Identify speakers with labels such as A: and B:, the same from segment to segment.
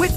A: With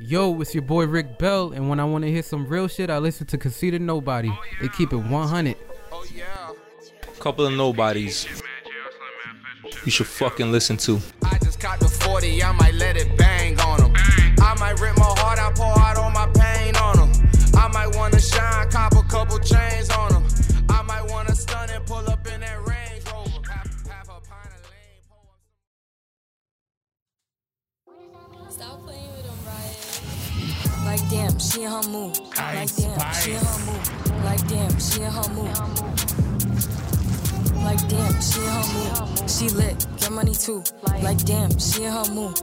B: Yo, it's your boy Rick Bell, and when I want to hear some real shit, I listen to Consider Nobody. They keep it 100.
C: Couple of nobodies. You should fucking listen to.
D: I just caught the 40, I might let it bang on 'em. I might rip my heart out, pour out all my pain on 'em. I might wanna shine, cop a couple chains on 'em. I might wanna stun and pull up in that Range Rover. Pop, pop a pint of lean, pour up
E: Stop playing with them, Ryan. Like damn, she in her mood. Like damn, she in her mood. Like damn, she in her mood. Like damn, she in her mood. She lit, get money too. Like damn, she in her mood.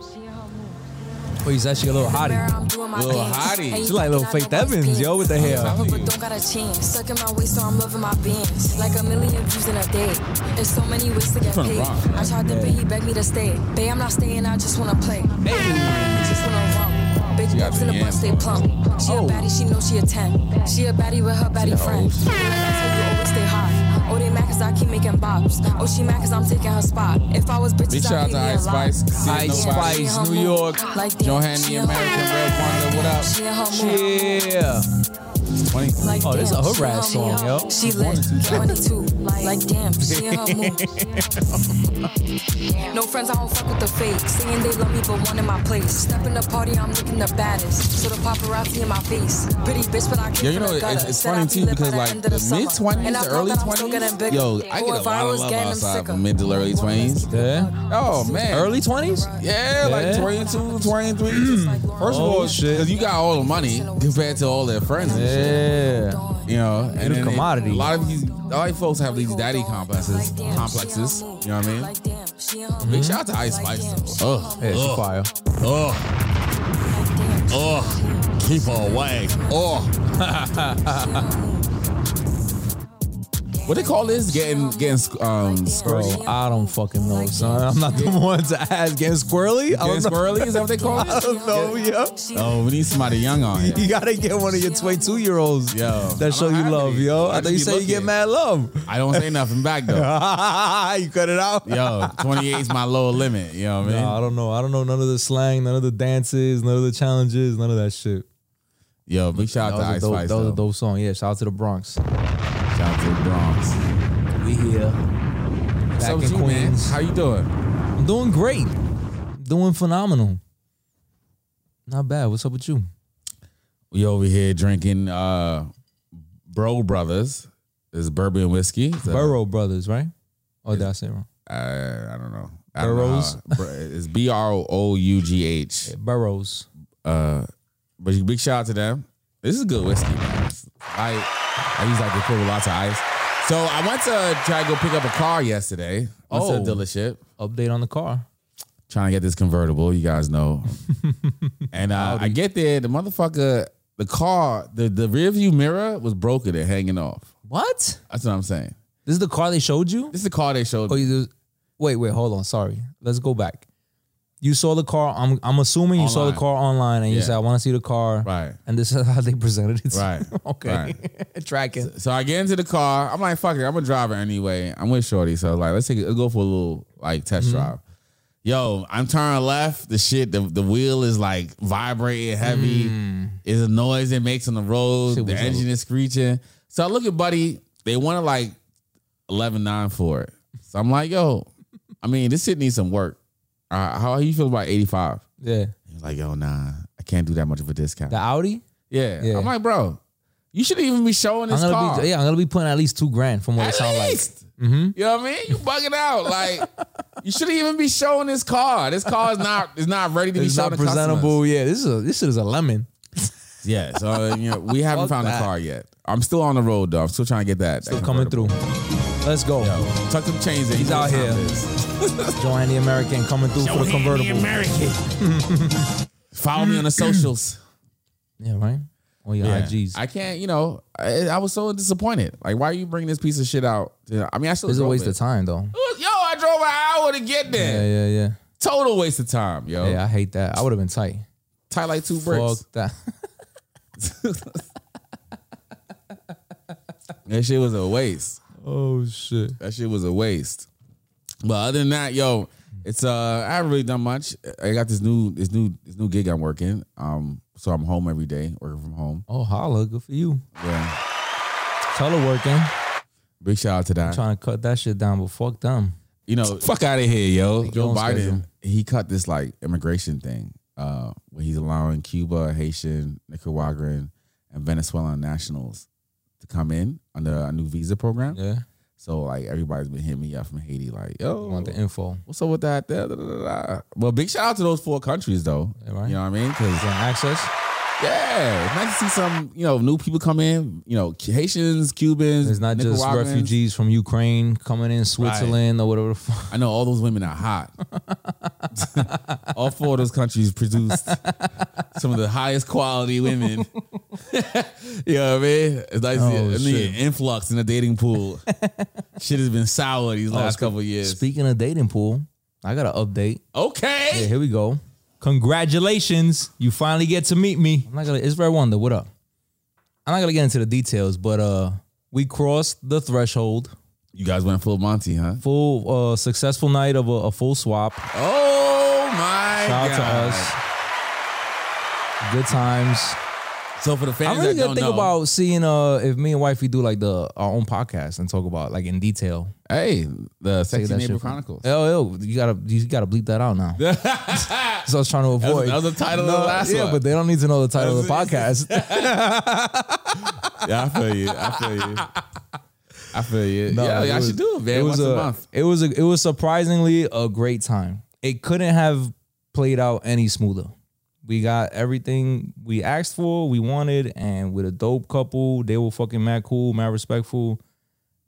F: Oh, he's actually a little hottie.
E: Little hottie. She like little Faith Evans, yo,
F: with the hair.
E: But don't got a chance. Stuck in my waist, so I'm loving my bands. Like a million views in a day. There's so many ways to get
F: From the
E: paid.
F: Bronx,
E: I tried to
F: Yeah.
E: pay, he begged me to stay. Babe, I'm not staying, I just wanna play. I just wanna run. Big boobs in the bus, stay plump. She a baddie, she knows she a 10. She a baddie with her baddie friend. That's why you always stay hot. Oh, they mad cause I keep making bops. Oh, she mad cause I'm taking her spot. If I was
G: Big
E: bitches,
G: shout
E: I'd
G: out
E: be
G: to Ice Spice, Casino
E: Ice
G: Nobody.
E: Spice, New York, Johanny, American Red Wonder, what up?
F: Yeah. Oh, this is a hood rat song, yo.
E: She lit, money too. Like damn, she in her mood. No friends, I don't fuck with the fake. Saying they love me, but one in my place. Step in the party, I'm looking the baddest. So the paparazzi in my face. Pretty bitch, but I came
G: Yeah, you
E: from
G: know,
E: the gutter.
G: it's, it's
E: Said
G: funny
E: I
G: too
E: be lit by
G: because
E: the
G: like
E: end
G: the
E: of
G: mid
E: summer. And I
G: twenties,
E: found
G: early
E: that I'm still getting
G: twenties.
E: bigger.
G: Yo, I get
E: Or
G: a
E: if I
G: lot of
E: was
G: love
E: getting them
G: outside
E: sicker.
G: from mid to early twenties.
F: Yeah.
G: Oh man,
F: Early 20s?
G: Yeah, like
F: Yeah.
G: 22, 23.
F: Mm.
G: First of
F: Oh.
G: all, shit. you got all the money compared to all their friends. Yeah, you know,
F: You're the
G: then
F: commodity.
G: A lot of these, a lot of folks have these daddy complexes. Complexes, you know what I mean? Big shout out to Ice Spice. though. Ugh,
F: Mm-hmm. Yeah, she
G: Ugh.
F: fire.
G: Ugh. Ugh. Keep her away. Ugh. what they call this? Getting getting um
F: Bro, I don't fucking know, son. I'm not the one to ask. Getting squirrely? I don't
G: Getting
F: know.
G: squirrely? Is that what they call it?
F: I don't know, yo.
G: Oh, we need somebody young on here.
F: You gotta get one of your 22 year olds
G: Yo,
F: that show you love, yo. I thought you said you get mad love.
G: I don't say nothing back though.
F: you cut it out.
G: Yo, 28 is my lower limit. You know what I mean?
F: Nah, I don't know. I don't know none of the slang, none of the dances, none of the challenges, none of that shit.
G: Yo, big shout
F: That
G: out
F: was
G: to
F: a dope-
G: Ice Spice.
F: That was
G: though.
F: a dope song. Yeah, shout out to the Bronx.
G: Shout out to the Bronx.
F: We here. Back
G: So
F: in
G: you, man?
F: Queens.
G: How you doing?
F: I'm doing great. Doing phenomenal. Not bad. What's up with you?
G: We over here drinking uh Bro Brothers. This is bourbon whiskey. It's a-
F: Burrow Brothers, right? Oh, did I say it wrong?
G: uh, I don't know. I don't know
F: Burroughs?
G: how- Bur- It's B R O U G H.
F: Burrows.
G: Uh, but you- big shout out to them. This is good whiskey, man. I I use like to put with lots of ice. So I went to try to go pick up a car yesterday. Went to
F: Oh.
G: the dealership.
F: Update on the car.
G: Trying to get this convertible, you guys know. and uh, I get there, the motherfucker, the car, the, the rear view mirror was broken and hanging off.
F: What?
G: That's what I'm saying.
F: This is the car they showed you?
G: This is the car they showed
F: Oh,
G: me.
F: you just, wait, wait, hold on. Sorry. Let's go back. You saw the car. I'm I'm assuming you saw the
G: Online.
F: car online and you
G: Yeah.
F: said, I want to see the car.
G: Right.
F: And this is how they presented it.
G: Right.
F: okay. Tracking.
G: So I get into the car. I'm like, fuck it. I'm a driver anyway. I'm with Shorty. So I was like, let's take it, let's go for a little like test
F: Mm-hmm.
G: drive. Yo, I'm turning left. The shit, the, the wheel is like vibrating heavy. It's a noise it makes on the road.
F: Mm. Shit
G: the
F: was
G: engine
F: a-
G: is screeching. So I look at Buddy. They wanted like 11.9 for it. So I'm like, yo, I mean, this shit needs some work. Uh, how you feel about 85?
F: Yeah.
G: He was like, yo, nah, I can't do that much of a discount.
F: The Audi?
G: Yeah.
F: Yeah.
G: I'm like, bro, you shouldn't even be showing
F: I'm
G: this
F: gonna
G: car.
F: be, yeah, I'm gonna be putting at least two grand from what
G: At
F: it sounds like.
G: least.
F: Mm-hmm.
G: You know what I mean? You bugging out. Like, you shouldn't even be showing this car. This car is not is not ready to be
F: It's
G: shown
F: not
G: to customers.
F: presentable. Yeah, this is a, this shit is a lemon.
G: Yeah, so you know, we haven't
F: Fuck
G: found
F: that.
G: a car yet. I'm still on the road though. I'm still trying to get that. Still
F: coming through. Let's go.
G: tuck them chains in.
F: He's
G: You know
F: out
G: what time
F: here.
G: it is.
F: Joanne the American coming through for the convertible.
G: Follow me on the socials.
F: Yeah, right. On your
G: Yeah.
F: IGs.
G: I can't. You know, I, I was so disappointed. Like, why are you bringing this piece of shit out? You know, I mean, I still
F: It's a
G: drove
F: waste
G: it.
F: of time though.
G: Yo, I drove an hour to get there.
F: Yeah, yeah, yeah.
G: Total waste of time, yo.
F: Yeah, I hate that. I would have been tight.
G: Tight like two bricks.
F: Fuck that.
G: That shit was a waste.
F: Oh shit.
G: That shit was a waste. But other than that, yo, it's uh I haven't really done much. I got this new this new this new gig I'm working. Um, so I'm home every day, working from home.
F: Oh holla, good for you.
G: Yeah.
F: Teleworking.
G: Big shout out to
F: I'm
G: that.
F: trying to cut that shit down, but fuck them.
G: You know, fuck out of here, yo. Joe
F: on
G: Biden,
F: schedule.
G: he cut this like immigration thing, uh, where he's allowing Cuba, Haitian, Nicaraguan, and Venezuelan nationals to come in under a new visa program.
F: Yeah.
G: So like everybody's been hitting me up from Haiti, like, yo,
F: You want the info.
G: what's up with that? Da, da, da, da, da. Well, big shout out to those four countries though.
F: Yeah, right.
G: You know what I mean? Because
F: You want access?
G: yeah, it's nice to see some you know new people come in. You know, Haitians, Cubans.
F: It's not just
G: Nicaraguans.
F: refugees from Ukraine coming in Switzerland or whatever the fuck.
G: I know all those women are hot. all four of those countries produced some of the highest quality women. you know what I mean? It's nice
F: Oh,
G: to see
F: shit.
G: an influx in the dating pool. shit has been sour these last couple years.
F: Oh, Speaking of dating pool, I got an update.
G: okay.
F: Yeah, here we go. Congratulations. You finally get to meet me. I'm not gonna it's Red Wonder. What up? I'm not gonna get into the details, but uh we crossed the threshold.
G: You guys went full Monty, huh?
F: Full uh successful night of a, a full swap.
G: Oh my
F: Shout
G: god.
F: out to us. Good times.
G: So for the fans
F: I'm really
G: that
F: gonna
G: don't
F: think
G: know,
F: about seeing uh if me and wifey do like the our own podcast and talk about like in detail.
G: hey, the
F: Take
G: Sexy
F: that
G: Neighbor
F: shit from-
G: Chronicles.
F: Oh, yo, you gotta you gotta bleep that out now. That's what I was trying to
G: That was,
F: avoid.
G: that was the title of the last
F: yeah,
G: one.
F: but they don't need to know the title of the
G: That's-
F: podcast.
G: yeah, I feel you. I feel you. I feel you.
F: No,
G: yeah,
F: it
G: I
F: was-
G: should do it, man.
F: It was
G: Once a,
F: a,
G: month.
F: It was a, it was surprisingly a great time. It couldn't have played out any smoother. We got everything we asked for, we wanted, and with a dope couple, they were fucking mad cool, mad respectful,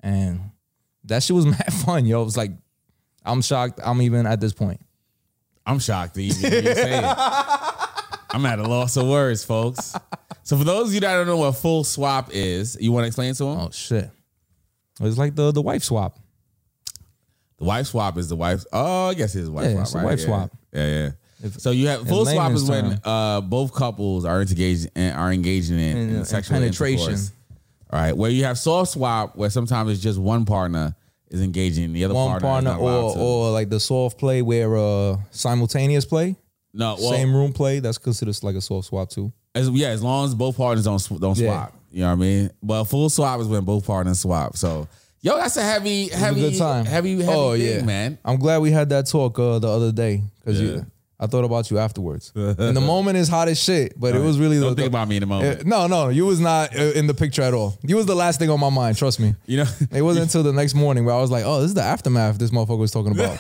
F: and that shit was mad fun, yo. It was like, I'm shocked. I'm even at this point.
G: I'm shocked to even hear you say it. I'm at a loss of words, folks. So for those of you that don't know what full swap is, you want to explain to them?
F: Oh shit! It was like the the wife swap.
G: The wife swap is the wife. Oh, I guess it's wife
F: Yeah,
G: swap.
F: it's the
G: right?
F: wife
G: yeah.
F: swap.
G: Yeah, yeah. so you have full
F: in
G: swap is
F: layman's
G: when
F: term.
G: uh, both couples are engaged and are engaging in,
F: And,
G: in
F: uh,
G: sexual
F: penetration.
G: intercourse. All right, where you have soft swap, where sometimes it's just one partner is engaging and the other
F: One partner,
G: partner, is not allowed
F: or
G: to.
F: or like the soft play where uh simultaneous play,
G: no well,
F: same room play. That's considered like a soft swap too.
G: As, yeah, as long as both partners don't sw- don't
F: Yeah.
G: swap. You know what I mean? But full swap is when both partners swap. So, yo, that's a heavy,
F: It was
G: heavy,
F: a good time.
G: heavy, heavy
F: Oh,
G: thing,
F: yeah.
G: man.
F: I'm glad we had that talk uh, the other day because
G: Yeah.
F: you. I thought about you afterwards. and the moment is hot as shit, but it was really
G: Don't
F: the,
G: think about me in the moment.
F: Uh, no, no, you was not uh, in the picture at all. You was the last thing on my mind. Trust me.
G: You know,
F: It wasn't until the next morning where I was like, "Oh, this is the aftermath this motherfucker was talking about."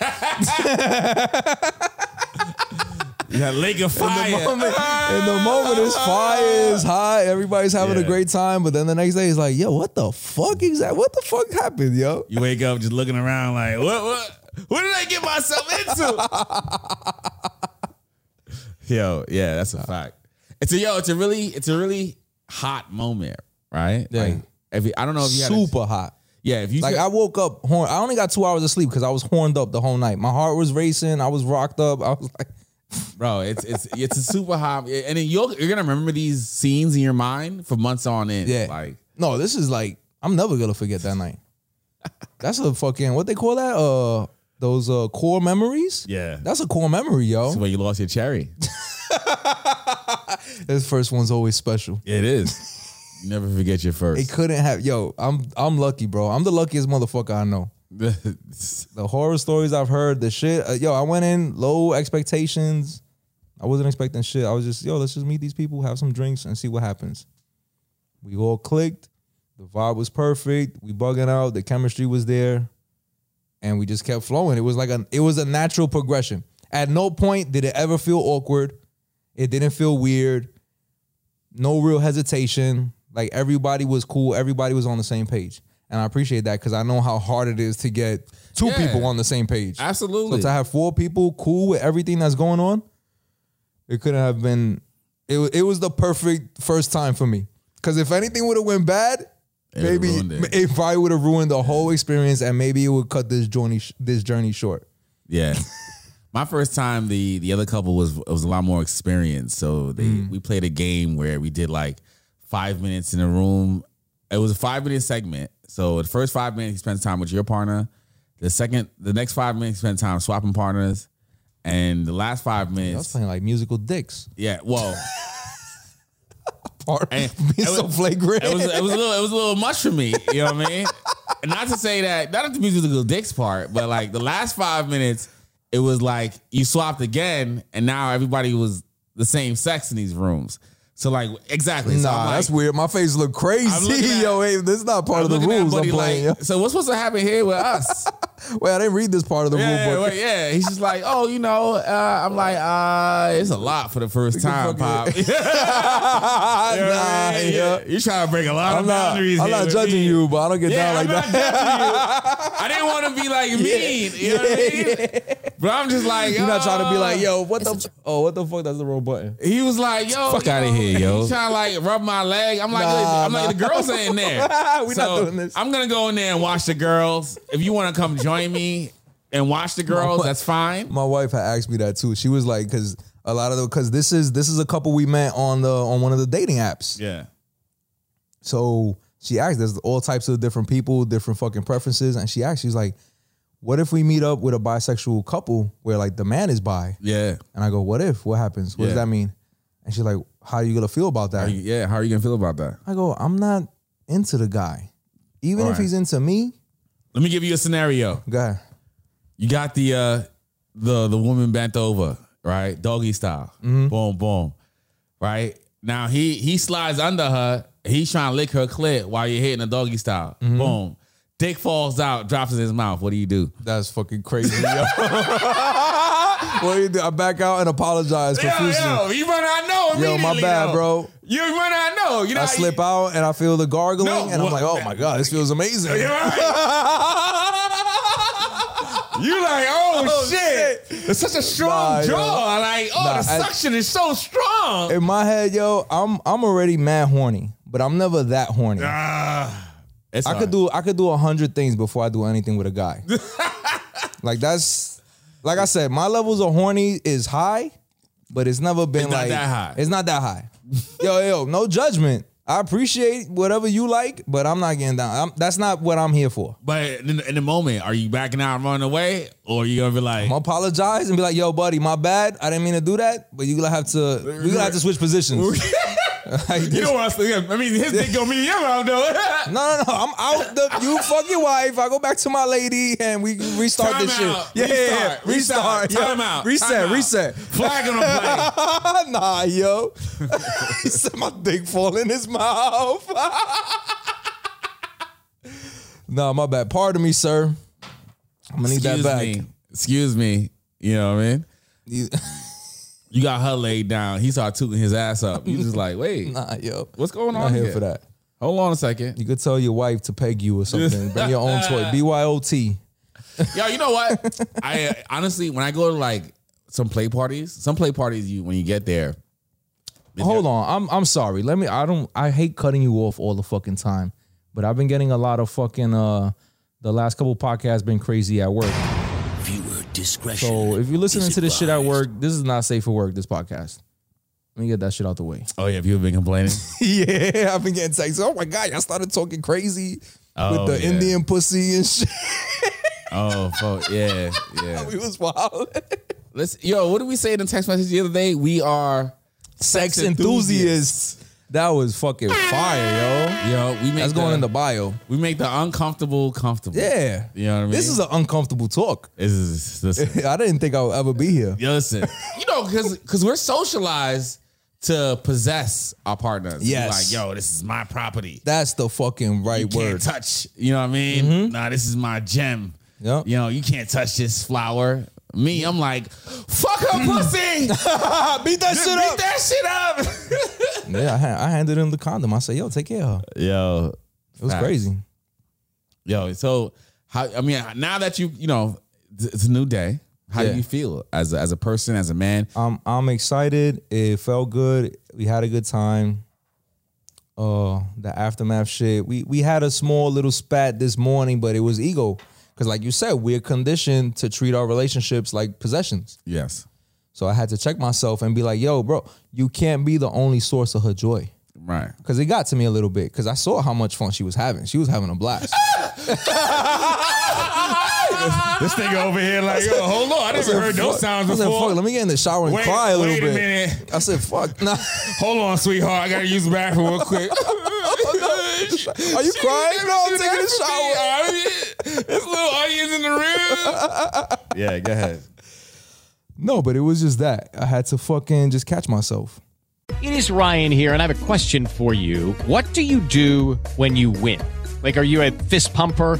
G: that lake of
F: In the
G: fire.
F: moment, in the moment it's fire, it's hot, everybody's having
G: Yeah.
F: a great time, but then the next day it's like, "Yo, what the fuck exactly? What the fuck happened, yo?"
G: You wake up just looking around like, what, what, what did I get myself into? yo, yeah, that's
F: Uh,
G: a fact. It's a yo, it's a really, it's a really hot moment, right?
F: Yeah.
G: Like, if you, I don't know if you had a-
F: Super hot.
G: yeah, if you
F: Like
G: could-
F: I woke up horn. I only got two hours of sleep because I was horned up the whole night. My heart was racing. I was rocked up. I was like,
G: bro. It's it's it's a super hot, and then you'll, you're gonna remember these scenes in your mind for months on end.
F: yeah,
G: like
F: no, this is like I'm never gonna forget that night. That's a fucking what they call that? Uh, those uh core memories.
G: Yeah.
F: that's a core memory,
G: that's
F: yo.
G: where you lost your cherry.
F: This first one's always special.
G: it is. You never forget your first.
F: It couldn't have, yo. I'm I'm lucky, bro. I'm the luckiest motherfucker I know. the horror stories I've heard, the shit. uh, yo, I went in low expectations. I wasn't expecting shit. I was just, yo, let's just meet these people, have some drinks, and see what happens. We all clicked. The vibe was perfect. We bugging out. The chemistry was there, and we just kept flowing. It was like a, it was a natural progression. At no point did it ever feel awkward. It didn't feel weird. No real hesitation. Like everybody was cool. Everybody was on the same page, and I appreciate that because I know how hard it is to get two
G: Yeah.
F: people on the same page.
G: Absolutely.
F: So to have four people cool with everything that's going on, it couldn't have been. It wa- it was the perfect first time for me. Because if anything would have went bad, maybe it. probably would have ruined the whole experience, and maybe it would cut this journey sh- this journey short.
G: Yeah. My first time, the the other couple was was a lot more experienced. So they we played a game where we did like five minutes in a room. It was a five minute segment. So the first five minutes you spend time with your partner. The second, the next five minutes you spend time swapping partners, and the last five minutes
F: I was playing like musical dicks.
G: yeah. Well.
F: Part
G: being
F: so flagrant.
G: It was, it was a little. It was a little much for me. You know what I mean? And not to say that not at the musical dicks part, but like the last five minutes, it was like you swapped again, and now everybody was the same sex in these rooms. So like exactly. so
F: nah,
G: I'm like-
F: that's weird. My face looked crazy. Yo, hey, this is not part
G: I'm
F: of the
G: looking at
F: rules I'm
G: Buddy
F: playing.
G: like,
F: yo.
G: So what's supposed to happen here with us?
F: Wait, I didn't read this part of the
G: yeah,
F: rule book.
G: wait, yeah. He's just like, oh, you know, uh, I'm like, uh, it's a lot for the first time, pop. You know what I mean?
F: yeah.
G: You trying to break a lot
F: I'm
G: of
F: not-
G: boundaries.
F: I'm
G: here
F: not
G: with
F: judging
G: me.
F: you, but I don't get down like
G: not judging you. I didn't want to be like mean. You know what I mean? But I'm just like,
F: You're not trying to be like,
G: uh,
F: yo, what the? F- oh, what the fuck? That's the wrong button.
G: He was like, yo,
F: Fuck
G: yo,
F: outta here, yo.
G: He trying to like rub my leg. I'm like,
F: Nah,
G: listen, I'm like,
F: nah.
G: the girls ain't there.
F: We not doing
G: this. I'm gonna go in there and watch the girls. If you want to come join me and watch the girls, that's fine.
F: My wife had asked me that too. She was like, because a lot of the because this is this is a couple we met on the on one of the dating apps.
G: Yeah.
F: So she asked, there's all types of different people, different fucking preferences, and she asked, she's like, what if we meet up with a bisexual couple where like the man is bi?
G: Yeah.
F: And I go, what if? What happens? What does
G: Yeah.
F: that mean? And she's like, how are you gonna feel about that?
G: How you- yeah, how are you gonna feel about that?
F: I go, I'm not into the guy, even if
G: Alright.
F: he's into me.
G: Let me give you a scenario.
F: Go ahead.
G: You got the uh the the woman bent over, right? Doggy style.
F: Mm-hmm.
G: Boom, boom. Right? Now he he slides under her. He's trying to lick her clit while you're hitting a doggy style.
F: Mm-hmm.
G: Boom. Dick falls out, drops in his mouth. What do you do?
F: That's fucking crazy. Yo. what do you do? I back out and apologize
G: Yo,
F: profusely.
G: yo, you might not know.
F: Yo, my
G: immediately,
F: bad,
G: though.
F: bro.
G: You might not know. You know,
F: I
G: how you-
F: slip out and I feel the gargling,
G: No,
F: and I'm
G: what-
F: like, oh my god, this feels amazing.
G: You're You like, oh,
F: Oh,
G: shit. It's such a strong
F: Nah, yo.
G: jaw. Like, oh,
F: Nah,
G: the
F: I-
G: suction is so strong.
F: In my head, yo, I'm I'm already mad horny, but I'm never that horny.
G: Ah, it's
F: I
G: all
F: could
G: right.
F: do I could do a hundred things before I do anything with a guy. like that's like I said, my levels of horny is high, but it's never been
G: It's not
F: like
G: that high.
F: It's not that high. yo, yo, no judgment. I appreciate whatever you like, but I'm not getting down. I'm, that's not what I'm here for.
G: But in, in the moment, are you backing out and running away? Or are you ever like,
F: I'm gonna apologize and be like, yo, buddy, my bad. I didn't mean to do that, but you're gonna have to we're gonna have to switch positions. Like
G: you
F: this-
G: know what I'm saying? I mean, his dick go me, you know though.
F: No, no, no. I'm out. The, you fuck your wife. I go back to my lady and we restart
G: Time
F: this
G: out.
F: shit. Yeah, yeah, yeah.
G: Restart. Restart.
F: Restart.
G: Time
F: yeah.
G: out.
F: Reset.
G: Time out.
F: reset.
G: Flag on the
F: nah, yo. he said my dick fall in his mouth. nah, my bad. Pardon me, sir. I'm gonna
G: plane.
F: need that back.
G: Me. Excuse me. You know what I mean?
F: You-
G: You got her laid down. He started tooting his ass up. You just like, wait,
F: Nah, yo.
G: what's going
F: I'm not
G: on
F: here
G: here?
F: for that.
G: Hold on a second.
F: You could tell your wife to peg you or something. Bring your own toy. BYOT.
G: Yo, you know what? I uh, honestly, when I go to like some play parties, some play parties, you when you get there,
F: Hold on. I'm I'm sorry. Let me I don't I hate cutting you off all the fucking time. But I've been getting a lot of fucking uh the last couple podcasts been crazy at work.
H: Viewer discretion.
F: So if you're listening
H: is
F: to this shit at work, this is not safe for work, this podcast. Let me get that shit out the way.
G: Oh yeah, people been complaining.
F: yeah, I've been getting texts. Oh my god, I started talking crazy
G: Oh, yeah.
F: pussy and shit.
G: oh fuck, yeah, yeah.
F: we was wild.
G: Let's yo, what did we say in the text message the other day? We are
F: Sex enthusiasts. That was fucking fire, yo.
G: Yo, we make
F: That's going in the bio.
G: We make the uncomfortable comfortable.
F: Yeah.
G: You know what I mean?
F: This is an uncomfortable talk.
G: This is listen.
F: I didn't think I would ever be here.
G: Yo, listen. you know, cause cause we're socialized to possess our partners.
F: Yes.
G: Like, yo, this is my property.
F: That's the fucking right
G: you
F: word.
G: can't touch. You know what I mean? Nah, this is my gem. You know, you can't touch this flower. Me, I'm like, fuck her pussy.
F: Beat that shit
G: up. Beat that shit up.
F: yeah, I, ha- I handed him the condom. I said, "Yo, take care of her."
G: Yo,
F: It was crazy.
G: Yo, so how? I mean, now that you you know, th- it's a new day. How
F: Yeah.
G: do you feel as a, as a person, as a man?
F: Um, I'm excited. It felt good. We had a good time. Uh, the aftermath shit. We we had a small little spat this morning, but it was ego. Cause like you said, we're conditioned to treat our relationships like possessions.
G: Yes,
F: So I had to check myself and be like, yo, bro, you can't be the only source of her joy.
G: right.
F: Cause it got to me a little bit. Cause I saw how much fun she was having. She was having a blast.
G: This nigga over here, like, yo, hold on, I
F: I
G: never
F: said,
G: heard those
F: "Fuck."
G: sounds
F: I said,
G: before.
F: fuck, let me get in the shower and
G: Wait-
F: cry a little
G: wait a
F: bit.
G: minute.
F: I said, fuck, nah.
G: Hold on, sweetheart, I gotta use the bathroom real quick.
F: Are you crying? No, I'm taking a shower.
G: shower. This little audience in the room. yeah, go ahead.
F: No, but it was just that. I had to fucking just catch myself.
I: It is Ryan here, and I have a question for you. What do you do when you win? Like, are you a fist pumper?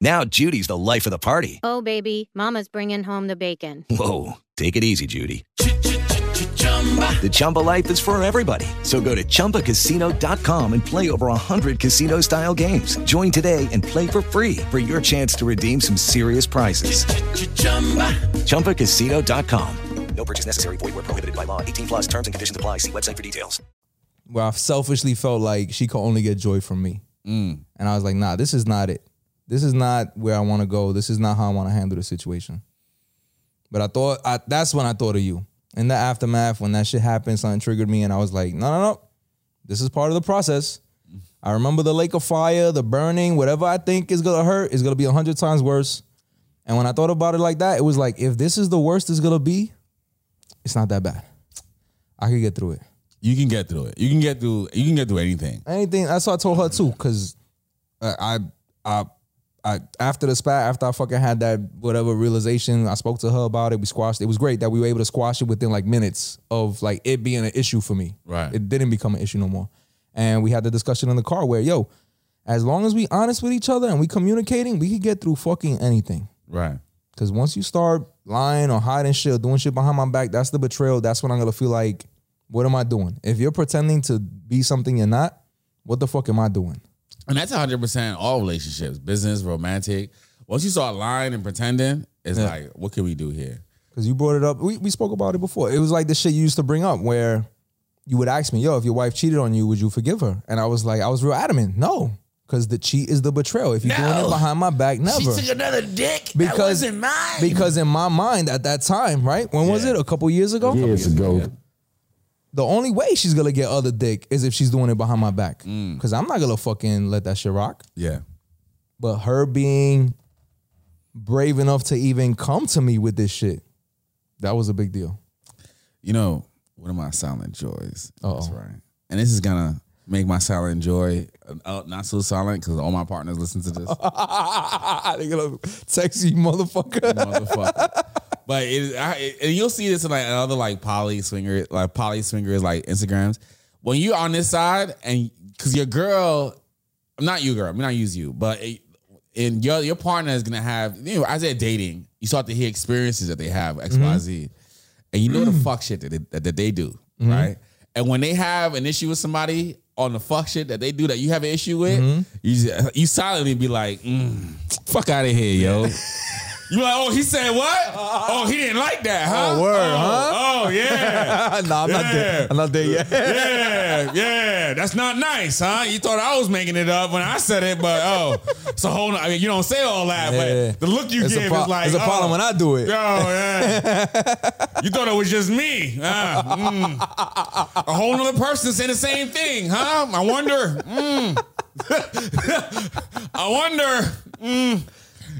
H: Now Judy's the life of the party.
J: Oh, baby, Mama's bringing home the bacon.
H: Whoa, take it easy, Judy. The Chumba life is for everybody. So go to ChumbaCasino.com and play over 100 casino style games. Join today and play for free for your chance to redeem some serious prizes. ChumbaCasino.com.
K: No purchase necessary. Void were prohibited by law. 18 plus terms and conditions apply. See website for details.
F: Where I selfishly felt like she could only get joy from me. And I was like, nah, this is not it. This is not where I want to go. This is not how I want to handle the situation. But I thought I, that's when I thought of you. In the aftermath, when that shit happened, something triggered me, and I was like, no, no, no. This is part of the process. I remember the lake of fire, the burning, whatever I think is gonna hurt is gonna be a hundred times worse. And when I thought about it like that, it was like, if this is the worst it's gonna be, it's not that bad. I could get through it.
G: You can get through it. You can get through. You can get through anything.
F: Anything that's what I told her too, because I, I, I, I, after the spat, after I fucking had that whatever realization, I spoke to her about it. We squashed. It It was great that we were able to squash it within like minutes of like it being an issue for me.
G: Right.
F: It didn't become an issue no more, and we had the discussion in the car where yo, as long as we honest with each other and we communicating, we could get through fucking anything.
G: Right.
F: Because once you start lying or hiding shit or doing shit behind my back, that's the betrayal. That's when I'm going to feel like, what am I doing? If you're pretending to be something you're not, what the fuck am I doing?
G: And that's 100% all relationships, business, romantic. Once you start lying and pretending, it's
F: Yeah.
G: like, what can we do here?
F: Because you brought it up. We, we spoke about it before. It was like the shit you used to bring up where you would ask me, yo, if your wife cheated on you, would you forgive her? And I was like, I was real adamant. No. Because the cheat is the betrayal. If you're doing
G: No.
F: it behind my back, never.
G: another dick
F: Because in my mind at that time, right? When was it? A couple years ago? Years ago. The only way she's gonna get other dick is if she's doing it behind my back. Cause I'm not gonna fucking let that shit rock.
G: Yeah.
F: But her being brave enough to even come to me with this shit, that was a big deal.
G: You know, one of my silent joys. Oh. That's right. And this is going to make my silent joy uh, not so silent because all my partners listen to this.
F: they gonna text you, motherfucker.
G: motherfucker. But it, I, it- and you'll see this in like another like poly swinger, like poly swingers, like Instagrams. When you're on this side, and because your girl, not you, girl, I'm not use you, but it, and your your partner is gonna have, you know, as they're dating, you start to hear experiences that they have X Y Z, and you know the fuck shit that they, that they do,
F: Mhm.
G: right? And when they have an issue with somebody on the fuck shit that they do that you have an issue with,
F: Mm-hmm.
G: you just, you silently be like, mm, fuck out of here, yo. you be like, oh, he said what? Oh, he didn't like that, huh?
F: Oh, word,
G: oh,
F: huh?
G: Oh, yeah.
F: nah, I'm not there. I'm not there yet.
G: yeah. yeah, yeah. That's not nice, huh? You thought I was making it up when I said it, but oh, it's a whole. I mean, you don't say all that,
F: Yeah.
G: but the look you
F: It's a
G: give
F: pro-
G: is like
F: it's a
G: oh,
F: problem when I do it.
G: Oh, yeah. you thought it was just me? huh? Mm. A whole other person saying the same thing, huh? I wonder. Mm. I wonder. Mm.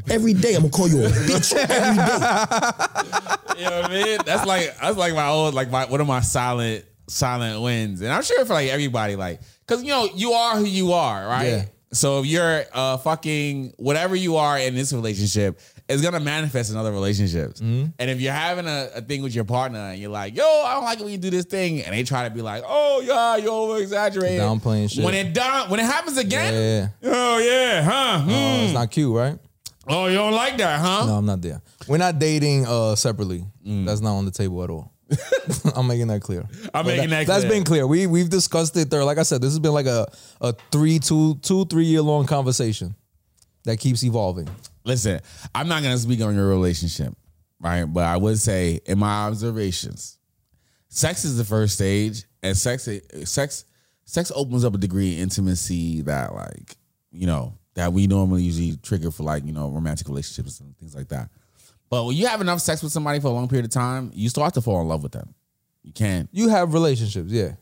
L: Every day I'm gonna call you a bitch. Every day.
G: You know what I mean? That's like that's like my old like my one of my silent silent wins, and I'm sure for like everybody, like because you know you are who you are, right?
F: Yeah.
G: So if you're uh fucking whatever you are in this relationship, it's gonna manifest in other relationships.
F: Mm-hmm.
G: And if you're having a, a thing with your partner and you're like, yo, I don't like it when you do this thing, and they try to be like, oh yeah, you over exaggerating,
F: Downplaying shit.
G: When it down, when it happens again,
F: Yeah.
G: oh yeah, huh?
F: No, it's
G: Hmm.
F: not cute, right?
G: Oh, you don't like that, huh? Mm.
F: No, I'm not there. We're not dating uh separately. That's not on the table at all. I'm making that clear.
G: I'm
F: But
G: making that
F: That's
G: clear.
F: been clear. We we've discussed it there. Like I said, this has been like a a three two two three year long conversation that keeps evolving.
G: listen, I'm not gonna speak on your relationship, right? But I would say, in my observations, sex is the first stage, and sex, sex, sex opens up a degree of intimacy that, like, you know, that we normally usually trigger for, like, you know, romantic relationships and things like that. But when you have enough sex with somebody for a long period of time, you start to fall in love with them. You can't.
F: You have relationships, yeah.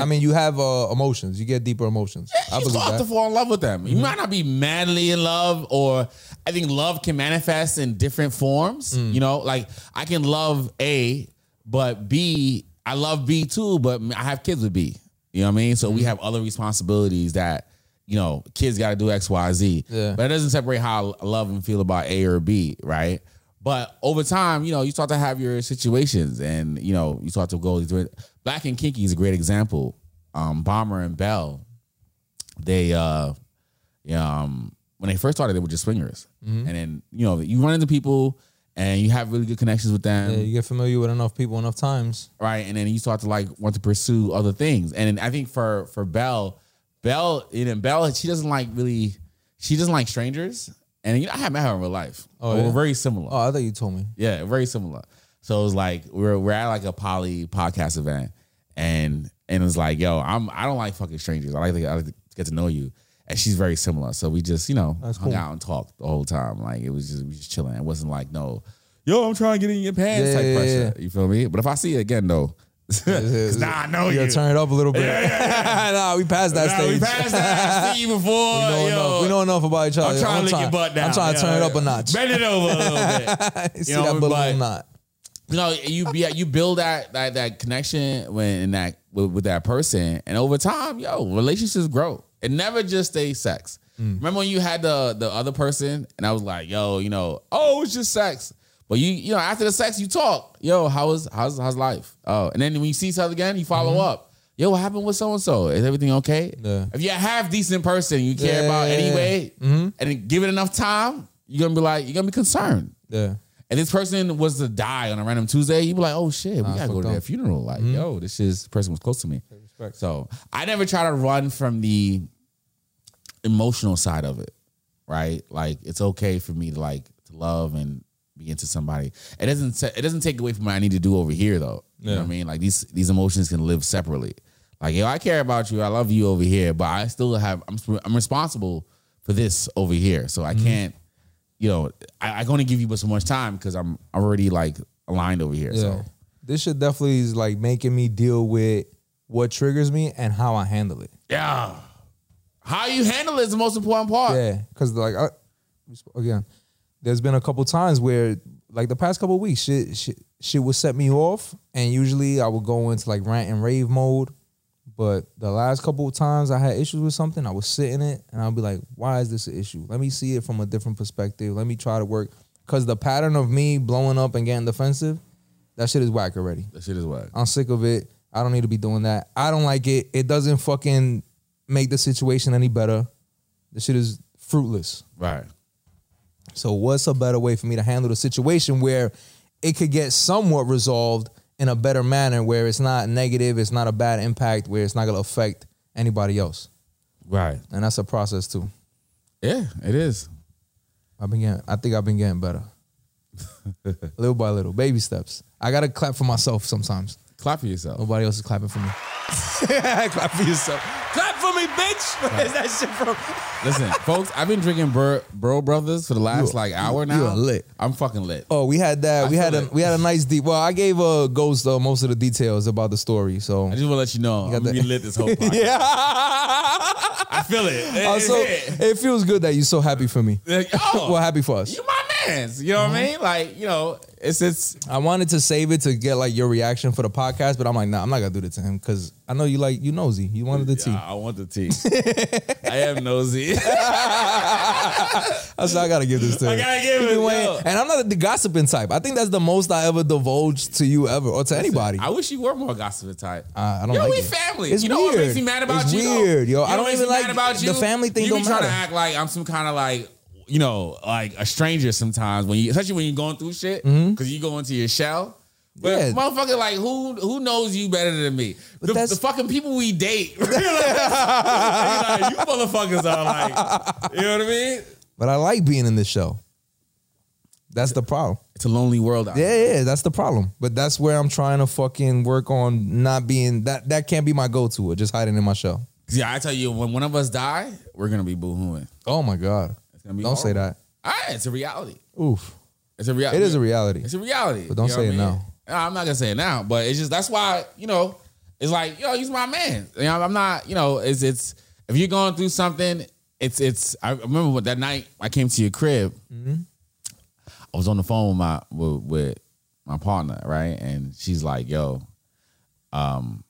F: I mean, you have uh, emotions. You get deeper emotions. I
G: you
F: believe
G: start
F: that. Mm-hmm.
G: to fall in love with them. You might not be madly in love, or I think love can manifest in different forms. You know, like I can love A, but B, I love B too, but I have kids with B. You know what I mean? So we have other responsibilities that you know kids got to do X, Y, Z.
F: Yeah.
G: But it doesn't separate how I love and feel about A or B, right? But over time, you know, you start to have your situations, and you know, you start to go. through it. Black and Kinky is a great example. Um, Bomber and Bell, they uh um when they first started they were just swingers
F: Mhm.
G: and then you know you run into people and you have really good connections with them
F: Yeah, you get familiar with enough people enough times
G: right and then you start to like want to pursue other things and i think for for belle belle you know belle she doesn't like really she doesn't like strangers and you know, i have met her in real life
F: Oh,
G: But we're
F: yeah?
G: very similar
F: Oh, I thought you told me.
G: yeah, very similar. So it was like we're we're at like a poly podcast event, and and it was like, yo, I'm I don't like fucking strangers. I like to, I like to get to know you. And she's very similar, so we just you know
F: That's
G: hung
F: cool.
G: out and talked the whole time. Like it was just we just chilling. It wasn't like no, yo, I'm trying to get in your pants
F: Yeah,
G: type
F: yeah, yeah,
G: pressure. You feel me? But if I see you again though, 'cause now I know
F: You
G: you.
F: gotta turn it up a little bit. nah, we passed that
G: Nah,
F: stage.
G: we passed that. I see you before.
F: We know, enough. we know enough about each other.
G: I'm trying to lick
F: trying-
G: your butt down.
F: I'm trying to
G: Yeah,
F: turn it up
G: yeah.
F: a notch.
G: Bend it over a little bit.
F: See
G: You know,
F: that balloon
G: but-
F: knot.
G: you know, you be you build that that, that connection when in that with, with that person, and over time, yo, relationships grow. It never just stays sex. Remember when you had the the other person, and I was like, yo, you know, oh, it's just sex. But you you know, after the sex, you talk, yo, how is how's how's life? Oh, and then when you see each other again, you follow up. Yo, what happened with so and so? Is everything okay? If you're a half decent person, you care
F: Yeah,
G: about
F: yeah, yeah.
G: anyway, and give it enough time, you're gonna be like, you're gonna be concerned
F: Yeah.
G: and this person was to die on a random Tuesday, you'd be like, oh shit, we
F: Nah,
G: gotta go
F: fucked
G: to
F: up.
G: that funeral. Like,
F: Mhm.
G: yo, this is this person was close to me. So I never try to run from the emotional side of it, right? Like it's okay for me to like to love and be into somebody. It doesn't se- it doesn't take away from what I need to do over here though. You know
F: Yeah.
G: what I mean? Like these these emotions can live separately. Like yo, I care about you, I love you over here, but I still have I'm sp- I'm responsible for this over here, so I
F: Mm-hmm.
G: can't. You know, I, I can only give you but so much time because I'm already like aligned over here. So
F: This shit definitely is like making me deal with what triggers me and how I handle it.
G: yeah, how you handle it is the most important part.
F: Yeah, because like I, again, there's been a couple times where like the past couple weeks, shit, shit, shit would set me off, and usually I would go into like rant and rave mode. But the last couple of times I had issues with something, I would sit in it and I'll be like, "Why is this an issue? Let me see it from a different perspective. Let me try to work." Because the pattern of me blowing up and getting defensive, that shit is whack already.
G: That shit is whack.
F: I'm sick of it. I don't need to be doing that. I don't like it. It doesn't fucking make the situation any better. The shit is fruitless.
G: Right.
F: So what's a better way for me to handle the situation where it could get somewhat resolved in a better manner where it's not negative, it's not a bad impact, where it's not gonna affect anybody else.
G: Right.
F: And that's a process too.
G: Yeah, it is.
F: I've been getting I think I've been getting better. little by little. Baby steps. I gotta clap for myself sometimes.
G: Clap for yourself.
F: Nobody else is clapping for me.
G: Clap for yourself.
F: Clap for me, bitch. Where is that shit from?
G: Listen, folks, I've been drinking Bur- Bro Brothers for the last like hour now.
F: you are lit.
G: I'm fucking lit.
F: Oh, we had that.
G: I
F: we had
G: feel
F: a
G: it.
F: we had a nice deep. Well, I gave uh, Ghost uh, most of the details about the story. So I just
G: want to let you know I'm relit this whole podcast.
F: yeah.
G: I feel it. It-
F: Also,
G: it-
F: Uh, it feels good that you're so happy for me.
G: Like, oh.
F: well, happy for us.
G: you my man's. You know what
F: Mm-hmm.
G: I mean? Like, you know, it's it's.
F: I wanted to save it to get like your reaction for the podcast, but I'm like, nah, I'm not gonna do that to him because I know you like you nosy. You wanted the tea.
G: I want the tea. I am nosy.
F: I said I gotta give this to
G: I
F: him.
G: gotta give it,
F: Anyway,
G: yo.
F: And I'm not the gossiping type. I think that's the most I ever divulged to you ever or to anybody.
G: I wish you were more gossip type.
F: Uh, I don't
G: Yo,
F: like
G: we
F: it.
G: family.
F: It's
G: you know
F: weird.
G: what makes me mad about
F: it's
G: you? though?
F: Weird, yo.
G: You know
F: I
G: what
F: don't
G: makes
F: even
G: me mad
F: like
G: about you?
F: the family thing.
G: You
F: don't
G: be trying
F: matter.
G: to act like I'm some kind of like you know like a stranger sometimes when you especially when you're going through shit because
F: Mhm.
G: you go into your shell. But
F: Yeah.
G: motherfucker, like who who knows you better than me? The, the fucking people we date. Like, you motherfuckers are like, you know what I mean?
F: But I like being in this show. That's the problem.
G: It's a lonely world. Out
F: yeah, yeah, that's the problem. But that's where I'm trying to fucking work on not being that. That can't be my go-to. Or just hiding in my shell.
G: Yeah, I tell you, when one of us die, we're gonna be boohooing.
F: Oh my god!
G: gonna be
F: Don't say
G: horrible.
F: that.
G: All right, it's a reality.
F: Oof.
G: It's a reality.
F: It is a reality.
G: It's a reality.
F: But don't
G: what
F: say it
G: I mean?
F: now.
G: No, I'm not gonna say it now. But it's just that's why you know it's like yo, he's my man. You know, I'm not. You know, it's it's if you're going through something, it's it's. I remember what that night I came to your crib.
F: Mm-hmm.
G: I was on the phone with my with, with my partner, right? And she's like, "Yo, um,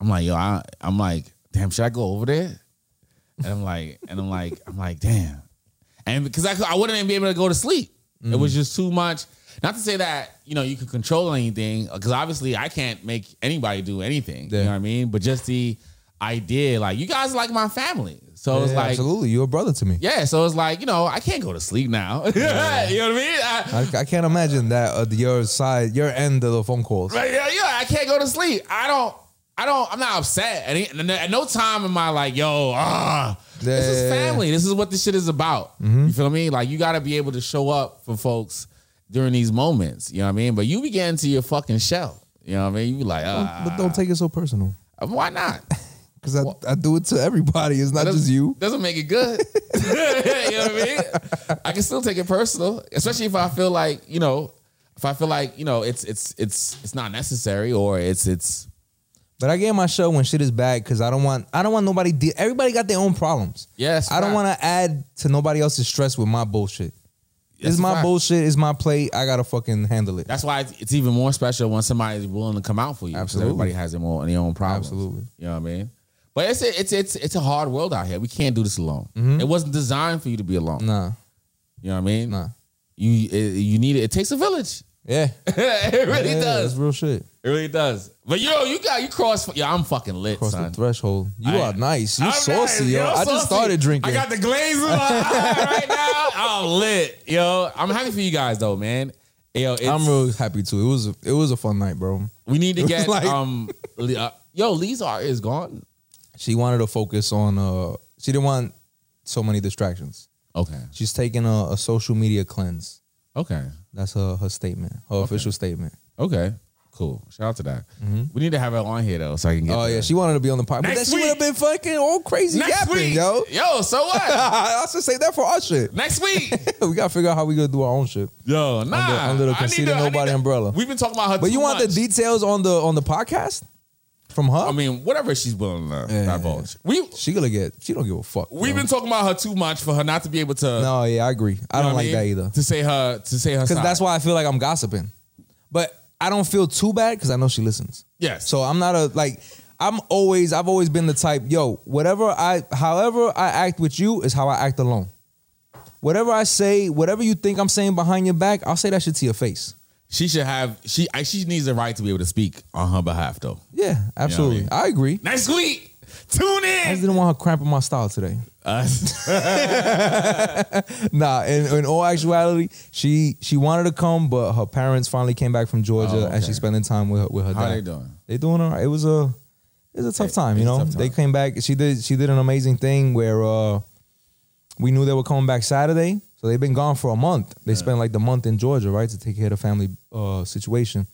G: I'm like, yo, I, I'm like, damn, should I go over there?" And I'm like, and I'm like, I'm like, damn, and because I cou- I wouldn't even be able to go to sleep. It was
F: Mm-hmm.
G: just too much. Not to say that you know you can control anything, because obviously I can't make anybody do anything. You know what I mean? But just the idea, like you guys are like my family, so it's
F: Yeah,
G: like.
F: absolutely, you're a brother to me.
G: Yeah, so it's like, you know, I can't go to sleep now. you know what I mean? I,
F: I, I can't imagine that uh, your side, your end of the phone calls.
G: Right, yeah, yeah, I can't go to sleep. I don't. I don't. I'm not upset. At, any- at no- at no time am I like, yo, ah. This is
F: Yeah. Mm-hmm.
G: family. This is what this shit is about. You feel me? Like you got to be able to show up for folks during these moments. You know what I mean? But you be getting to your fucking shell. You know what I mean? You be like, ah,
F: But don't take it so personal.
G: why not?
F: Because I, I do it to everybody. It's not just you.
G: Doesn't make it good. you know what I mean? I can still take it personal, especially if I feel like you know, if I feel like you know, it's it's it's it's not necessary or it's it's
F: But I get in my show when shit is bad because I don't want I don't want nobody. De- Everybody got their own problems.
G: Yes,
F: I don't
G: fact.
F: want to add to nobody else's stress with my bullshit.
G: That's
F: it's my
G: fact.
F: bullshit. It's my plate. I gotta fucking handle it.
G: That's why it's it's even more special when somebody's willing to come out for you. 'cause
F: Absolutely.
G: everybody has their own, their own problems. Absolutely, you know what I mean. But it's a, it's it's it's a hard world out here. We can't do this alone. It wasn't designed for you to be alone.
F: Mm-hmm. Nah,
G: you know what I mean.
F: Nah,
G: you it, you need it. It takes a village.
F: Yeah,
G: it really
F: Yeah,
G: does.
F: That's real shit.
G: It really does. But yo, you got you cross. Yeah, I'm fucking lit,
F: Cross
G: son.
F: the threshold. You
G: I-
F: are nice. You
G: I'm
F: saucy,
G: nice,
F: yo. I
G: saucy.
F: just started drinking.
G: I got the glaze in my eye right now. I'm lit, yo. I'm happy for you guys though, man. Yo, it's,
F: I'm real happy too. It was a, it was a fun night, bro.
G: We need
F: It
G: to
F: was
G: get
F: like-
G: um. Li- uh, yo, Lizar is gone.
F: She wanted to focus on. uh She didn't want so many distractions.
G: Okay.
F: She's taking a, a social media cleanse.
G: Okay.
F: That's her her statement. Her official statement. Mm-hmm.
G: Okay. Cool. Shout out to that. We need to have her on here though, so I can get.
F: Oh yeah, she wanted to be on the podcast. But
G: Next
F: then she would have been fucking all crazy
G: Next
F: yapping,
G: week.
F: yo.
G: Yo, so what?
F: I should say that for our shit.
G: Next week.
F: we gotta figure out how we gonna do our own shit.
G: Yo, nah.
F: Under, under the
G: I need
F: conceded
G: to- I need
F: nobody
G: to-
F: umbrella.
G: We've been talking about her.
F: But you
G: too
F: want the
G: much.
F: details on the on the podcast from her? I
G: mean, whatever she's willing to divulge. We
F: she gonna get. She don't give a fuck.
G: We've been talking about her too much for her not to be able to.
F: No, yeah, I agree. I
G: You know
F: don't
G: what
F: like
G: mean?
F: that either.
G: To say her, to say her,
F: Because
G: side.
F: that's why I feel like I'm gossiping. But I don't feel too bad because I know she listens.
G: Yes.
F: So I'm not a like. I'm always. I've always been the type. Yo, whatever I, however I act with you is how I act alone. Whatever I say, whatever you think I'm saying behind your back, I'll say that shit to your face.
G: she should have. She I- she needs the right to be able to speak on her behalf, though.
F: Yeah, absolutely.
G: mean?
F: I agree.
G: Next week, tune in.
F: I just didn't want her cramping my style today. nah, in, in all actuality, she she wanted to come, but her parents finally came back from Georgia,
G: Oh,
F: and she's spending time with her, with her
G: How
F: dad.
G: they doing?
F: They doing all right. It was a it was a tough time, you
G: it's a
F: know.
G: tough
F: They came back. She did she did an amazing thing where uh we knew they were coming back Saturday, so they've been gone for a month. They spent like the month in Georgia, right, to take care of the family uh situation.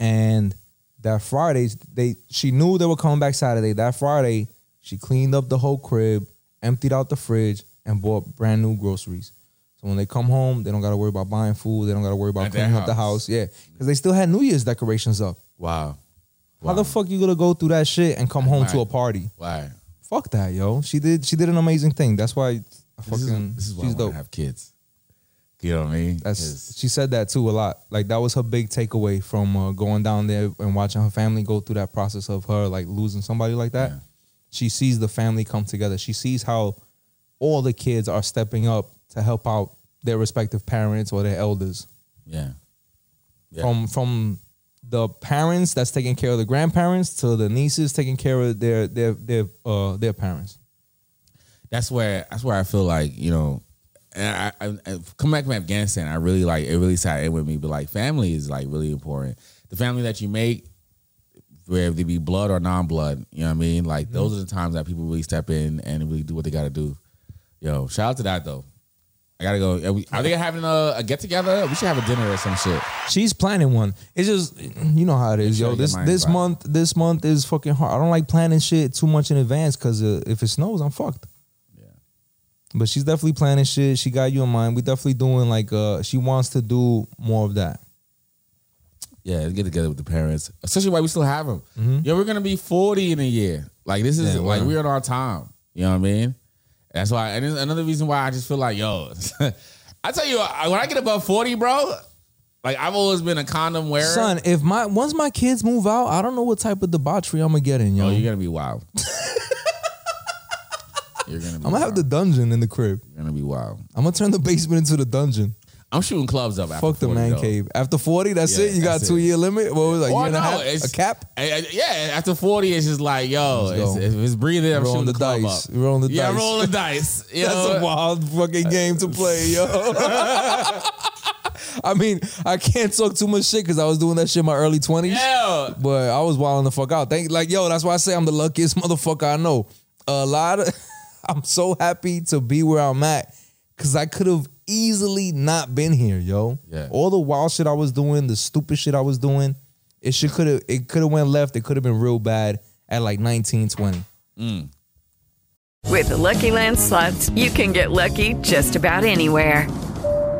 F: And that Friday, they she knew they were coming back Saturday. That Friday, she cleaned up the whole crib, emptied out the fridge, and bought brand new groceries. So when they come home, they don't got to worry about buying food. They don't got to worry about
G: At their
F: cleaning up the
G: house.
F: house. Yeah, because they still had New Year's decorations up.
G: Wow.
F: How the fuck you gonna go through that shit and come home to
G: Right.
F: a party?
G: Right.
F: Fuck that, yo. She did. She did an amazing thing. That's why. I fucking.
G: This is- this is why I
F: she's
G: wanna
F: dope.
G: have kids. You know what I mean?
F: That's she said that too a lot. Like that was her big takeaway from uh, going down there and watching her family go through that process of her like losing somebody like that. She sees the family come together. She sees how all the kids are stepping up to help out their respective parents or their elders.
G: Yeah. Yeah.
F: From from the parents that's taking care of the grandparents to the nieces taking care of their their their uh their parents.
G: that's where that's where I feel like you know, and I, I, I come back from Afghanistan. I really like it. Really sat in with me, but like family is like really important. The family that you make, whether they be blood or non-blood, you know what I mean. Like
F: Mm-hmm.
G: those are the times that people really step in and really do what they got to do. Yo, shout out to that though. I gotta go. Are, we, are they having a, a get together? We should have a dinner or some shit.
F: She's planning one. It's just you know how it is, yo.
G: Sure, your
F: This
G: mind's
F: this
G: right.
F: month this month is fucking hard. I don't like planning shit too much in advance because uh, if it snows, I'm fucked. Yeah. But she's definitely planning shit. She got you in mind. We definitely doing like uh she wants to do more of that.
G: Yeah, get together with the parents. Especially why we still have them. Yeah, we're gonna be forty in a year. Like this is
F: Mm-hmm. Yeah,
G: like
F: wow.
G: we're on our time. You know what I mean? That's why, and it's another reason why I just feel like, yo, I tell you, I- when I get above forty, bro, like I've always been a condom wearer.
F: Son, if my once my kids move out, I don't know what type of debauchery I'm gonna get in, yo.
G: Oh, you're gonna be wild. you're gonna. Be
F: I'm gonna have the dungeon in the crib.
G: You're gonna be wild.
F: I'm gonna turn the basement into the dungeon.
G: I'm shooting clubs up. after
F: Fuck the
G: 40,
F: man
G: though.
F: cave. After 40, that's
G: Yeah,
F: it. You got
G: that's
F: two
G: it.
F: year limit. What was it, like
G: Or
F: year and a
G: no,
F: half?
G: it's-
F: A cap.
G: I- I- yeah, after 40, it's just like, yo,
F: Let's
G: it's,
F: go.
G: if it's breathing, I'm
F: Roll
G: shooting
F: the
G: club
F: dice.
G: up.
F: Roll the
G: yeah,
F: dice.
G: roll the dice. You
F: That's
G: know?
F: a wild fucking game to play, yo. I mean, I can't talk too much shit because I was doing that shit in my early twenties.
G: Yeah.
F: But I was wilding the fuck out. Thank like yo, that's why I say I'm the luckiest motherfucker I know. A lot of I'm so happy to be where I'm at because I could have easily not been here, yo.
G: Yeah.
F: All the wild shit I was doing, the stupid shit I was doing, it should could have it could have went left. It could have been real bad at like 19, 20.
A: With the Lucky Land slots, you can get lucky just about anywhere.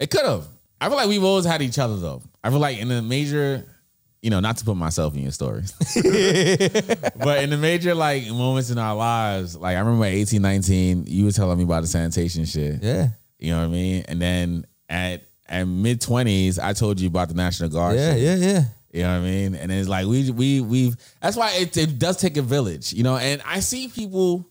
G: It could have. I feel like we've always had each other though. I feel like in the major, you know, not to put myself in your story, but in the major like moments in our lives, like I remember at 18, 19, you were telling me about the sanitation shit.
F: Yeah.
G: You know what I mean? And then at at mid twenties, I told you about the National Guard.
F: Yeah,
G: shit.
F: yeah, yeah.
G: You know what I mean? And it's like we we we've that's why it, it does take a village, you know. And I see people.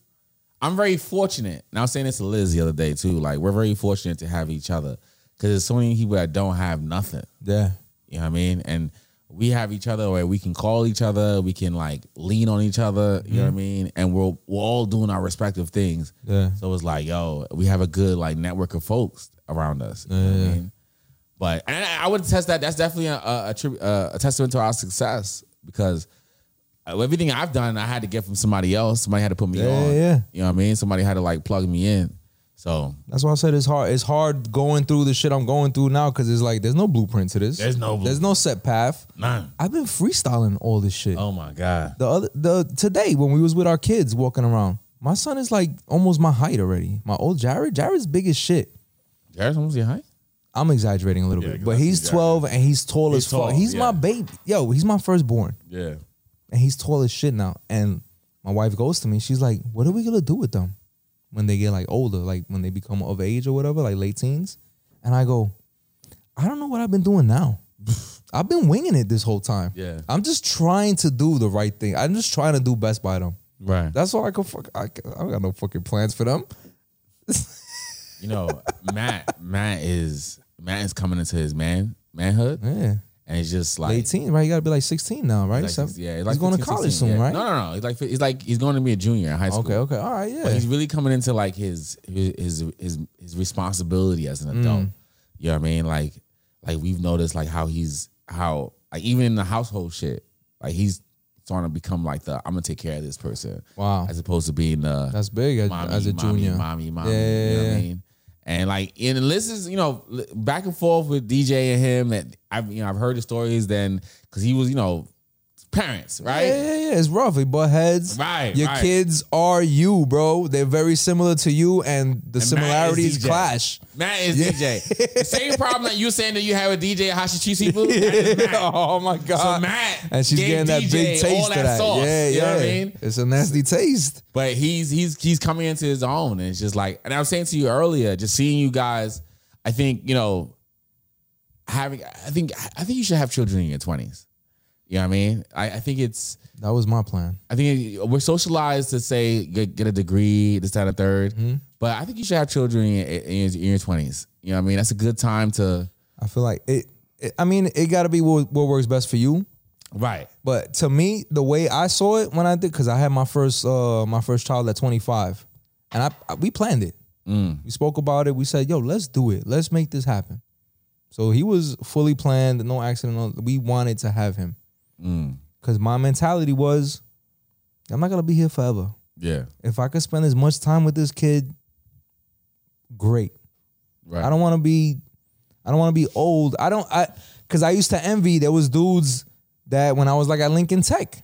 G: I'm very fortunate, and I was saying this to Liz the other day too. Like we're very fortunate to have each other because there's so many people that don't have nothing.
F: Yeah.
G: You know what I mean? And we have each other where we can call each other, we can like lean on each other. You know what I
F: Mhm.
G: mean? And we're we're all doing our respective things.
F: Yeah.
G: So it's like, yo, we have a good like network of folks around us. You know what I mean? But and I I would attest that that's definitely a a, a, tri- a a testament to our success because uh, everything I've done, I had to get from somebody else. Somebody had to put me
F: Yeah,
G: on.
F: yeah, yeah.
G: You know what I mean? Somebody had to like plug me in. So
F: That's why I said it's hard. It's hard going through the shit I'm going through now because it's like there's no blueprint to this.
G: There's no
F: There's no set path.
G: None.
F: I've been freestyling all this shit.
G: Oh my god.
F: The other the today when we was with our kids walking around, my son is like almost my height already. My old Jared, Jared's big as shit.
G: Jared's almost your height.
F: I'm exaggerating a little bit, but he's 12 and he's tall
G: He's
F: as fuck.
G: tall,
F: he's
G: yeah.
F: my baby. Yo, he's my firstborn
G: yeah.
F: and he's tall as shit now. And my wife goes to me. She's like, "What are we gonna do with them when they get like older, like when they become of age or whatever, like late teens?" And I go, "I don't know what I've been doing now. I've been winging it this whole time.
G: Yeah.
F: I'm just trying to do the right thing. I'm just trying to do best by them.
G: Right.
F: That's all I can. Fuck, I, can- I don't got no fucking plans for them.
G: you know, Matt Matt is Matt is coming into his man manhood.
F: Yeah.
G: And it's just like
F: 18, right? You gotta be like 16 now, right?
G: Like,
F: So-
G: he's- yeah,
F: he's
G: like
F: going to
G: 15,
F: college
G: 16,
F: soon,
G: yeah.
F: right?
G: No, no, no. He's like he's like he's going to be a junior in high school.
F: Okay, okay. All right, yeah.
G: But he's really coming into like his his his his, his responsibility as an adult.
F: Mm.
G: You know what I mean? Like like we've noticed like how he's how like even in the household shit, like he's starting to become like the I'm gonna take care of this person.
F: Wow.
G: As opposed to being the
F: That's big as,
G: mommy,
F: as a
G: mommy,
F: junior.
G: mommy, mommy.
F: Yeah,
G: you know what
F: yeah,
G: I mean? And like, and this is you know li- back and forth with DJ and him. That I've you know I've heard the stories then because he was you know parents right.
F: Yeah, yeah, yeah. It's rough. They butt heads.
G: Right,
F: Your
G: right.
F: kids are you, bro. They're very similar to you, and the
G: Matt is
F: similarities
G: DJ.
F: clash.
G: Matt is DJ. The same problem that you saying that you had with DJ Hashichisibu.
F: oh my
G: god! So Matt
F: And she's
G: gave
F: getting that
G: DJ
F: big taste
G: all
F: of
G: that
F: that.
G: sauce.
F: Yeah,
G: you know what I
F: yeah.
G: mean.
F: It's a nasty taste.
G: But he's he's he's coming into his own, and it's just like, and I was saying to you earlier, just seeing you guys, I think you know, having, I think I think you should have children in your twenties. You know what I mean? I, I think it's
F: that was my plan.
G: I think it- we're socialized to say get, get a degree, this that, and a 3rd
F: Mm-hmm.
G: But I think you should have children in, in, in your twenties. You know what I mean? That's a good time to.
F: I feel like it. it I mean, it got to be what, what works best for you,
G: right?
F: But to me, the way I saw it when I did, because I had my first uh my first child at 25, and I, I- we planned it.
G: Mm.
F: We spoke about it. We said, "Yo, let's do it. Let's make this happen." So he was fully planned, no accident. no- We wanted to have him
G: Mm.
F: because my mentality was, I'm not gonna be here forever.
G: Yeah.
F: If I could spend as much time with this kid, great.
G: Right.
F: I don't want to be, I don't want to be old. I don't, I, cause I used to envy. There was dudes that when I was like at Lincoln Tech,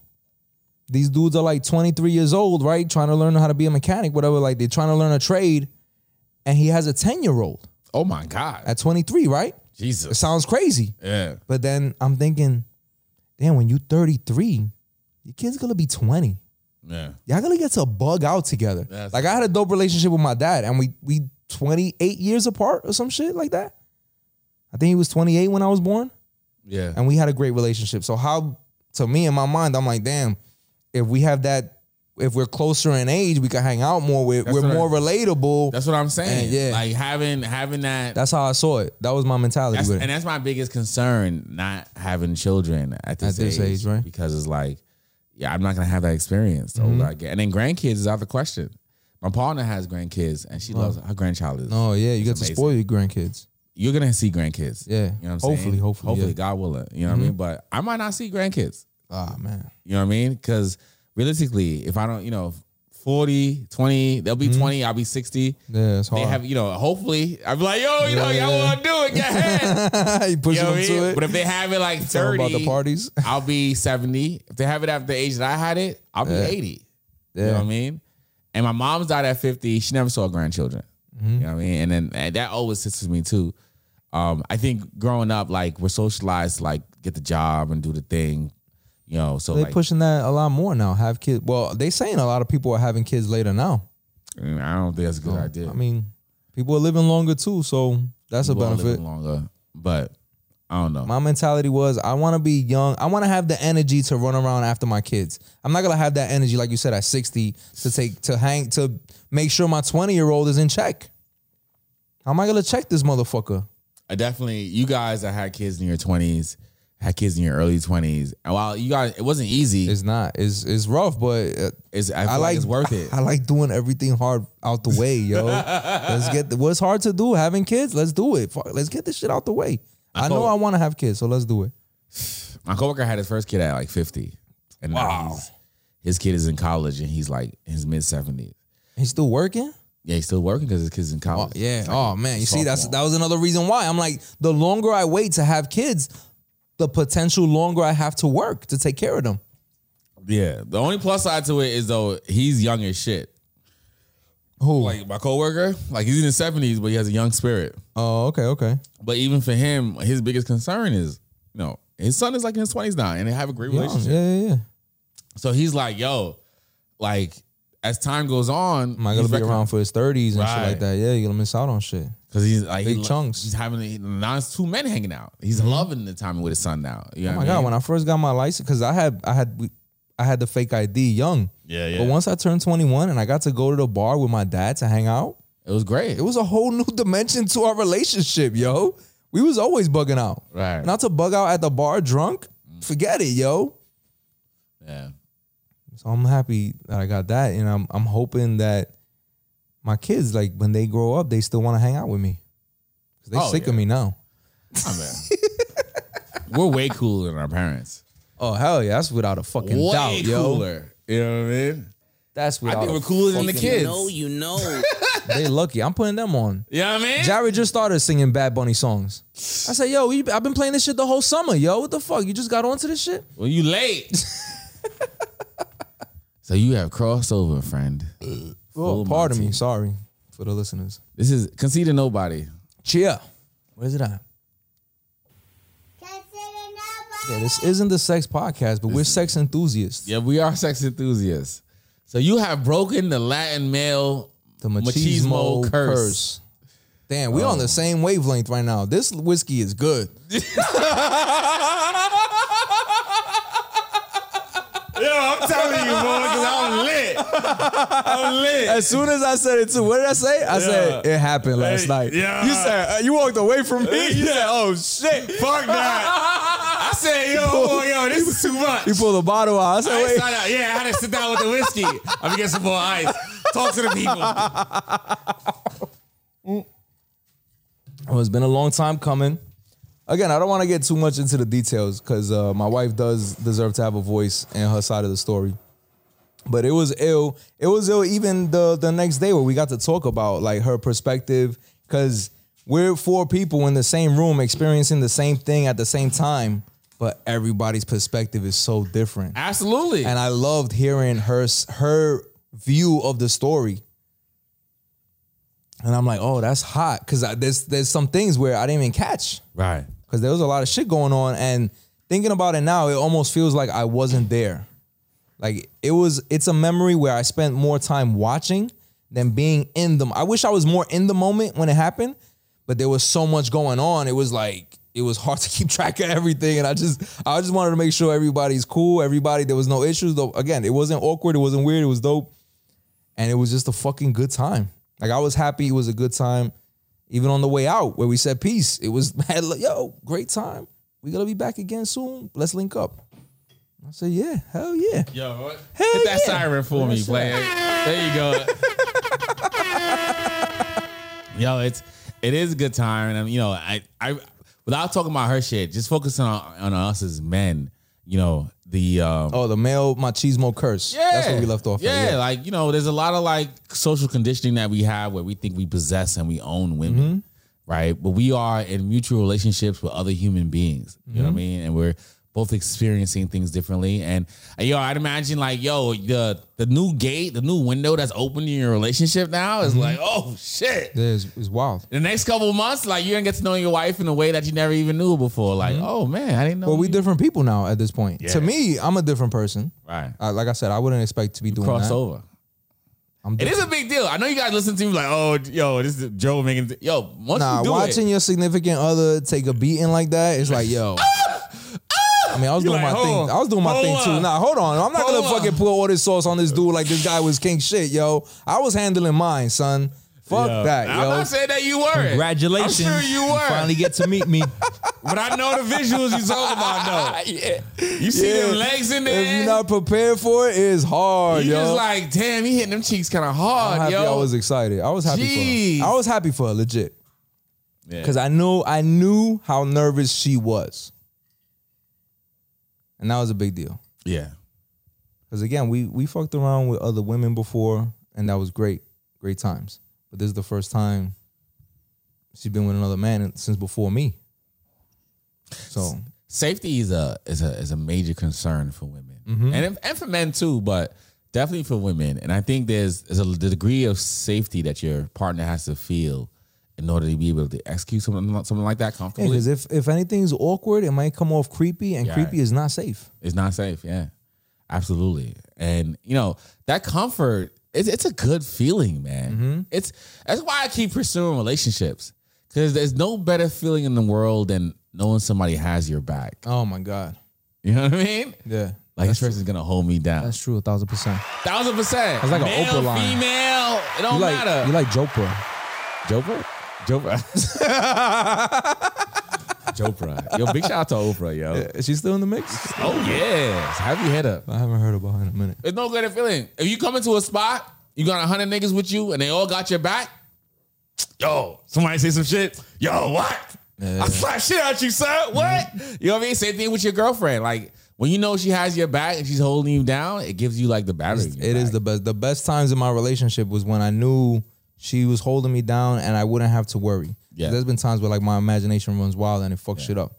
F: these dudes are like 23 years old, right? Trying to learn how to be a mechanic, whatever. Like they're trying to learn a trade, and he has a 10 year old.
G: Oh my god!
F: At 23, right?
G: Jesus,
F: it sounds crazy.
G: Yeah.
F: But then I'm thinking, damn, when you 33, your kid's gonna be 20
G: Yeah.
F: y'all gonna get to bug out together.
G: That's-
F: like I had a dope relationship with my dad, and we we 28 years apart or some shit like that. I think he was 28 when I was born,
G: Yeah.
F: and we had a great relationship. So how to me in my mind, I'm like, damn, if we have that, if we're closer in age, we can hang out more. We're,
G: That's
F: we're
G: what I-
F: more relatable.
G: That's what I'm saying.
F: And yeah,
G: Like having having that.
F: that's how I saw it. That was my mentality.
G: That's,
F: with it.
G: and that's my biggest concern, not having children at this,
F: At this age, right.
G: Because it's like, yeah, I'm not gonna have that experience. the older
F: Mhm.
G: I get. And then grandkids is out of the question. My partner has grandkids, and she
F: Wow.
G: loves her grandchild. Is
F: oh yeah, you
G: is
F: got to
G: amazing.
F: spoil your grandkids.
G: You're gonna see grandkids.
F: Yeah.
G: you know what I'm
F: Hopefully,
G: saying.
F: hopefully,
G: hopefully,
F: yeah. Mm-hmm.
G: God willing. You know what I mean. But I might not see grandkids.
F: Ah man,
G: You know what I mean? Because realistically, if I don't, you know, 40, 20, they'll be 20, I'll be 60.
F: Mm-hmm. Yeah, it's
G: They
F: hard.
G: have, you know, hopefully, I'll be like, yo, you know, y'all want to do it, go ahead.
F: you pushing
G: know what
F: them
G: I
F: to
G: mean?
F: it.
G: But if they have it like
F: Tell 'em
G: 30,
F: about the parties.
G: I'll be 70. If they have it after the age that I had it, I'll be
F: Yeah.
G: 80. You
F: Yeah.
G: know what I mean? And my mom's died at 50. She never saw grandchildren.
F: Mm-hmm.
G: You know what I mean? And then and that always sits with me too. Um, I think growing up, like we're socialized to like get the job and do the thing, you know. So
F: they
G: like,
F: pushing that a lot more now. Have kids. Well, they saying a lot of people are having kids later now.
G: Mm, I don't think that's a good
F: No,
G: idea.
F: I mean, people are living longer too, so that's
G: People
F: a
G: are
F: benefit.
G: living longer, but I don't know.
F: My mentality was I want to be young. I want to have the energy to run around after my kids. I'm not gonna have that energy, like you said, at 60 to take to hang to make sure my 20 year old is in check. How am I gonna check this motherfucker?
G: I definitely you guys that had kids in your twenties, had kids in your early twenties. And while you guys, it wasn't easy.
F: It's not. It's it's rough, but uh,
G: it's I, feel like, it's worth it.
F: I, like doing everything hard out the way, yo. let's get the, what's hard to do. Having kids, let's do it. Fuck, let's get this shit out the way. I, know I want to have kids, so let's do it.
G: My coworker had his first kid at like fifty, and wow, his kid is in college and he's like in his mid seventies.
F: He's still working.
G: Yeah, he's still working because his kid's in college.
F: Yeah.
G: It's like
F: oh man, you see, that's
G: sophomore.
F: that was another reason why I'm like, the longer I wait to have kids, the potential longer I have to work to take care of them.
G: Yeah. The only plus side to it is though he's young as shit.
F: Who?
G: Like my coworker, like he's in his seventies, but he has a young spirit.
F: Oh, okay, okay.
G: But even for him, his biggest concern is, you know, his son is like in his twenties now, and they have a great
F: Young.
G: relationship.
F: Yeah, yeah, yeah.
G: So he's like, yo, like as time goes on,
F: Am I gonna be around for his thirties and shit like that? Yeah, you're gonna miss out on shit.
G: Because he's like
F: Big
G: he lo-
F: chunks. Mm-hmm.
G: He's having a, now it's two men hanging out. He's loving the time with his son now. You
F: oh
G: know what
F: my
G: I mean?
F: god! When I first got my license, because I had I had we- I had the fake ID young.
G: Yeah, yeah.
F: But once I turned 21 and I got to go to the bar with my dad to hang out,
G: it was great.
F: It was a whole new dimension to our relationship, yo. We was always bugging out.
G: Right.
F: Not to bug out at the bar drunk. Forget it, yo.
G: Yeah.
F: So I'm happy that I got that, and I'm I'm hoping that my kids, like when they grow up, they still want to hang out with me. 'Cause they
G: Oh,
F: sick of
G: yeah.
F: me now.
G: I mean, we're way cooler than our parents.
F: Oh hell yeah, that's without a fucking
G: way
F: doubt, yo.
G: cooler. You know what I mean?
F: That's
G: I
F: without
G: think
F: a
G: we're cooler than the
F: fucking-
G: kids.
M: you know.
F: they lucky. I'm putting them on.
G: You know what I mean?
F: Jared just started singing Bad Bunny songs. I said, yo, you, I've been playing this shit the whole summer, yo. What the fuck? You just got onto this shit?
G: Well, you late. so you have crossed over, friend.
F: Oh,
G: Full
F: pardon
G: Monty.
F: me. Sorry for the listeners.
G: This is concede to nobody.
F: Cheer. Where's it at? Yeah, this isn't the sex podcast, but we're sex enthusiasts.
G: Yeah, we are sex enthusiasts. So you have broken the Latin male
F: the
G: machismo,
F: Machismo
G: curse.
F: curse. Damn, we on
G: Oh.
F: the same wavelength right now. This whiskey is good.
G: Yo, I'm telling you, boy, because I'm lit. I'm lit.
F: As soon as I said it too, what did I say? I said it happened last
G: Hey,
F: night.
G: yeah.
F: You said uh, you walked away from me. You said, "Oh
G: shit, fuck that." I said, "Yo, boy, yo, this is too much."
F: You pulled a bottle out. I said,
G: I
F: "Wait."
G: sat down. Yeah, I had to sit down with the whiskey. I'm gonna get some more ice. Talk to the people.
F: Well, it's been a long time coming. Again, I don't want to get too much into the details because uh, my wife does deserve to have a voice in her side of the story. But it was ill. It was ill even the the next day where we got to talk about like her perspective because we're four people in the same room experiencing the same thing at the same time, but everybody's perspective is so different.
G: Absolutely.
F: And I loved hearing her her view of the story. And I'm like, oh, that's hot because there's there's some things where I didn't even catch.
G: Right.
F: Because there was a lot of shit going on, and thinking about it now, it almost feels like I wasn't there. Like it was, it's a memory where I spent more time watching than being in them. I wish I was more in the moment when it happened, but there was so much going on. It was like it was hard to keep track of everything, and I just, I just wanted to make sure everybody's cool. Everybody, there was no issues. Though again, it wasn't awkward. It wasn't weird. It was dope and it was just a fucking good time. Like I was happy. It was a good time. Even on the way out where we said peace, it was mad. like, Yo, great time. We gonna be back again soon. Let's link up. I said, yeah, hell yeah.
G: Yo, what?
F: Hell
G: hit that
F: yeah.
G: siren for me,
F: That's
G: player. There you go. Yo, it's it is a good time, and I'm, you know, I I without talking about her shit, just focusing on on us as men. You know, the um,
F: Oh, the male machismo curse.
G: Yeah.
F: That's where we left off. at,
G: Yeah, like, you know, there's a lot of like social conditioning that we have where we think we possess and we own women,
F: Mm-hmm.
G: right? But we are in mutual relationships with other human beings. You know what I
F: Mhm.
G: mean? And we're both experiencing things differently. And, and, yo, I'd imagine like, yo, the the new gate, the new window that's open in your relationship now is
F: Mhm.
G: like, oh shit.
F: Yeah, it's, it's wild.
G: The next couple of months, like you're gonna get to know your wife in a way that you never even knew before. Like, oh man, I didn't know.
F: Well, we different people now at this point.
G: Yeah.
F: To me, I'm a different person.
G: Right.
F: I, like I said, I wouldn't expect to be doing
G: crossed
F: that.
G: over.
F: I'm
G: It is a big deal. I know you guys listen to me like, oh, yo, this is Joe making. Yo, once
F: nah,
G: you do
F: watching
G: it,
F: your significant other take a beating like that, it's like, yo. I mean, I was
G: You're
F: doing
G: like,
F: my
G: hold
F: thing.
G: on,
F: I was doing my
G: hold
F: thing too.
G: on,
F: Nah, hold on. I'm not gonna
G: hold on.
F: fucking put all this sauce on this dude like this guy was king shit, yo. I was handling mine, son. Fuck
G: Yo.
F: that,
G: I'm
F: yo.
G: not saying that you were.
F: Congratulations.
G: I'm sure you
F: You
G: were.
F: finally
G: get
F: to meet me.
G: but I know the visuals you talking about. though. yeah. You see them legs in there.
F: If you're not prepared for it, it's hard,
G: you
F: yo.
G: just like, damn, he hitting them cheeks kind of
F: I'm
G: hard,
F: happy
G: yo.
F: I was excited. I was happy
G: Jeez.
F: for her. I was happy for her, legit.
G: Yeah.
F: Cause I knew I knew how nervous she was. And that was a big deal.
G: yeah.
F: Because again, we we fucked around with other women before, and that was great, great times. But this is the first time she's been with another man since before me. So
G: Safety is a is a is a major concern for women
F: Mhm.
G: and and for men too, but definitely for women. And I think there's there's a degree of safety that your partner has to feel in order to be able to execute something something like that comfortably.
F: because if if anything's awkward, it might come off creepy, and
G: Yeah,
F: creepy
G: right.
F: is not safe.
G: It's not safe. Yeah, Absolutely. And you know, that comfort it's, it's a good feeling, man. It's that's why I keep pursuing relationships. Cause there's no better feeling in the world than knowing somebody has your back.
F: Oh my God.
G: You know what I mean?
F: Yeah.
G: Like this person's gonna hold me down.
F: That's true, a thousand percent.
G: Thousand percent.
F: That's like an
G: Male,
F: Oprah line.
G: Female. It don't
F: you like,
G: matter.
F: You like Jopra.
G: Jopra? Jopra. Jopra. Yo, big shout out to Oprah, yo.
F: Is she still in the mix?
G: Oh yeah. Have you hit up?
F: I haven't heard about her in a minute.
G: It's no greater feeling. If you come into a spot, you got a hundred niggas with you, and they all got your back. Yo, somebody say some shit. Yo, what? I slap shit at you, son. What? You know what I mean? Same thing with your girlfriend. Like when you know she has your back and she's holding you down, it gives you like the battery.
F: It is the best. The best times in my relationship was when I knew she was holding me down and I wouldn't have to worry.
G: Yeah.
F: There's been times where like my imagination runs wild and it fucks shit up.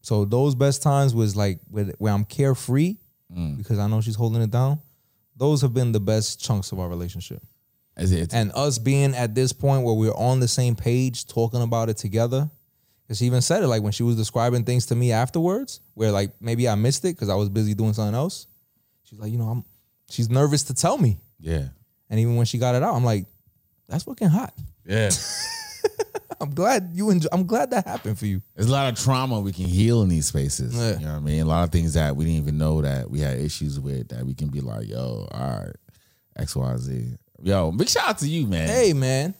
F: So those best times was like where, where I'm carefree
G: Mm.
F: because I know she's holding it down. Those have been the best chunks of our relationship. and us being at this point where we're on the same page talking about it together. Cause she even said it like when she was describing things to me afterwards, where like maybe I missed it because I was busy doing something else. She's like, you know, I'm she's nervous to tell me.
G: Yeah.
F: And even when she got it out, I'm like, that's fucking hot.
G: Yeah.
F: I'm glad you enjoy. I'm glad that happened for you.
G: There's a lot of trauma we can heal in these spaces.
F: Yeah.
G: You know what I mean? A lot of things that we didn't even know that we had issues with that we can be like, yo, all right, X, Y, Z. Yo, big shout out to you, man.
F: Hey, man.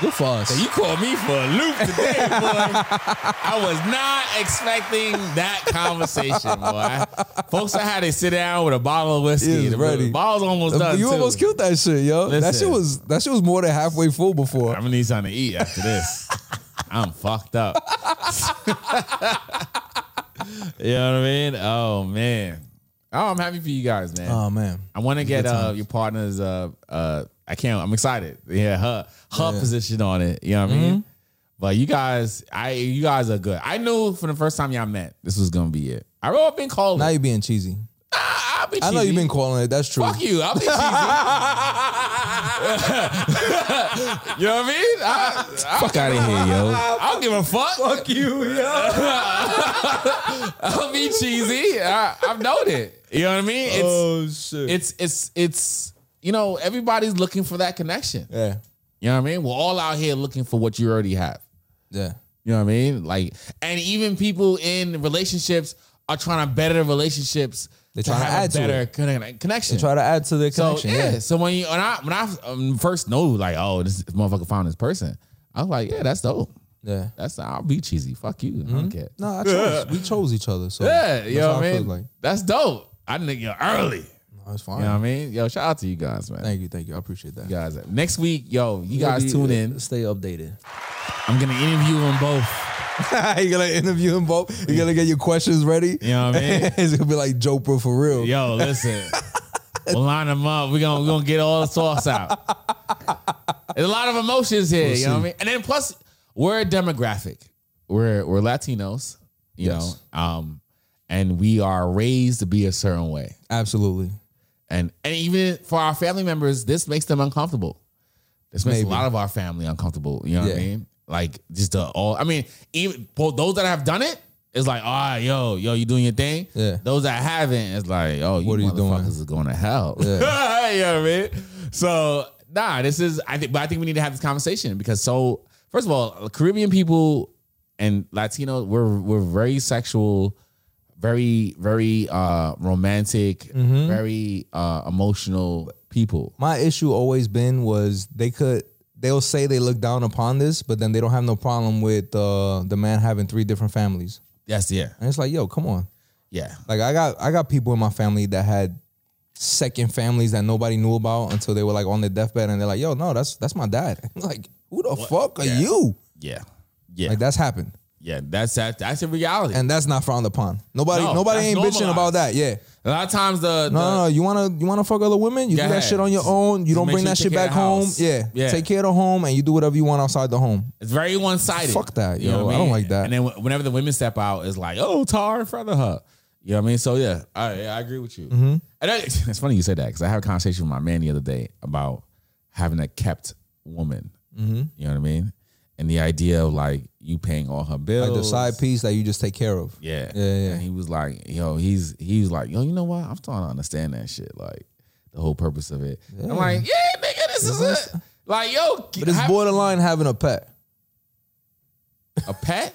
F: Good for us.
G: you called me for a loop today, boy. I was not expecting that conversation, boy. Folks, I had to sit down with a bottle of whiskey.
F: It's
G: The
F: ready.
G: bottle's almost done.
F: You
G: too.
F: almost killed that shit, yo. That
G: Listen.
F: shit was that shit was more than halfway full before.
G: I'm gonna need something to eat after this. I'm fucked up. you know what I mean? Oh man. Oh, I'm happy for you guys, man.
F: Oh, man.
G: I want to
F: It's
G: get
F: good
G: uh,
F: times.
G: your partner's. Uh, uh, I can't. I'm excited. Yeah, her her
F: Yeah. Mm-hmm.
G: position on it. You know what I mean? But you guys, I you guys are good. I knew from the first time y'all met, this was gonna be it. I have been calling.
F: Now you're being cheesy.
G: I'll be
F: I know
G: cheesy.
F: you've been calling it. That's true.
G: Fuck you. I'll be cheesy. you know what I mean? I, I,
F: Fuck outta here, yo.
G: I don't give a fuck. Fuck you, yo. I'll be cheesy. I, I've known it. You know what I mean? It's,
F: Oh, shit.
G: It's it's it's you know everybody's looking for that connection.
F: Yeah.
G: You know what I mean? We're all out here looking for what you already have.
F: Yeah.
G: You know what I mean? Like, and even people in relationships are trying to better relationships.
F: They're trying to
G: have
F: add to
G: a better
F: it.
G: conne- connection.
F: They try to add to the
G: So
F: connection,
G: yeah.
F: yeah.
G: So when you when I when I um, first know like oh this motherfucker found this person, I was like yeah that's dope.
F: Yeah. Mm-hmm.
G: That's I'll be cheesy. Fuck you. I don't care.
F: No, I chose. we chose each other. So
G: yeah,
F: that's
G: you know
F: how
G: what I
F: feel
G: mean.
F: Like
G: That's dope. I think you're early.
F: that's fine.
G: You know what I mean? Yo, shout out to you guys, man.
F: Thank you, thank you. I appreciate that.
G: You guys, next week, yo, you
F: We'll
G: guys
F: be- uh,
G: tune in.
F: Stay updated.
G: I'm gonna interview them both.
F: you're gonna interview them both. You're gonna get your questions ready.
G: You know what I mean?
F: it's gonna be like Jopra for real.
G: Yo, listen. we'll line them up. We're gonna, we gonna get all the sauce out. There's a lot of emotions here,
F: We'll
G: you know what I
F: see.
G: mean? And then plus, we're a demographic. We're we're Latinos, you
F: Yes.
G: know. Um, and we are raised to be a certain way.
F: Absolutely.
G: And and even for our family members, this makes them uncomfortable. This makes
F: Maybe.
G: a lot of our family uncomfortable. You know what I
F: Yeah.
G: mean? Like just the all. I mean, even for those that have done it, it's like, all right, yo, yo, you doing your thing.
F: Yeah.
G: Those that haven't, it's like, oh, you
F: What are you doing?
G: motherfuckers is going to hell.
F: Yeah.
G: you know what I mean? So nah, this is. I think, but I think we need to have this conversation because so first of all, Caribbean people and Latino, we're we're very sexual, very very uh romantic,
F: Mhm.
G: very uh emotional people.
F: My issue always been was they could they'll say they look down upon this, but then they don't have no problem with uh, the man having three different families.
G: Yes, yeah,
F: And it's like, yo, come on.
G: yeah.
F: Like I got I got people in my family that had second families that nobody knew about until they were like on their deathbed and they're like, yo, no, that's that's my dad. like, who the fuck are
G: Yeah.
F: you?
G: Yeah. Yeah.
F: Like that's happened.
G: yeah. That's that that's a reality.
F: And that's not frowned upon. Nobody
G: No,
F: nobody
G: that's
F: ain't bitching
G: normalized.
F: about that. Yeah.
G: a lot of times
F: No,
G: the, the-
F: no, no. You wanna you wanna fuck other women? You
G: Go
F: do that
G: ahead.
F: shit on your own. You
G: Just
F: don't
G: make
F: bring
G: sure you
F: that
G: take
F: shit
G: care of
F: back
G: the
F: home.
G: house.
F: Yeah.
G: Yeah.
F: Take care of the home and you do whatever you want outside the home.
G: it's very one sided.
F: Fuck that, yo. I don't like that.
G: And then wh- whenever the women step out, it's like, oh, tar in front of her. You know what I mean? So yeah, I yeah, I agree with you.
F: Mhm.
G: And I- it's funny you said that because I had a conversation with my man the other day about having a kept woman.
F: Mhm.
G: You know what I mean? and the idea of like you paying all her bills,
F: Like the side piece that you just take care of.
G: Yeah.
F: Yeah, yeah.
G: And he was like, yo, he's he was like, yo, you know what? I'm starting to understand that shit. Like the whole purpose of it. I'm like, yeah, nigga, this is it. Like, yo,
F: But it's borderline having a pet.
G: a pet?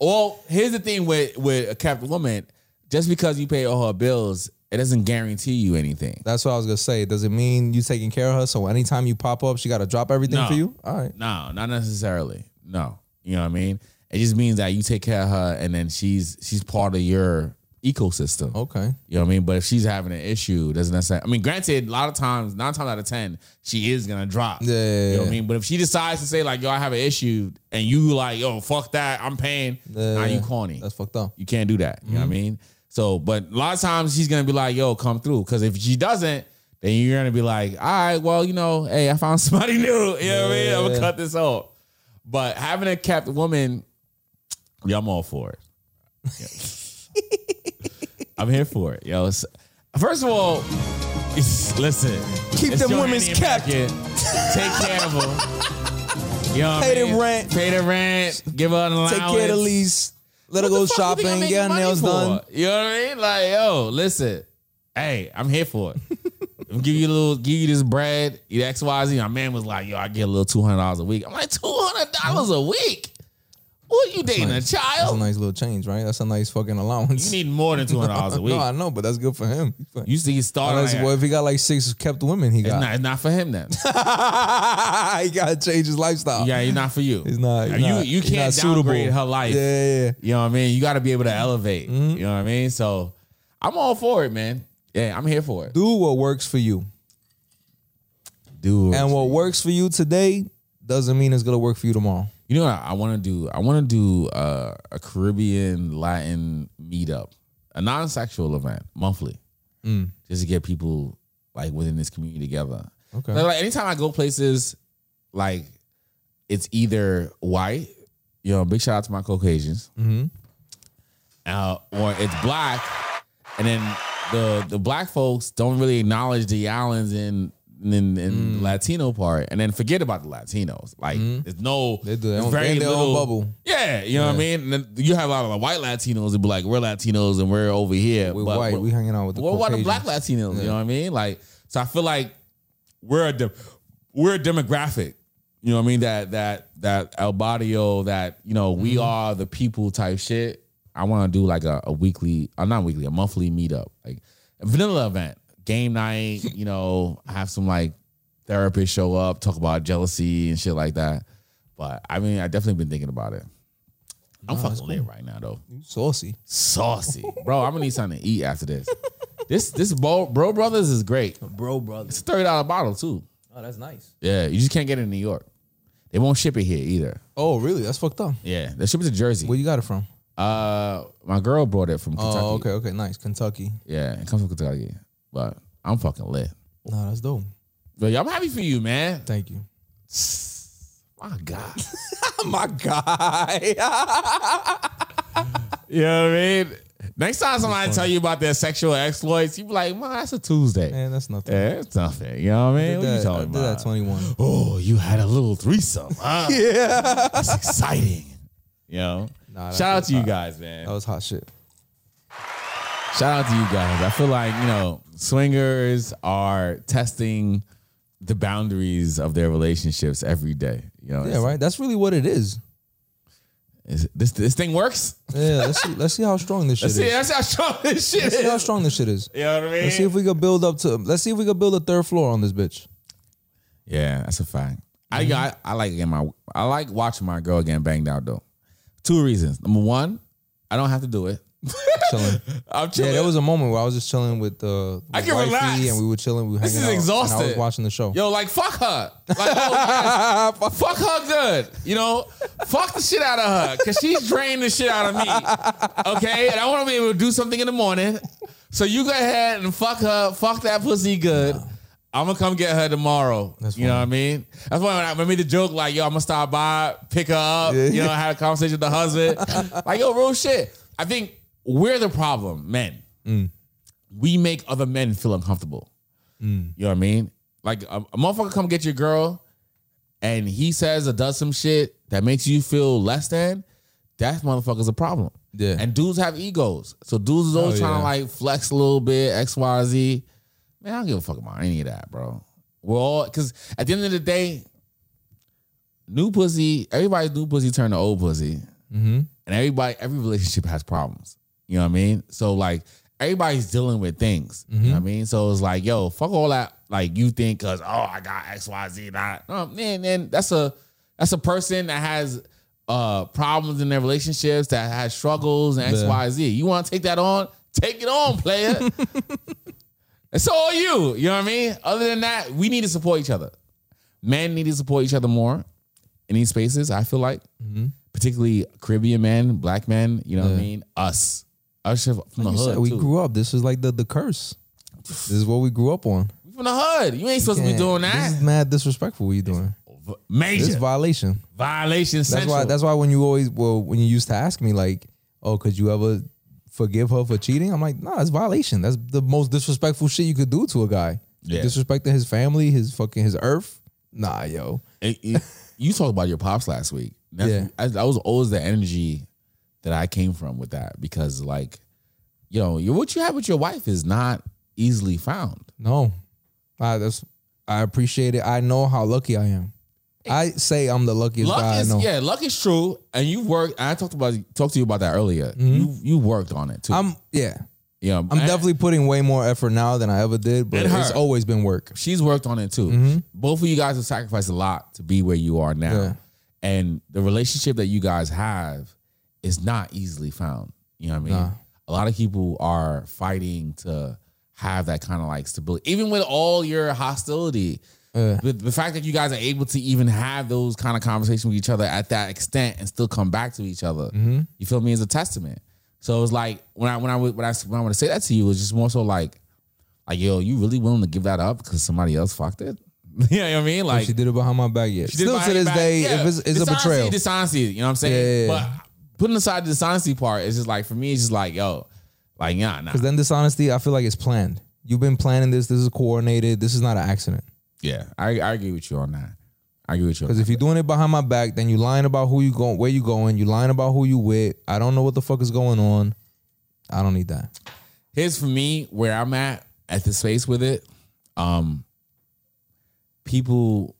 G: well, here's the thing with with a Captain Woman, just because you pay all her bills, it doesn't guarantee you anything.
F: That's what I was gonna say. Does it mean you taking care of her? So anytime you pop up, she gotta drop everything
G: No.
F: for you. All right.
G: No, not necessarily. No. You know what I mean? It just means that you take care of her and then she's she's part of your ecosystem.
F: Okay.
G: You know what I mean? But if she's having an issue, it doesn't necessarily I mean, granted, a lot of times, nine times out of ten, she is gonna drop. Yeah. You know what I mean? But if she decides to say, like, yo, I have an issue, and you like, yo, fuck that, I'm paying, now you corny. That's
F: fucked up.
G: You can't do that. You know what I
F: Mhm.
G: mean? So, but a lot of times she's gonna be like, yo, come through. Cause if she doesn't, then you're gonna be like, all right, well, you know, hey, I found somebody new. You know what I mean? I'm gonna
F: Yeah.
G: cut this off. But having a kept woman, yeah, I'm all for it. Yeah. I'm here for it, yo. It's- first of all, it's- listen,
F: Keep
G: it's
F: them
G: your
F: women's
G: Indian
F: kept.
G: market. Take care of them. You know what I
F: Pay the
G: mean?
F: rent.
G: Pay the rent. Give her an allowance.
F: Take care of the lease. Let her go shopping.
G: making
F: Get her
G: money
F: nails
G: for?
F: done.
G: You know what I mean? Like, yo, listen. Hey, I'm here for it. I'm give you a little, give you this bread, you X, Y, Z. My man was like, yo, I get a little two hundred dollars a week. I'm like, two hundred dollars a week? What you dating
F: Nice.
G: a
F: That's
G: child?
F: a nice little change, right? That's a nice fucking allowance.
G: You need more than two hundred dollars a week.
F: No, I know, but that's good for him.
G: You see, he started.
F: Unless,
G: like,
F: well, if he got like six kept women, he
G: it's,
F: got.
G: not, it's not for him then.
F: he gotta change his lifestyle.
G: Yeah, you're not for you.
F: He's not. he's
G: you
F: not-
G: you
F: he's
G: can't
F: not suitable.
G: downgrade her life.
F: Yeah, yeah, Mm-hmm. yeah.
G: You know what I mean? You got to be able to elevate. You know what I mean? So I'm all for it, man. Yeah, I'm here for it.
F: Do what works for you.
G: Do
F: and what works for you today doesn't mean it's gonna work for you tomorrow.
G: You know what I want to do? I want to do uh, a Caribbean Latin meetup, a non-sexual event monthly,
F: Mm.
G: just to get people like within this community together.
F: Okay.
G: Like, like, anytime I go places, like it's either white, you know, big shout out to my Caucasians,
F: Mm-hmm.
G: uh, or it's black, and then the the black folks don't really acknowledge the islands and and, and
F: Mm.
G: the Latino part, and then forget about the Latinos. Like there's no, they do
F: their own- Mm-hmm. they in their own bubble.
G: Yeah, you know what I
F: Yeah.
G: mean. And then you have a lot of the white Latinos that be like, we're Latinos and we're over here.
F: We're
G: but
F: white.
G: we're-
F: we hanging out with the.
G: well, what the
F: Caucasians.
G: black Latinos? You
F: Yeah.
G: know what I mean? Like, so I feel like we're a de- we're a demographic. You know what I mean? That that that El Barrio, that you know,
F: Mm-hmm.
G: we are the people type shit. I want to do like a, a weekly, uh, not weekly, a monthly meetup, like a vanilla event, game night. You know, have some like therapists show up, talk about jealousy and shit like that. But I mean, I definitely been thinking about it. I'm
F: Nah, that's
G: fucking lit
F: cool.
G: right now though.
F: Saucy.
G: Saucy. Bro, I'm gonna need something to eat after this. this this bro, bro brothers is great.
F: Bro, brother.
G: It's a thirty dollar bottle too.
F: Oh, that's nice.
G: Yeah, you just can't get it in New York. They won't ship it here either.
F: Oh, really? That's fucked up.
G: Yeah, they ship it to Jersey.
F: Where you got it from?
G: Uh, my girl brought it from Kentucky.
F: Oh, okay, okay, nice. Kentucky.
G: Yeah, it comes from Kentucky. But I'm fucking lit.
F: Nah, that's dope.
G: But I'm happy for you, man.
F: Thank you.
G: My God.
F: My guy.
G: you know what I mean? Next time somebody tell you about their sexual exploits, you be like, man, that's a Tuesday.
F: Man, that's nothing.
G: Yeah, it's nothing. You know what I mean?
F: Did
G: What you
F: that-
G: talking
F: I did
G: about?
F: that 21.
G: Oh, you had a little threesome, huh?
F: Yeah.
G: That's exciting. You know?
F: Nah, that
G: Shout out
F: was
G: to you
F: hot.
G: guys, man.
F: That was hot shit.
G: Shout out to you guys. I feel like, you know, swingers are testing the boundaries of their relationships every day. You know,
F: Yeah, right. That's really what it is.
G: Is- this this thing works.
F: Yeah, let's see. Let's see how strong this shit
G: Let's see,
F: is.
G: that's how strong this shit
F: Let's see
G: is.
F: how strong this shit is.
G: You know what I mean?
F: Let's see if we could build up to. Let's see if we could build a third floor on this bitch.
G: Yeah, that's a fact. I got
F: Mm-hmm.
G: I like getting my I like watching my girl getting banged out though. Two reasons. Number one, I don't have to do it.
F: Chilling.
G: I'm
F: Yeah, there was a moment where I was just chilling with the.
G: I can relax.
F: And we were chilling. We were
G: This
F: hanging
G: is
F: out, And I was
G: exhausting.
F: watching the show.
G: Yo, like fuck her. Like, yo, yes. fuck her good. You know, fuck the shit out of her because she's drained the shit out of me. Okay, and I want to be able to do something in the morning. So you go ahead and fuck her. Fuck that pussy good. I'm gonna come get her tomorrow. you know what I mean? That's why when I, when I made the joke, like, yo, I'm gonna stop by, pick her up.
F: Yeah.
G: You know, I had a conversation with the husband. like, yo, real shit. I think we're the problem, men.
F: Mm.
G: We make other
F: mm,
G: men feel uncomfortable. You know what I mean? Like a, a motherfucker come get your girl, and he says or does some shit that makes you feel less than, that motherfucker's a problem.
F: Yeah.
G: And dudes have egos. So dudes is always
F: Oh,
G: trying to
F: yeah.
G: like flex a little bit, XYZ. Man, I don't give a fuck about any of that, bro. We're all cause at the end of the day, new pussy, everybody's new pussy turned to old pussy.
F: Mm-hmm.
G: And everybody, every relationship has problems. You know what I mean? So like everybody's dealing with things. You know what I mean? So it's like, yo, fuck all that. Like you think cause oh I got XYZ not. No, man, man, that's a that's a person that has uh problems in their relationships, that has struggles and
F: Yeah.
G: XYZ. You wanna take that on? Take it on, player. it's all you. You know what I mean? Other than that, we need to support each other. Men need to support each other more in these spaces, I feel like
F: Mhm.
G: particularly Caribbean men, black men. You know what I
F: Yeah.
G: mean? Us, us shit from
F: Like
G: the
F: you
G: hood.
F: said, we
G: too.
F: grew up. This is like the the curse. This is what we grew up on.
G: from the hood. You ain't supposed to be
F: Can't-
G: doing that.
F: This is mad disrespectful. What you doing?
G: Major
F: This is violation.
G: violation.
F: That's
G: central.
F: why. That's why when you always well when you used to ask me like, oh, could you ever forgive her for cheating? I'm like, nah, it's violation. That's the most disrespectful shit you could do to a guy.
G: Yeah.
F: Disrespecting his family, his fucking his earth. Nah, yo.
G: It- it- you talked about your pops last week. That's,
F: Yeah.
G: I, that was always the energy that I came from with that because, like, you know, you- what you have with your wife is not easily found.
F: No, I that's I appreciate it. I know how lucky I am. I say I'm the luckiest
G: luck
F: guy
G: is
F: I know.
G: yeah, luck is true, and you worked. I talked about talked to you about that earlier. You you worked on it too.
F: Mm-hmm. I'm yeah.
G: Yeah,
F: I'm definitely putting way more effort now than I ever did, but
G: And her.
F: it's always been work.
G: She's worked on it too.
F: Mhm.
G: Both of you guys have sacrificed a lot to be where you are now.
F: Yeah.
G: And the relationship that you guys have is not easily found. You know what I mean?
F: Nah.
G: A lot of people are fighting to have that kind of like stability. Even with all your hostility, the, the fact that you guys are able to even have those kind of conversations with each other at that extent and still come back to each other,
F: Mhm.
G: you feel me, is a testament. So it's like when I when I would- when I when I want to say that to you, it's just more so like like, yo, you really willing to give that up because somebody else fucked it? you know what I mean?
F: Like she did it behind my back. Yet
G: She did
F: still
G: buy
F: to
G: it
F: this
G: back.
F: day,
G: Yeah.
F: if it's, it's a
G: Dishonesty,
F: betrayal.
G: Dishonesty, you know what I'm saying? But putting aside the dishonesty part, it's just like for me, it's just like, yo, like nah, nah.
F: Because then dishonesty, I feel like it's planned. You've been planning this. This is coordinated. This is not an accident.
G: Yeah, I, I agree with you on that. I agree with you. on
F: Because if you're doing it behind my back, then you lying about who you going, where you going. You lying about who you with. I don't know what the fuck is going on. I don't need that.
G: here's for me where I'm at at the space with it. Um, people,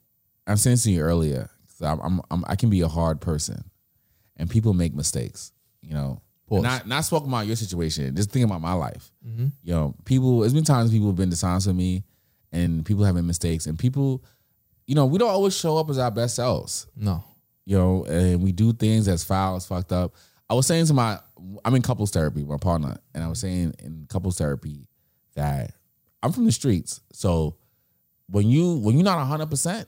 G: I'm saying this to you earlier. 'cause I'm, I'm, I'm, I can be a hard person, and people make mistakes. You know,
F: Pause.
G: not not talking about your situation. Just thinking about my life.
F: Mhm.
G: You know, people. It's been times people have been dishonest with me, and people having mistakes, and people. You know, we don't always show up as our best selves
F: No.
G: you know, and we do things that's foul, it's fucked up. I was saying to my, I'm in couples therapy, my partner, and I was saying in couples therapy that I'm from the streets, so when you when you're not 100, percent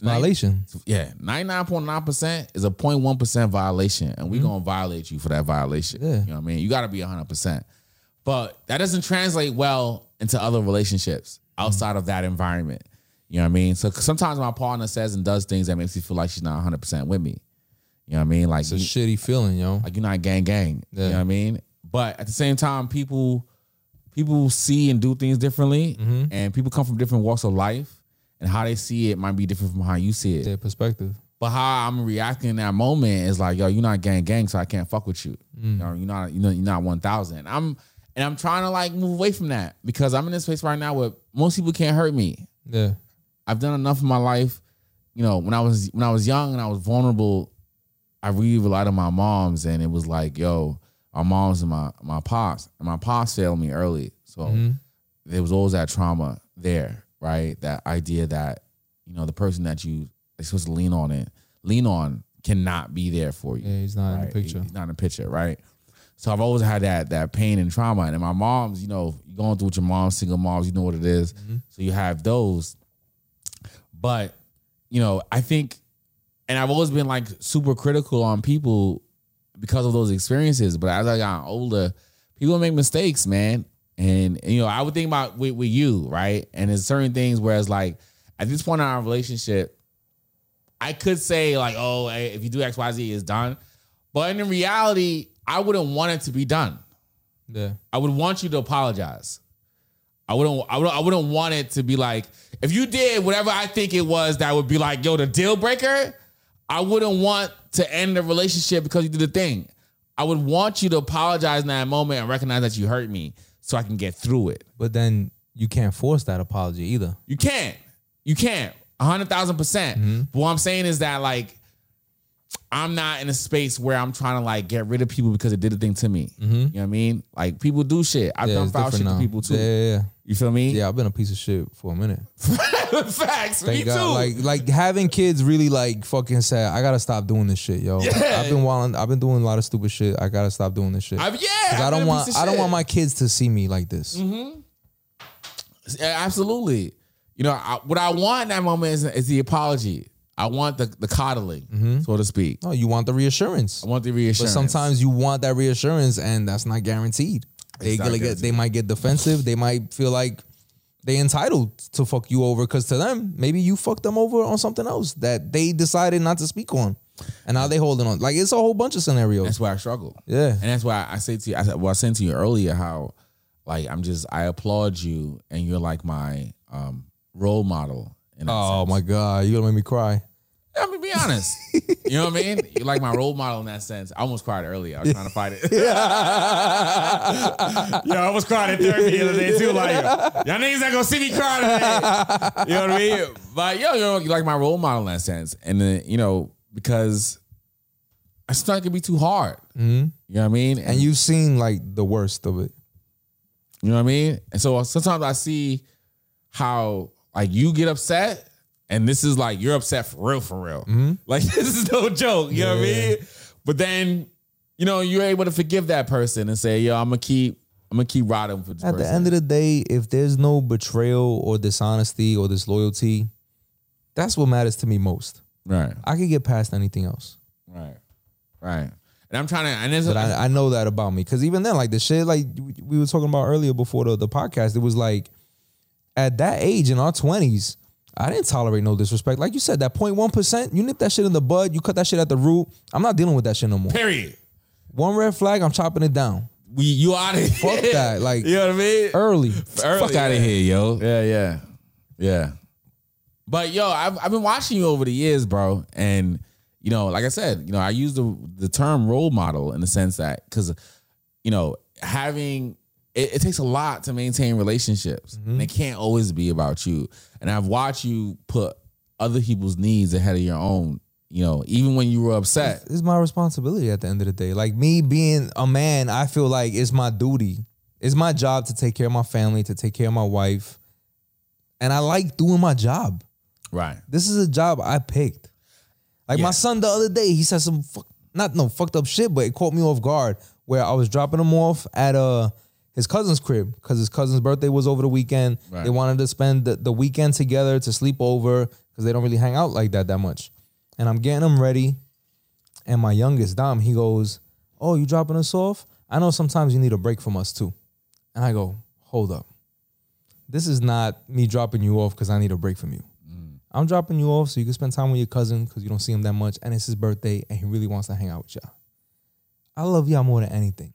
F: Violation.
G: yeah, 99.9 percent is a 0.1 percent violation, and
F: Mm-hmm.
G: we gonna violate you for that violation. You know what I mean? You gotta be 100, percent but that doesn't translate well into other relationships
F: Mm-hmm.
G: outside of that environment. You know what I mean? So sometimes my partner says and does things that makes me feel like she's not 100% with me. You know what I mean? Like
F: It's a shitty feeling, yo.
G: Like you're not gang gang. You
F: Yeah.
G: know what I mean? But at the same time, people people see and do things differently,
F: Mm-hmm.
G: and people come from different walks of life, and how they see it might be different from how you see it.
F: Their perspective.
G: But how I'm reacting in that moment is like, yo, you're not gang gang, so I can't fuck with you.
F: Mm.
G: Or you're not, you know, you're not one thousand. I'm and I'm trying to like move away from that because I'm in this place right now where most people can't hurt me.
F: Yeah.
G: I've done enough in my life. You know, when I was when I was young and I was vulnerable, I really relied on my moms, and it was like, yo, my moms and my my pops, and my pops failed me early, so
F: Mhm.
G: there was always that trauma there, right? That idea that you know the person that you are supposed to lean on it, lean on cannot be there for you.
F: Yeah, he's not in the
G: right?
F: picture.
G: He's not in the picture, right? So I've always had that that pain and trauma, and then my mom's, you know, you're going through with your mom, single moms, you know what it is.
F: Mm-hmm.
G: So you have those, but you know, I think, and I've always been like super critical on people because of those experiences. But as I got older, people make mistakes, man. And, and, you know, I would think about with, with you, right? And there's certain things where it's like at this point in our relationship, I could say like, oh, hey, if you do X, Y, Z, it's done. But in reality, I wouldn't want it to be done.
F: Yeah.
G: I would want you to apologize. I wouldn't. I wouldn't. I wouldn't want it to be like if you did whatever I think it was that would be like yo the deal breaker. I wouldn't want to end the relationship because you did the thing. I would want you to apologize in that moment and recognize that you hurt me so I can get through it.
F: But then you can't force that apology either.
G: You can't. You can't. A hundred thousand
F: Mm-hmm.
G: percent. But what I'm saying is that like I'm not in a space where I'm trying to like get rid of people because it did a thing to me. You know what I mean? Like people do shit.
F: Mm-hmm.
G: I've
F: Yeah,
G: done
F: it's
G: foul shit
F: different
G: to
F: now.
G: people too.
F: Yeah, yeah, yeah.
G: You feel me?
F: Yeah, I've been a piece of shit for a minute.
G: Facts. me
F: Thank God.
G: too.
F: Like like having kids really like fucking said, I gotta stop doing this shit, yo.
G: Yeah.
F: I've been wilding, I've been doing a lot of stupid shit. I gotta stop doing this shit.
G: I've- yeah,
F: 'Cause I
G: I've been
F: don't
G: a
F: want
G: piece of
F: I don't
G: shit.
F: want my kids to see me like this.
G: Mm-hmm. Absolutely. You know, I, what I want in that moment is, is the apology. I want the, the coddling,
F: Mm-hmm.
G: so to speak.
F: Hmm? No, you want the reassurance.
G: I want the reassurance.
F: But sometimes you want that reassurance, and that's not guaranteed. They
G: It's not
F: gonna get,
G: guaranteed.
F: they might get defensive. They might feel like they entitled to fuck you over because to them maybe you fucked them over on something else that they decided not to speak on, and now they holding on. Like it's a whole bunch of scenarios.
G: That's why I struggle.
F: Yeah.
G: And that's why I say to you, I said, well, I said to you earlier how, like, I'm just, I applaud you and you're like my um, role model. In
F: Oh my god, you gonna make me cry.
G: I mean, be honest. you know what I mean? You're like my role model in that sense. I almost cried earlier. I was trying to fight it. Yo, I almost cried in therapy the other day too. Like, y'all niggas not gonna see me cry today. You know what I mean? But yo, you know, you like my role model in that sense, and then you know because it's not gonna be too hard.
F: Hmm?
G: You know what I mean?
F: And you've seen like the worst of it.
G: You know what I mean? And so uh, sometimes I see how like you get upset, and this is like you're upset for real, for real.
F: Mm-hmm.
G: Like this is no joke. You know what I mean? But then, you know, you're able to forgive that person and say, "Yo, I'm gonna keep, I'm gonna keep riding for this
F: At
G: person."
F: the end of the day, if there's no betrayal or dishonesty or disloyalty, that's what matters to me most.
G: Right.
F: I could get past anything else.
G: Right. Right. And I'm trying to, and it's
F: But I, I know that about me. Cause even then, like the shit like we- we were talking about earlier before the, the podcast, it was like at that age in our twenties, I didn't tolerate no disrespect. Like you said, that 0.1%, you nip that shit in the bud, you cut that shit at the root. I'm not dealing with that shit no more.
G: period.
F: One red flag, I'm chopping it down.
G: We you out of here.
F: Fuck that. Like
G: you know what I mean?
F: Early.
G: Fuck out of here, yo. Yeah, yeah, yeah. But yo, I've I've been watching you over the years, bro, and you know, like I said, you know, I use the the term role model in the sense that because you know having it, it takes a lot to maintain relationships, and it can't always be about you. And I've watched you put other people's needs ahead of your own. You know, even when you were upset,
F: It's my responsibility at the end of the day. Like me being a man, I feel like it's my duty. It's my job to take care of my family, to take care of my wife. And I like doing my job.
G: right?
F: This is a job I picked. Like my son the other day, he said some fuck, not no fucked up shit, but it caught me off guard. Where I was dropping him off at uh his cousin's crib because his cousin's birthday was over the weekend.
G: Right.
F: They wanted to spend the, the weekend together to sleep over because they don't really hang out like that that much. And I'm getting him ready, and my youngest Dom, he goes, "Oh, you dropping us off? I know sometimes you need a break from us too." And I go, "Hold up, this is not me dropping you off because I need a break from you." I'm dropping you off so you can spend time with your cousin because you don't see him that much, and it's his birthday, and he really wants to hang out with y'all. I love y'all more than anything.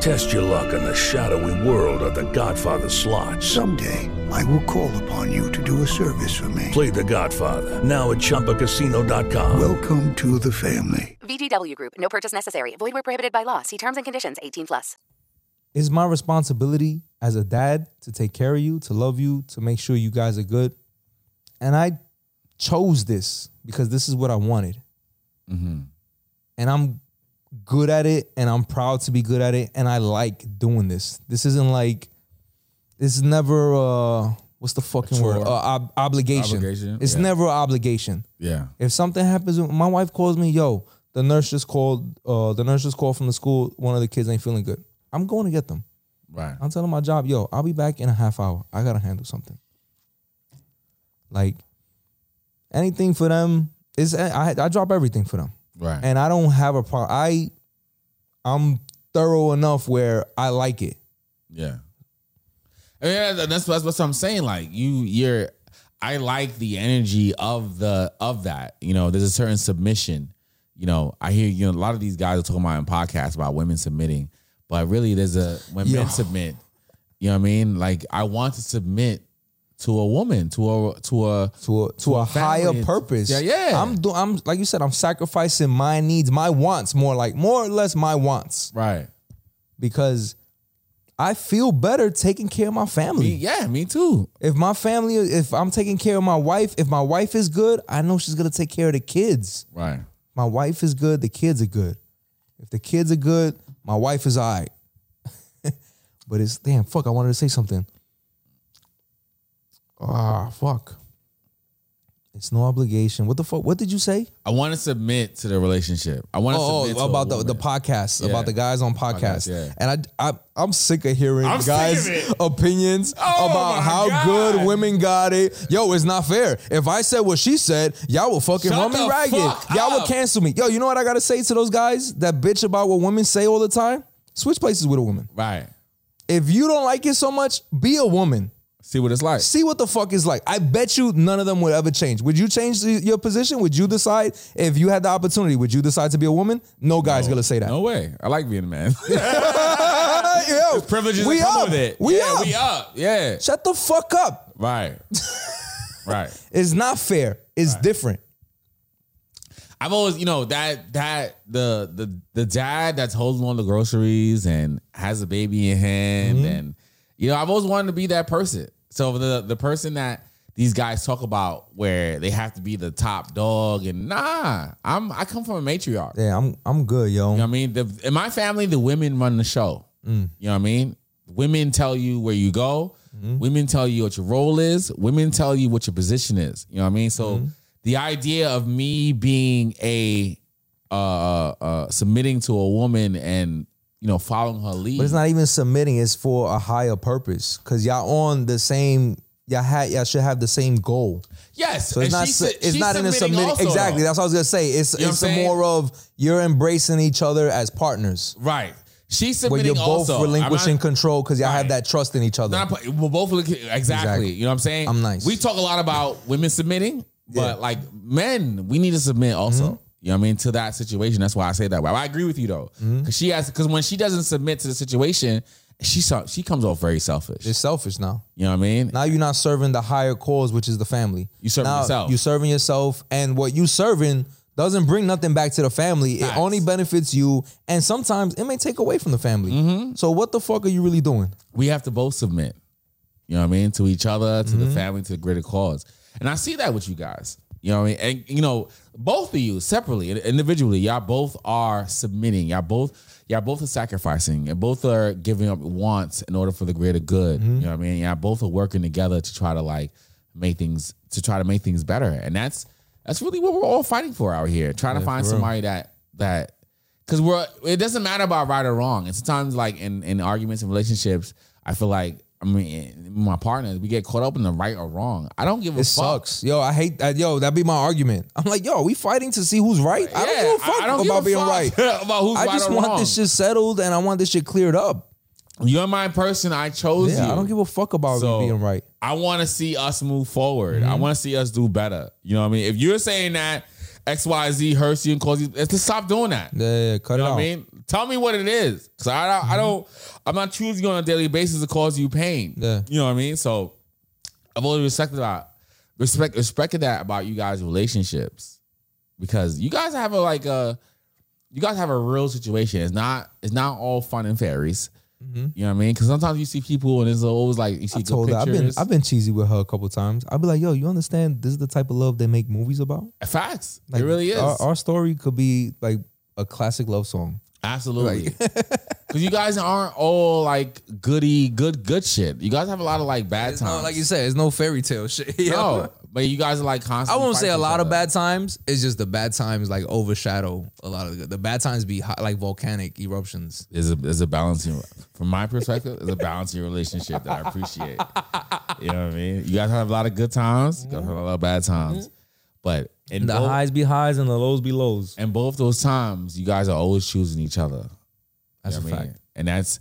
M: Test your luck in the shadowy world of The Godfather slot. Someday,
N: I will call upon you to do a service for me.
M: play The Godfather now at ChumbaCasino.com.
N: Welcome to the family.
O: VGW Group. No purchase necessary. Void where prohibited by law. See terms and conditions. 18 plus.
F: It's my responsibility as a dad to take care of you, to love you, to make sure you guys are good. And I chose this because this is what I wanted. And I'm good at it and I'm proud to be good at it and I like doing this. This isn't like this is never uh what's the fucking word?
G: chore.
F: Uh, ob- obligation.
G: Obligation,
F: It's
G: yeah.
F: never an obligation.
G: Yeah.
F: If something happens, my wife calls me, yo, the nurse just called, uh, the nurse just called from the school, one of the kids ain't feeling good. I'm going to get them.
G: Right.
F: I'm telling my job, yo, I'll be back in a half hour. I gotta handle something. Like anything for them is I I drop everything for them.
G: Right.
F: And I don't have a problem. I I'm thorough enough where I like it.
G: Yeah. I mean, yeah, that's, that's what I'm saying. Like you, you're. I like the energy of the of that. You know, there's a certain submission. You know, I hear you know a lot of these guys are talking about in podcasts about women submitting, but really there's a when
F: Yeah.
G: men submit. You know what I mean? Like I want to submit to a woman, to a to a
F: to a to a higher purpose.
G: Yeah, yeah.
F: I'm do I'm like you said, I'm sacrificing my needs, my wants, more like more or less my wants.
G: Right.
F: Because I feel better taking care of my family.
G: yeah, me too.
F: If my family, if I'm taking care of my wife, if my wife is good, I know she's gonna take care of the kids.
G: Right.
F: My wife is good, the kids are good. If the kids are good, my wife is all right. but it's damn fuck, I wanted to say something. Ah, fuck. It's no obligation. What the fuck? What did you say?
G: I want to submit to the relationship. I want to
F: Oh,
G: submit
F: oh,
G: to a
F: about the, the
G: woman.
F: podcast,
G: Yeah.
F: about the guys on podcast.
G: Podcast, yeah.
F: And I, I, I'm sick of hearing
G: I'm sick of
F: guys'
G: it. Oh
F: opinions about how good women got it. Yo, it's not fair. If I said what she said, y'all will fucking
G: Shut
F: run me
G: the
F: ragged.
G: fuck
F: y'all will
G: up.
F: cancel me. Yo, you know what I gotta say to those guys that bitch about what women say all the time? Switch places with a woman.
G: Right.
F: If you don't like it so much, be a woman.
G: See what it's like.
F: See what the fuck is like. I bet you none of them would ever change. Would you change the- your position? Would you decide if you had the opportunity? Would you decide to be a woman? No guy's gonna say that.
G: No way. I like being a man.
F: Yo,
G: privileges
F: we
G: that come
F: up.
G: with it.
F: We
G: Yeah,
F: up.
G: we up. Yeah.
F: Shut the fuck up.
G: Right. right.
F: It's not fair. It's different.
G: I've always, you know, that that the the the dad that's holding on the groceries and has a baby in
F: Mm-hmm.
G: hand, and you know, I've always wanted to be that person. So the the person that these guys talk about where they have to be the top dog and nah, I'm I come from a matriarch.
F: Yeah, I'm I'm good, yo.
G: You know what I mean? The, in my family, the women run the show. You know what I mean? Women tell you where you go.
F: Mm-hmm.
G: Women tell you what your role is. Women tell you what your position is. You know what I mean?
F: Mm-hmm.
G: So the idea of me being a uh, uh, uh, submitting to a woman and you know following her lead.
F: But it's not even submitting. It's for a higher purpose. Cause y'all on the same. Y'all had. Y'all should have the same goal.
G: yes,
F: So it's
G: and
F: not.
G: she's
F: su-
G: su-
F: it's
G: she's
F: not in a
G: submitting
F: submitting.
G: also,
F: exactly.
G: though.
F: That's what I was gonna say. It's
G: You know what
F: it's
G: I'm
F: a
G: saying?
F: more of you're embracing each other as partners.
G: right. She's
F: Where
G: submitting
F: you're both
G: also. I'm not-
F: relinquishing control because y'all all have that trust in each other.
G: Not put- we're both looking exactly.
F: Exactly.
G: You know what I'm saying?
F: I'm nice.
G: We talk a lot about women submitting, but like men, we need to submit also.
F: Mm-hmm.
G: You know what I mean? To that situation. That's why I say that. But I agree with you though.
F: Mm-hmm.
G: Cause she has cause when she doesn't submit to the situation, she so- she comes off very selfish.
F: It's selfish now.
G: You know what I mean?
F: Now you're not serving the higher cause, which is the family. You
G: serving yourself.
F: You serving yourself, and what you serving doesn't bring nothing back to the family. It only benefits you, and sometimes it may take away from the family.
G: Mm-hmm.
F: So what the fuck are you really doing?
G: We have to both submit. You know what I mean? To each other, to
F: Mm-hmm.
G: the family, to the greater cause. And I see that with you guys. You know what I mean? And you know, both of you separately and individually, y'all both are submitting. Y'all both y'all both are sacrificing and both are giving up wants in order for the greater good.
F: Mm-hmm.
G: You know what I mean? Y'all both are working together to try to like make things to try to make things better. And that's that's really what we're all fighting for out here. Trying to
F: Yeah,
G: find
F: for real.
G: somebody that that because we're it doesn't matter about right or wrong. And sometimes, like in in arguments and relationships, I feel like I mean my partners we get caught up in the right or wrong. I don't give a
F: It
G: fuck.
F: sucks, yo. I hate that, yo. That'd be my argument. I'm like, yo, are we fighting to see who's right? I don't
G: Yeah,
F: give a
G: I-
F: fuck
G: I don't give
F: about
G: a
F: being
G: fuck
F: right.
G: about who's
F: I
G: right
F: just
G: or
F: want
G: wrong.
F: this shit settled, and I want this shit cleared up.
G: You're my person. I chose
F: Yeah,
G: you.
F: I don't give a fuck about
G: So-
F: me being right. Mm-hmm.
G: I want to see us move forward. I want to see us do better. You know what I mean? If you're saying that X Y Z hurts you and causes you, just stop doing that.
F: Yeah, yeah, cut it Mm-hmm.
G: You know
F: out.
G: what I mean? Tell me what it is. Cause I, I don't, I'm not choosing you on a daily basis to cause you pain.
F: Yeah.
G: You know what I mean? So I've always respected that, respect, respected that about you guys' relationships because you guys have a, like a, you guys have a real situation. It's not, it's not all fun and fairies. You know what I mean? Because sometimes you see people and it's always like you
F: Mm-hmm.
G: see
F: I
G: good
F: told her I've been
G: pictures.
F: I've been cheesy with her a couple times. I'd be like, yo, you understand? This is the type of love they make movies about.
G: Facts.
F: Like,
G: it really is.
F: Our, our story could be like a classic love song.
G: Absolutely. Because you guys aren't all like goody, good, good shit. You guys have a lot of like bad
F: It's
G: times.
F: not- like you said, it's no fairy tale shit. yo.
G: No, but you guys are like
F: I
G: constantly.
F: won't say
G: fighting
F: a
G: each
F: lot of
G: other.
F: bad times. It's just the bad times like overshadow a lot of the, good- the bad times be hot, like volcanic eruptions.
G: Is a is a balancing from my perspective. It's a balancing relationship that I appreciate. You know what I mean? You guys have a lot of good times. You guys have a lot of bad times. But in
F: The highs
G: be highs and the lows be lows. And both those times, you guys are always choosing each other.
F: That's
G: You know
F: a
G: what I
F: fact.
G: And that's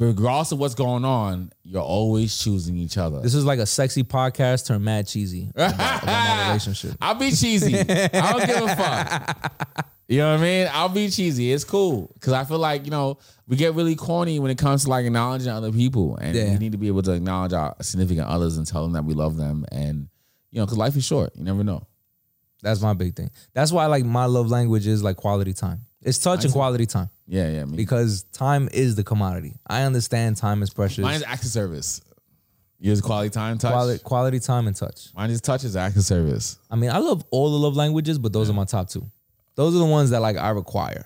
G: regardless of what's going on, you're always choosing each other.
F: This is like a sexy podcast turned mad cheesy about, about my relationship.
G: I'll be cheesy. I don't give a fuck. You know what I mean? I'll be cheesy. It's cool because I feel like you know we get really corny when it comes to like acknowledging other people, and
F: Yeah.
G: we need to be able to acknowledge our significant others and tell them that we love them, and you know because life is short. You never know.
F: That's my big thing. That's why like my love language is like quality time. It's touch and quality time.
G: Yeah, yeah.
F: Because time is the commodity. I understand time is precious.
G: Mine is acts of service. Yours is quality time, touch.
F: Quality, quality time and touch.
G: Mine is touch is acts of service.
F: I mean, I love all the love languages, but those are my top two. Those are the ones that like I require.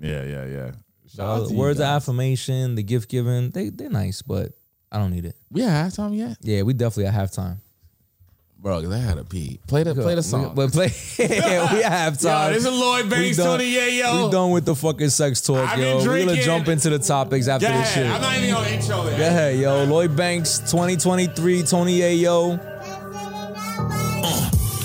G: Yeah, yeah, yeah. Shout
F: Uh,
G: out to you
F: words of
G: guys.
F: affirmation, the gift given, they they're nice, but I don't need it.
G: We at halftime yet?
F: Yeah, we definitely at halftime.
G: Bro, cause I had a pee. Play the play the song.
F: But play yeah, we have
G: Yo,
F: time.
G: this is Lloyd Banks,
F: We done-
G: Tony Yayo.
F: We done with the fucking sex talk,
G: I've been
F: yo. We're gonna
G: drinking.
F: jump into the topics after
G: Yeah,
F: this shit.
G: I'm not even gonna intro it.
F: Go ahead, yo. Lloyd Banks, 2023, Tony Ayo.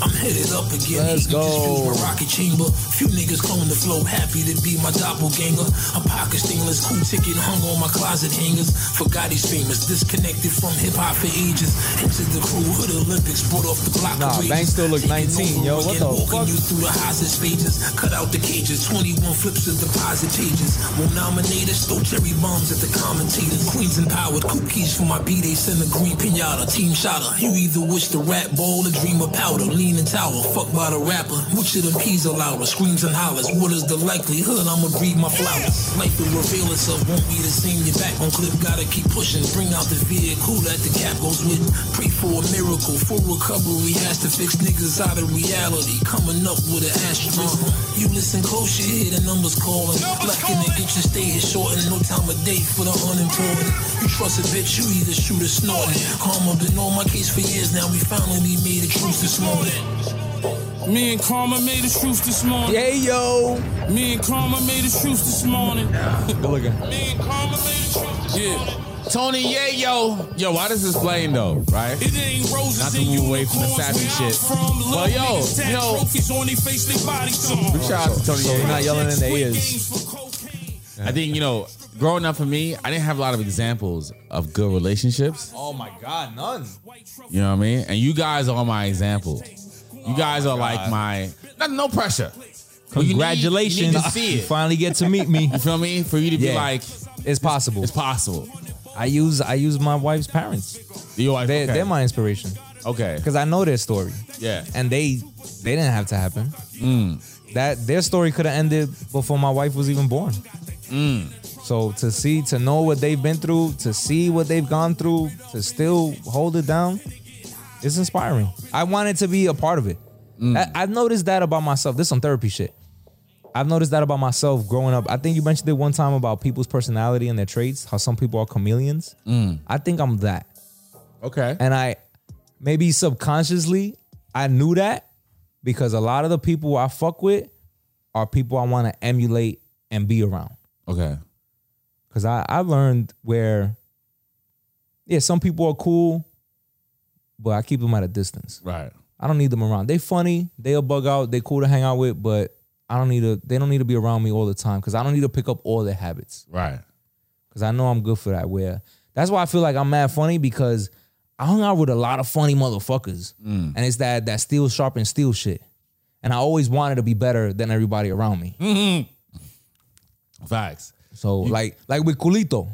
P: I'm headed up again. Eagle just
F: Let's go.
P: fused my rocket chamber. Few niggas clone the flow. Happy to be my doppelganger. A pocket stainless cool ticket hung on my closet hangers. Forgot he's famous. Disconnected from hip hop for ages. Into the crew hood Olympics. Brought off the Glock.
F: Nah,
P: of
F: Banks still look 19, yo. What the
P: Walking you through the hostage pages. Cut out the cages. 21 flips of deposit pages. Won't nominate us. Throw cherry bombs at the commentators. Queens empowered. Cookies for my B. They send a green pinata. Team shotter. You either wish the rat ball or dream of powder. Lean and tower. Fuck by the rapper. Which of them peas are louder? Screams and hollers. What is the likelihood I'ma breed my flowers? Life will reveal itself. Won't be the same. Your back on clip. Gotta keep pushing. Bring out the vehicle that the cap goes with. Pray for a miracle. Full recovery has to fix niggas out of reality. Coming up with an asterisk. You listen close, you hear the numbers calling. Lacking to get your stay is short and no time of day for the unemployed. You trust a bitch, you either shoot or snorting. Karma been on my case for years now. We finally made a truce this morning.
Q: Me and Karma made a truce this morning.
F: Yeah, yo.
Q: Me and Karma made a truce this morning.
F: Good looking.
Q: Yeah.
G: Tony Yayo. Yo, why does this playing though? Right?
Q: It ain't roses
G: Not to
Q: and
G: move away from the sappy shit.
Q: Love
G: But yo,
Q: niggas
G: you
Q: tatted
G: know,
Q: trophies on they face, they body song.
G: big shout out to Tony
F: So
G: Yayo.
F: you're not yelling in their
Q: ears.
G: I think you know, growing up for me, I didn't have a lot of examples of good relationships.
F: Oh my God, none.
G: You know what I mean? And you guys are my example.
F: Oh
G: You guys are like my not, no pressure. But you need-
F: Congratulations.
G: You need, to see
F: You
G: it.
F: finally get to meet me.
G: You feel me? For you to be
F: Yeah.
G: like,
F: it's possible. It's
G: possible.
F: I use I use my wife's parents.
G: Your
F: They,
G: okay.
F: They're my inspiration.
G: Okay.
F: Because I know their story.
G: Yeah.
F: And they they didn't have to happen. That their story could have ended before my wife was even born. So to see, to know what they've been through, to see what they've gone through, to still hold it down, it's inspiring. I wanted to be a part of it. I, I've noticed that about myself. This is some therapy shit. I've noticed that about myself growing up. I think you mentioned it one time about people's personality and their traits, how some people are chameleons. I think I'm that.
G: Okay.
F: And I maybe subconsciously I knew that because a lot of the people I fuck with are people I want to emulate and be around.
G: Okay.
F: Cause I, I learned where yeah, some people are cool, but I keep them at a distance.
G: Right.
F: I don't need them around. They funny, they'll bug out, they cool to hang out with, but I don't need to they don't need to be around me all the time because I don't need to pick up all their habits.
G: Right.
F: Cause I know I'm good for that. Where that's why I feel like I'm mad funny because I hung out with a lot of funny motherfuckers. And it's that that steel sharpen steel shit. And I always wanted to be better than everybody around me.
G: Facts.
F: So like like with Culito,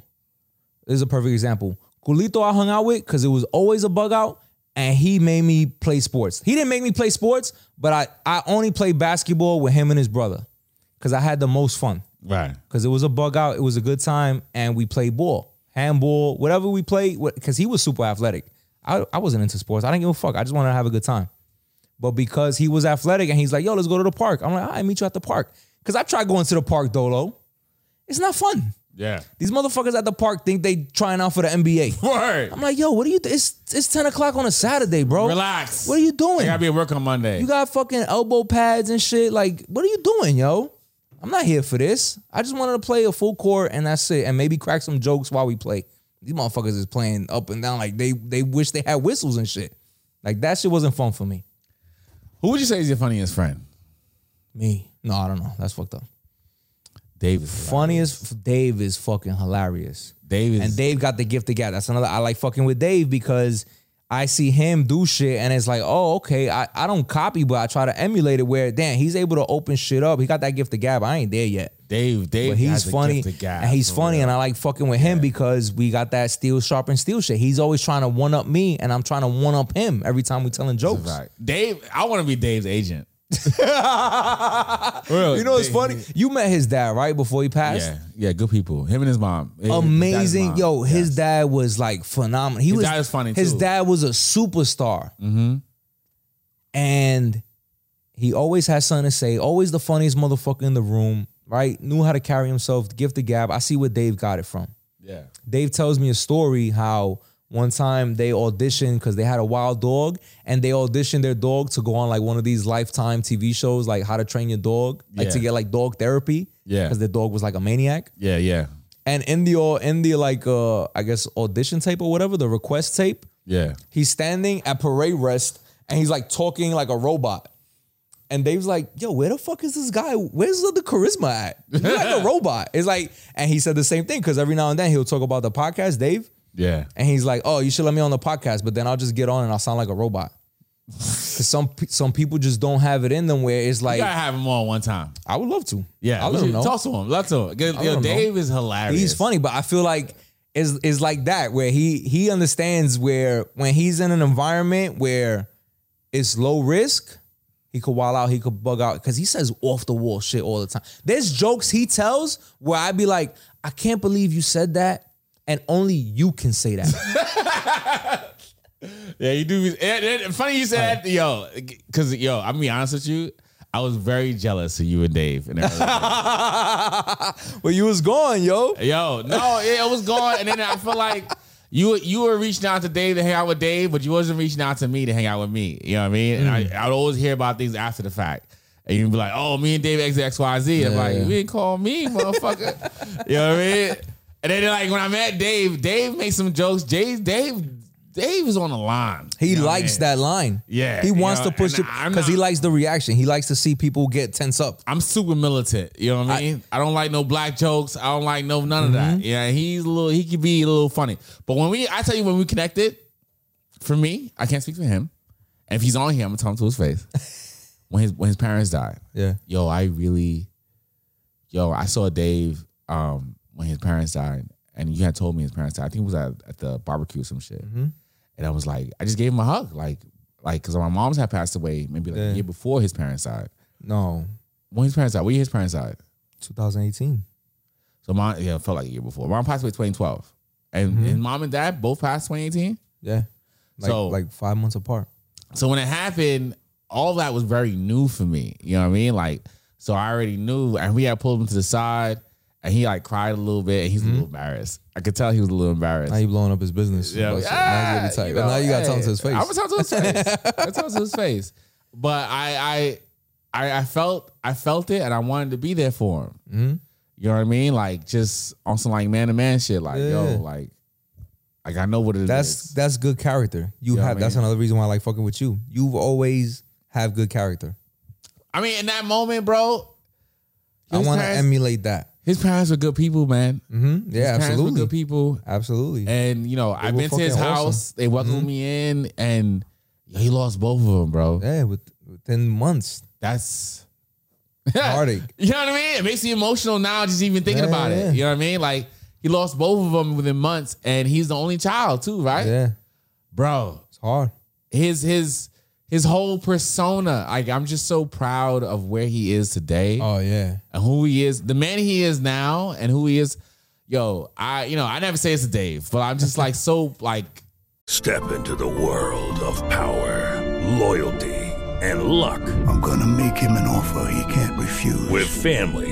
F: this is a perfect example. Culito I hung out with because it was always a bug out, and he made me play sports. He didn't make me play sports, but I I only played basketball with him and his brother because I had the most fun.
G: Right.
F: Because it was a bug out, it was a good time, and we played ball, handball, whatever we played. Because he was super athletic. I, I wasn't into sports. I didn't give a fuck. I just wanted to have a good time. But because he was athletic and he's like, yo, let's go to the park. I'm like, all right, meet you at the park. Because I tried going to the park, Dolo. It's not fun.
G: Yeah.
F: These motherfuckers at the park think they trying out for the NBA.
G: Word.
F: I'm like, yo, what are you? Th- it's it's 10 o'clock on a Saturday, bro.
G: Relax.
F: What are you doing?
G: I gotta be at work on Monday.
F: You got fucking elbow pads and shit. Like, what are you doing, yo? I'm not here for this. I just wanted to play a full court and that's it. And maybe crack some jokes while we play. These motherfuckers is playing up and down like they they wish they had whistles and shit. Like that shit wasn't fun for me.
G: Who would you say is your funniest friend?
F: Me. No, I don't know. That's fucked up.
G: Dave
F: Funniest Dave is fucking hilarious.
G: Dave is
F: and Dave got the gift of gab. That's another I like fucking with Dave because I see him do shit and it's like, oh, okay. I, I don't copy, but I try to emulate it where damn, he's able to open shit up. He got that gift of gab. I ain't there yet.
G: Dave, Dave,
F: But he's
G: has a
F: funny.
G: gift of gab,
F: and he's
G: for
F: funny,
G: real.
F: and I like fucking with him because we got that steel sharp and steel shit. He's always trying to one up me, and I'm trying to one up him every time we telling jokes.
G: Right. Dave, I want to be Dave's agent.
F: You know what's funny? You met his dad right before he passed.
G: Yeah, yeah, good people. Him and his mom. His- his dad's
F: Amazing,
G: mom.
F: yo. His dad was like phenomenal. He
G: His
F: was
G: dad is funny,
F: His
G: too.
F: dad was a superstar,
G: Mm-hmm.
F: and he always had something to say. Always the funniest motherfucker in the room. Right? Knew how to carry himself. The gift of gab. I see where Dave got it from.
G: Yeah.
F: Dave tells me a story how one time they auditioned because they had a wild dog and they auditioned their dog to go on like one of these lifetime TV shows, like How to Train Your Dog, like to
G: Yeah.
F: get like dog therapy.
G: Yeah.
F: Because their dog was like a maniac.
G: Yeah, yeah,
F: And in the au- in the like uh I guess audition tape or whatever, the request tape,
G: yeah.
F: he's standing at parade rest and he's like talking like a robot. And Dave's like, yo, where the fuck is this guy? Where's the charisma at? You're like a robot. It's like, and he said the same thing because every now and then he'll talk about the podcast, Dave.
G: Yeah.
F: And he's like, "Oh, you should let me on the podcast, but then I'll just get on and I'll sound like a robot." Cause some pe- some people just don't have it in them where it's like
G: you gotta have him on one time.
F: I would love to.
G: Yeah,
F: I
G: we
F: let him
G: should
F: know.
G: Talk to him. Let's him. Yo,
F: I let him
G: Dave
F: know.
G: is hilarious.
F: He's funny, but I feel like is is like that where he he understands where when he's in an environment where it's low risk, he could wild out, he could bug out because he says off the wall shit all the time. There's jokes he tells where I'd be like, I can't believe you said that, and only you can say that.
G: Yeah, you do. and- and funny you said that, yo, because yo, I'm gonna be honest with you. I was very jealous of you and Dave. And
F: well, you was going, yo.
G: Yo, no, yeah, it was going, and then I feel like you you were reaching out to Dave to hang out with Dave, but you wasn't reaching out to me to hang out with me. You know what I mean? And
F: Mm.
G: I, I'd always hear about things after the fact. And you'd be like, oh, me and Dave X, X, Y, Z. I'm like,
F: Yeah.
G: you didn't call me, motherfucker. you know what I mean? And then like when I met Dave, Dave made some jokes. Dave, Dave, Dave is on the line.
F: He
G: You know what I
F: likes
G: mean?
F: that line.
G: Yeah,
F: He
G: you
F: wants
G: know,
F: to push it
G: and I'm
F: because he
G: not-
F: likes the reaction. He likes to see people get tense up.
G: I'm super militant. You know what I mean? I, don't like no black jokes. I don't like no none of that. Yeah, he's a little. He could be a little funny. But when we, I tell you, when we connected, for me, I can't speak for him. And if he's on here, I'm gonna tell him to his face. when his when his parents died,
F: Yeah.
G: yo, I really, yo, I saw Dave um when his parents died, and you had told me his parents died. I think it was at, at the barbecue or some shit.
F: Mm-hmm.
G: And I was like, I just gave him a hug, like, like, cause my mom's had passed away maybe like
F: Yeah.
G: a year before his parents died.
F: No,
G: When his parents died, what year his parents died?
F: 2018.
G: So mom, yeah, it felt like a year before. Mom passed away 2012, and
F: Mhm.
G: and mom and dad both passed 2018.
F: Yeah. Like,
G: So-
F: like five months apart.
G: So when it happened, all that was very new for me. You know what I mean? Like, so I already knew, and we had pulled him to the side, and he like cried a little bit, and he's a little embarrassed. I could tell he was a little embarrassed.
F: Mm-hmm. Now you blowing up his business.
G: Yeah,
F: Bullshit.
G: ah,
F: now, you gotta be tight.
G: you
F: But
G: know,
F: now you gotta tell him
G: hey,
F: to his face.
G: I'm gonna tell him to his face. I tell him to his face. But I, I, I, I felt, I felt it, and I wanted to be there for him.
F: Mhm.
G: You know what I mean? Like just on some like man to man shit. Like
F: Yeah.
G: yo, like, like I know what it is.
F: That's that's good character. You
G: You know
F: have
G: what I
F: that's
G: mean?
F: another reason why I like fucking with you. You've always have good character.
G: I mean, in that moment, bro.
F: I
G: his
F: want to
G: parents-
F: emulate that.
G: His parents were good people, man.
F: Mm-hmm.
G: His
F: Yeah,
G: parents were
F: absolutely.
G: good people,
F: absolutely.
G: and you know, I've
F: were
G: been to his
F: fucking
G: house.
F: awesome. Mm-hmm.
G: They welcomed me in, and yo, he lost both of them, bro.
F: Yeah, with, within months.
G: That's
F: heartache.
G: You know what I mean? It makes you emotional now just even thinking
F: Yeah,
G: about
F: yeah, yeah.
G: it. You know what I mean? Like he lost both of them within months, and he's the only child too, right?
F: Yeah,
G: bro,
F: it's hard.
G: His his his whole persona. Like I'm just so proud of where he is today.
F: Oh yeah.
G: and who he is, the man he is now, and who he is. Yo, I you know I never say it's to Dave, but I'm just like so like
M: Step into the world of power, loyalty, and luck
N: I'm gonna make him an offer he can't refuse.
M: with family,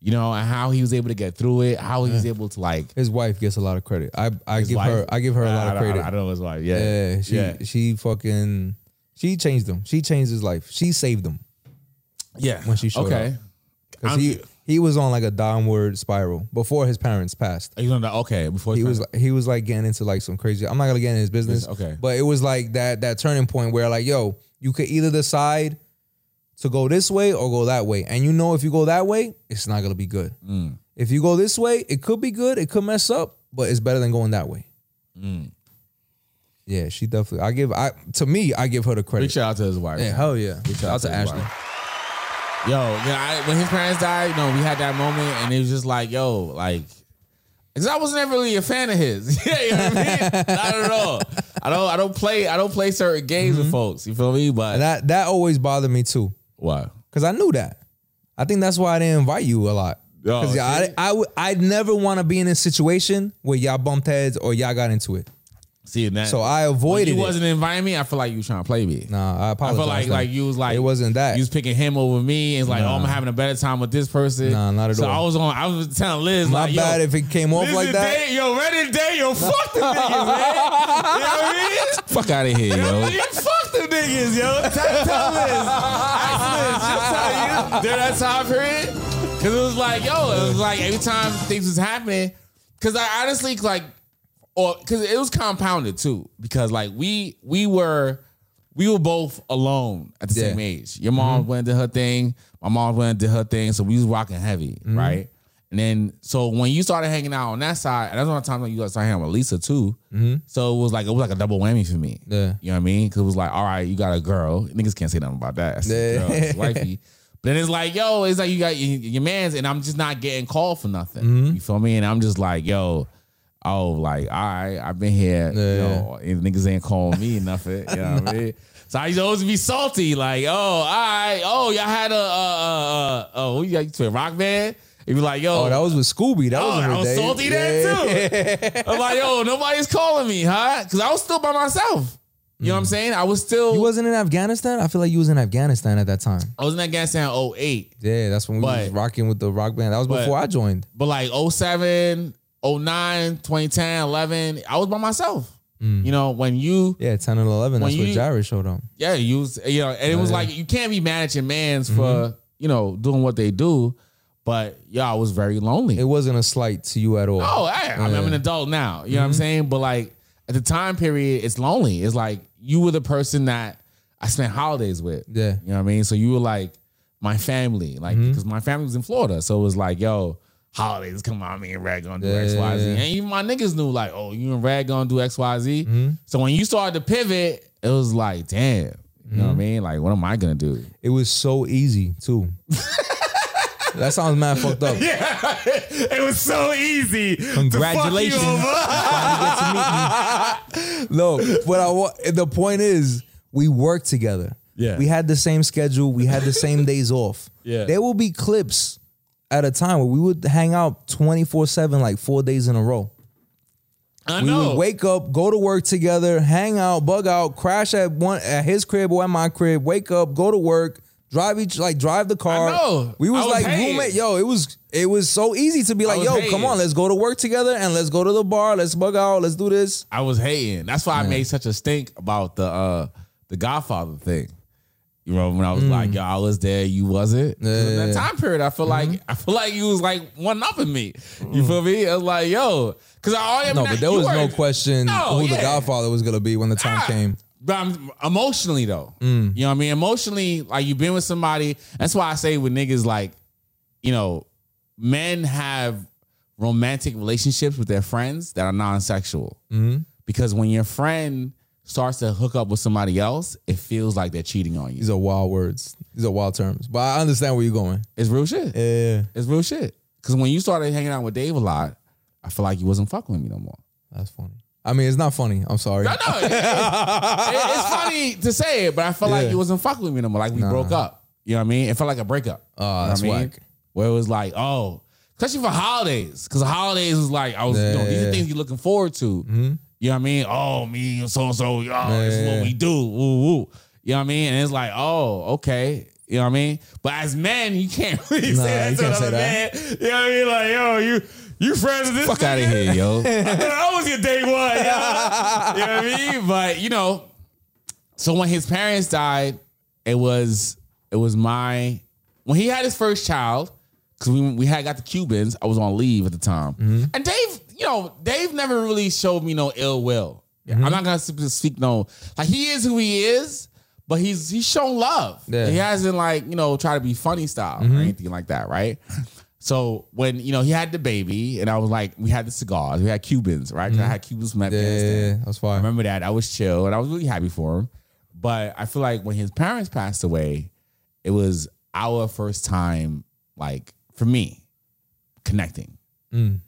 G: You know, and how he was able to get through it, how he was able to like.
F: His wife gets a lot of credit. I I
G: His
F: give
G: wife?
F: her I give her a
G: I-
F: lot
G: I-
F: of credit.
G: I- I know his wife, yeah.
F: yeah. She
G: Yeah.
F: she fucking she changed him. She changed his life. She saved him.
G: Yeah.
F: when she showed
G: Okay.
F: up. 'Cause he he was on like a downward spiral before his parents passed.
G: He's on the okay before
F: he
G: his
F: was
G: parents-
F: like, he was like getting into like some crazy. I'm not gonna get into his business.
G: Okay.
F: but it was like that that turning point where like yo, you could either decide to go this way or go that way, and you know if you go that way, it's not gonna be good.
G: Mm,
F: If you go this way, it could be good. It could mess up, but it's better than going that way.
G: mm.
F: Yeah, she definitely. I give. I to me, I give her the credit.
G: Big shout out to his wife.
F: Yeah, hell yeah.
G: Big
F: Shout out to
G: his
F: Ashley.
G: wife. Yo, yeah, I, when his parents died, you know, we had that moment, and it was just like, yo, like, because I was never really a fan of his. yeah, you know what I mean? Not at all. I don't. I don't play. I don't play certain games
F: Mm-hmm.
G: with folks. You feel me? But
F: And that that always bothered me too.
G: Why?
F: Because I knew that. I think that's why I didn't invite you a lot.
G: Oh,
F: Because I, I, would- I'd never want to be in a situation where y'all bumped heads or y'all got into it.
G: see that.
F: So I avoided it.
G: When you wasn't inviting me. I feel like you trying to play me.
F: Nah, I
G: I
F: apologize.
G: feel like
F: then.
G: like you was like
F: it wasn't that.
G: You was picking him over me. And it's like,
F: Nah.
G: oh, I'm having a better time with this person.
F: Nah, not at
G: so
F: all.
G: I was on. I was telling Liz,
F: My
G: like,
F: bad
G: yo,
F: if it came off
G: Liz
F: like
G: is
F: that.
G: dead, yo, ready today, yo, fuck the niggas, man. You know what I mean? Fuck out of here, yo. Fuck the niggas, yo. Tell, tell Liz. Ask Liz. She'll tell you during that time period. Cause it was like, yo, it was like every time things was happening. Cause I honestly like or cause it was compounded too. Because like we we were we were both alone at the
F: Yeah.
G: same age. Your mom
F: Mhm.
G: went and did her thing. My mom went and did her thing. So we was rocking heavy,
F: Mhm.
G: right? And then so when you started hanging out on that side, and that's one time that you started hanging out with Lisa too.
F: Mhm.
G: So it was like it was like a double whammy for me.
F: Yeah.
G: You know what I mean? Cause it was like, all right, you got a girl. Niggas can't say nothing about that. That's
F: Yeah.
G: a girl, that's wifey. But then it's like, yo, it's like you got your, your man's, and I'm just not getting called for nothing.
F: Mm-hmm.
G: You feel me? And I'm just like, yo, oh, like, all right, I've been here.
F: Yeah.
G: You know, and niggas ain't calling me nothing. You know what I mean? So I used to always be salty, like, oh, all right, oh, y'all had a, uh, uh, uh, oh, who you got to rock band? It'd be like, yo,
F: oh, that was with Scooby. That was
G: oh,
F: in
G: I
F: her
G: was
F: days.
G: salty then too. I'm like, yo, nobody's calling me, huh? Because I was still by myself. You know what I'm saying? I was still.
F: Mm. You wasn't in Afghanistan. I feel like you was in Afghanistan at that time.
G: I was in Afghanistan in 08,
F: Yeah, that's when we
G: But-
F: was rocking with the rock band. That was
G: but-
F: before I joined.
G: but like 07, 09, 2010, 11, I was by myself. Mm. You know, when you,
F: Yeah, ten and eleven.
G: When
F: that's when
G: you-
F: Jairus showed up.
G: yeah, you, was, you know, and it was
F: Yeah. Mm-hmm.
G: like, you can't be mad at your mans for, you know, doing what they do, but yeah, I was very lonely.
F: It wasn't a slight to you at all.
G: Oh, hey, I mean, I'm an adult now. You know what I'm
F: Mm-hmm.
G: saying? But like at the time period, it's lonely. It's like you were the person that I spent holidays with.
F: Yeah. Mm-hmm.
G: You know what I mean? So you were like my family, like because my family was in Florida, so it was like, yo, holidays, Oh, come on, me and Rag gonna do
F: Yeah,
G: X, Y, Z,
F: yeah,
G: and
F: yeah.
G: even my niggas knew like, oh, you and Rag gonna do X, Y, Z. So when you started to pivot, it was like, damn, you know what I mean? Like, what am I gonna do?
F: It was so easy too. that sounds mad fucked up.
G: Yeah, it was so easy. to fuck you
F: Congratulations.
G: over.
F: No, what I want. The point is, we worked together.
G: Yeah.
F: we had the same schedule. We had the same days off.
G: Yeah.
F: there will be clips at a time where we would hang out twenty four seven, like four days in a row.
G: I
F: we
G: know.
F: would wake up, go to work together, hang out, bug out, crash at one at his crib or at my crib. Wake up, go to work, drive each like drive the car.
G: know.
F: We
G: I
F: was,
G: was
F: like
G: hated.
F: roommate. Yo, it was it was so Oh, easy to be like,
G: was
F: yo,
G: hated.
F: come on, let's go to work together and let's go to the bar, let's bug out, let's do this.
G: I was hating. That's why I made such a stink about the uh the Godfather thing. You remember when I was like,
F: Mm.
G: "Yo, I was there, you wasn't." 'Cause in that time period, I feel
F: Mm-hmm.
G: like I feel like you was like one upping me. You feel me? I was like, "Yo," because I already
F: Mm. No, but there
G: you
F: was no
G: weren't-
F: question
G: No,
F: who the
G: yeah. Ah,
F: Godfather was gonna be when the time came. Mm.
G: But I'm emotionally though. You know what I mean? Emotionally, like you've been with somebody. That's why I say with niggas, like, you know, men have
F: Mm-hmm.
G: romantic relationships with their friends that are non-sexual. Because when your friend starts to hook up with somebody else, it feels like they're cheating on you. These
F: are wild words. These are wild terms. But I understand where you're going.
G: It's real shit.
F: Yeah.
G: It's real shit. Because when you started hanging out with Dave a lot, I feel like you wasn't fucking with me no more.
F: That's funny. I mean, it's not funny. I'm sorry.
G: I know. it- it- it- it's funny to say it, but I felt like
F: Yeah.
G: you wasn't fucking with me no more. Like we
F: Nah.
G: broke up. You know what I mean? It felt like a breakup. Oh,
F: that's whack.
G: Where it was like, oh, especially for holidays, because holidays was like, I was, you know, these are
F: Yeah. Mm-hmm.
G: things you're looking forward to. You know what I mean? Oh, me and so and so. Oh, this is what we do. Woo woo. You know what I mean? And it's like, oh, okay. You know what I mean? But as men, you can't really
F: Nah,
G: say that
F: you
G: to
F: can't say
G: another man.
F: that.
G: You know what I mean? Like, yo, you you friends with this
F: Fuck outta
G: nigga?
F: here, yo.
G: I thought I was your day one. Yo. you know what I mean? But you know, so when his parents died, it was it was my when he had his first child because we we had got the Cubans. I was on leave at the time, and Dave, you know, Dave never really showed me no ill will. I'm not gonna sp- speak no like he is who he is, but he's he's shown love.
F: Yeah.
G: He hasn't like you know try to be funny style or anything like that, right? So when you know he had the baby, and I was like, we had the cigars, we had Cubans, right? 'Cause I had Cubans from Afghanistan. Mm-hmm. Yeah, that's why I remember that. I was chill, and I was really happy for him. But I feel like when his parents passed away, it was our first time, like for me, connecting.
F: Mm.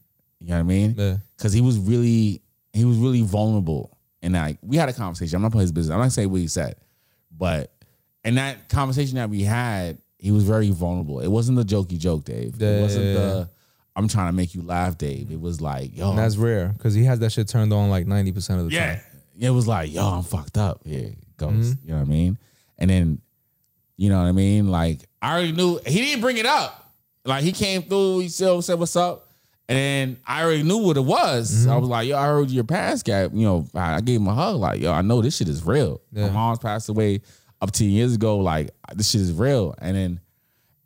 G: You know what I mean? Because he was really, he was really vulnerable, and like we had a conversation. I'm not putting his business. I'm not saying what he said, but in that conversation that we had, he was very vulnerable. It wasn't the jokey joke, Dave. It wasn't the I'm trying to make you laugh, Dave. It was like, yo,
F: And that's rare because he has that shit turned on like 90% of the
G: yeah.
F: time. Mm-hmm.
G: It was like, yo, I'm fucked up. Yeah, ghost. You know what I mean? And then, you know what I mean? Like, I already knew he didn't bring it up. Like he came through, he still said what's up. And then I already knew what it was.
F: Mm-hmm.
G: I was like, yo, I heard your past gap. You know, I I gave him a hug. Like, yo, I know this shit is real. My mom's passed away up 10 years ago. Like, this shit is real. And then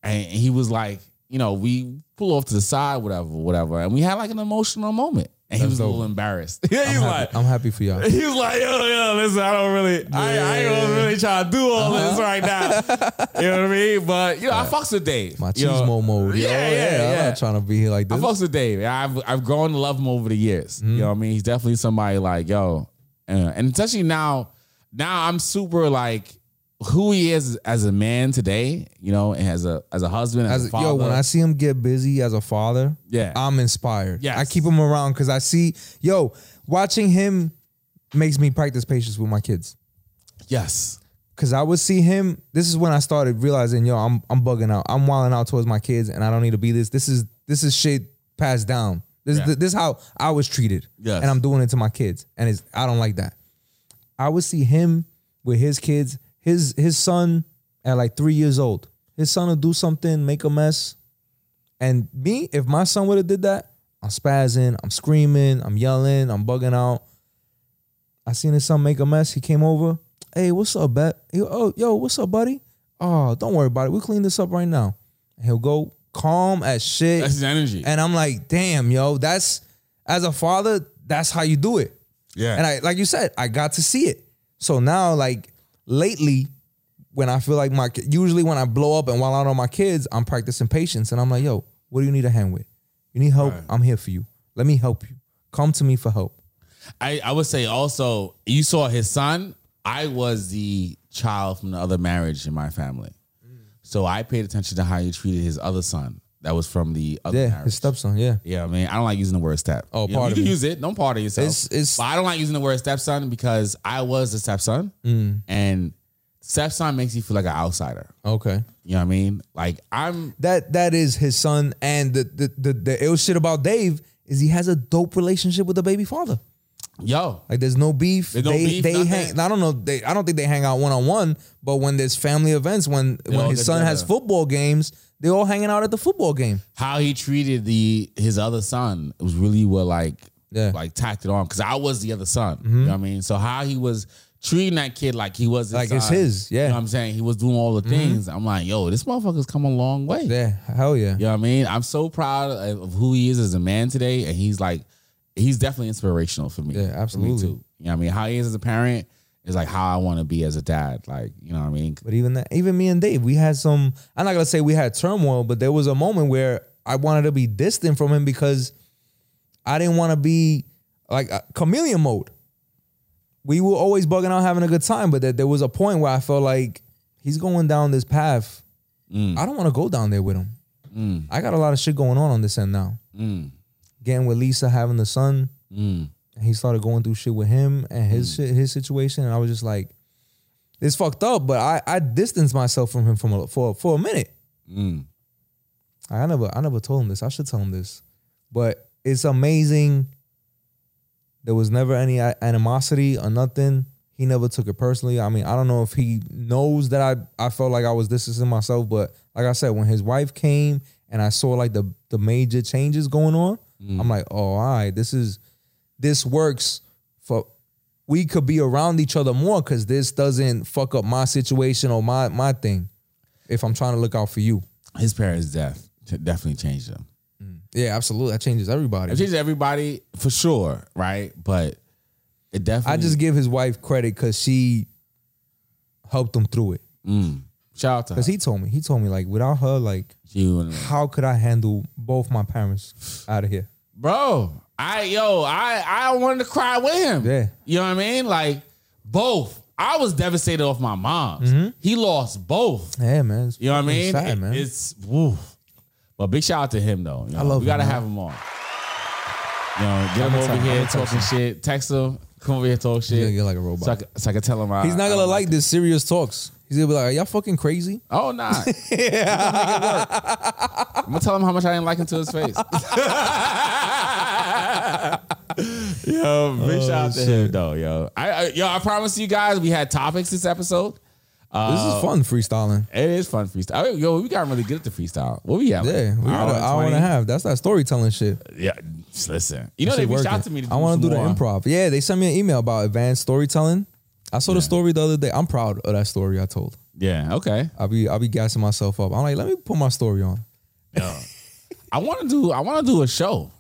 G: and he was like, you know, we pull off to the side, whatever, whatever. And we had like an emotional moment. And he was a little embarrassed. Yeah, he was like,
F: I'm happy for y'all.
G: he was like, yo, yo, listen, I don't really, I, I ain't gonna really try to do all
F: Uh-huh.
G: this right now. you know what I mean? But, you know, I fucks with Dave.
F: My cheese
G: you know?
F: mode.
G: Yeah,
F: Yeah,
G: yeah,
F: yeah,
G: yeah.
F: I'm not trying to be here like
G: I
F: this. Mm-hmm.
G: fucks with Dave. I've, I've grown to love him over the years. You know what I mean? He's definitely somebody like, yo. uh, and especially now, now I'm super like, who he is as a man today, you know, and as a as a husband, as,
F: As-
G: a father.
F: yo, when I see him get busy as a father,
G: Yeah.
F: I'm inspired.
G: Yes.
F: I keep him around because I see, yo, watching him makes me practice patience with my kids.
G: Yes.
F: Cause I would see him. This is when I started realizing, yo, I'm I'm bugging out. I'm wilding out towards my kids, and I don't need to be this. This is this is shit passed down. This
G: Yeah.
F: is this is how I was treated,
G: Yes.
F: and I'm doing it to my kids, and it's I don't like that. I would see him with his kids. His his son at like three years old. His son will do something, make a mess, and me. If my son would have did that, I'm spazzing, I'm screaming, I'm yelling, I'm bugging out. I seen his son make a mess. He came over. Hey, what's up, bet? He- oh, yo, what's up, buddy? Oh, don't worry about it. We clean this up right now. And he'll go calm as shit.
G: That's his energy.
F: And I'm like, damn, yo, that's as a father, that's how you do it.
G: Yeah.
F: And I, like you said, I got to see it. So now, like lately, when I feel like my ki- usually when I blow up and while out on my kids, I'm practicing patience and I'm like, yo, what do you need a hand with? You need help? I'm here for you. Let me help you. Come to me for help.
G: I, I would say also, you saw his son. I was the child from the other marriage in my family.
F: Mm.
G: So I paid attention to how he treated his other son that was from the other
F: yeah,
G: marriage.
F: his stepson. Yeah.
G: Yeah, I mean, I don't like using the word step. Oh, you, know,
F: pardon
G: you can
F: me.
G: use it. Don't pardon yourself.
F: It's- it's-
G: but I don't like using the word stepson because I was the stepson,
F: Mm.
G: and stepson makes you feel like an outsider.
F: Okay.
G: You know what I mean? Like I'm
F: that that is his son and the the the, the ill shit about Dave is he has a dope relationship with the baby father.
G: Yo,
F: Like there's no beef.
G: There's no
F: they
G: beef,
F: they
G: nothing.
F: hang I don't know they I don't think they hang out one on one, but when there's family events when
G: They all
F: when his
G: get
F: son has
G: together.
F: football games, they're all hanging out at the football game.
G: how he treated the his other son was really what like like tacked it on because I was the other son.
F: Mm-hmm.
G: You know what I mean? So how he was treating that kid like he was his
F: Like it's
G: son,
F: his, yeah. Mm-hmm.
G: You know what I'm saying? He was doing all the things. I'm like, yo, this motherfucker's come a long way.
F: Yeah, hell yeah.
G: You know what I mean? I'm so proud of of who he is as a man today, and he's like, he's definitely inspirational for me. Yeah,
F: absolutely.
G: too. You know what I mean? How he is as a parent is like how I want to be as a dad. Like, you know what I mean?
F: But even that, even me and Dave, we had some. I'm not gonna say we had turmoil, but there was a moment where I wanted to be distant from him because I didn't want to be like uh, chameleon mode. we were always bugging out having a good time, but that there was a point where I felt like he's going down this path.
G: Mm.
F: I don't want to go down there with him. I got a lot of shit going on on this end now. Getting with Lisa, having the son, and he started going through shit with him and his shit, his situation, and I was just like, "It's fucked up." But I I distanced myself from him from a, for for a minute. I never I never told him this. I should tell him this, but it's amazing. There was never any a- animosity or nothing. He never took it personally. I mean, I don't know if he knows that I I felt like I was distancing myself, but like I said, when his wife came and I saw like the the major changes going on, I'm
G: Mm-hmm.
F: like, oh, all right, this is this works for we could be around each other more because this doesn't fuck up my situation or my my thing if I'm trying to look out for you.
G: His parents' death definitely changed him.
F: Yeah, absolutely. That changes everybody.
G: It changes everybody for sure, right? But it definitely.
F: I just give his wife credit because she helped him through it.
G: Mm. Shout out to
F: Because he told me, he told me like without her, like how could I handle both my parents out of here?
G: bro. I yo, I I wanted to cry with him. Yeah, you know what I mean. Like both, I was devastated off my mom. He lost both.
F: Yeah, man. Mm-hmm. It's
G: You know what I
F: fucking
G: mean?
F: sad,
G: It-
F: man.
G: It's woo. But big shout out to him though. You
F: I
G: know,
F: love
G: We gotta
F: him, man.
G: have him on. You know, get him
F: I'ma
G: over
F: text-
G: here
F: I'ma text
G: talking shit. Text him. Come over here talk shit.
F: gonna get like a robot.
G: So I, c- so I can tell him. uh, I,
F: He's not gonna like this serious talks. He's gonna be like, Are y'all fucking crazy?
G: Oh nah. I'm gonna tell him how much I didn't like him to his face. yo,
F: Oh,
G: big shout out to
F: shit.
G: him though, yo. I, I yo, I promise you guys, we had topics this episode. Uh,
F: this is fun freestyling.
G: It is fun freestyle. Oh, Yo, we got really good at the freestyle. What we at? like,
F: Yeah, we got an hour and a
G: 20?
F: half. That's that storytelling shit.
G: Yeah, just listen. You know
F: That
G: they
F: shit
G: reached
F: working.
G: out to me. To
F: I want to do
G: some
F: the
G: more.
F: improv. Yeah, they sent me an email about advanced storytelling. I saw the story the other day. I'm proud of that story I told.
G: Yeah. Okay.
F: I'll be I'll be gassing myself up. I'm like, let me put my story on.
G: I want to do. I want to do a show,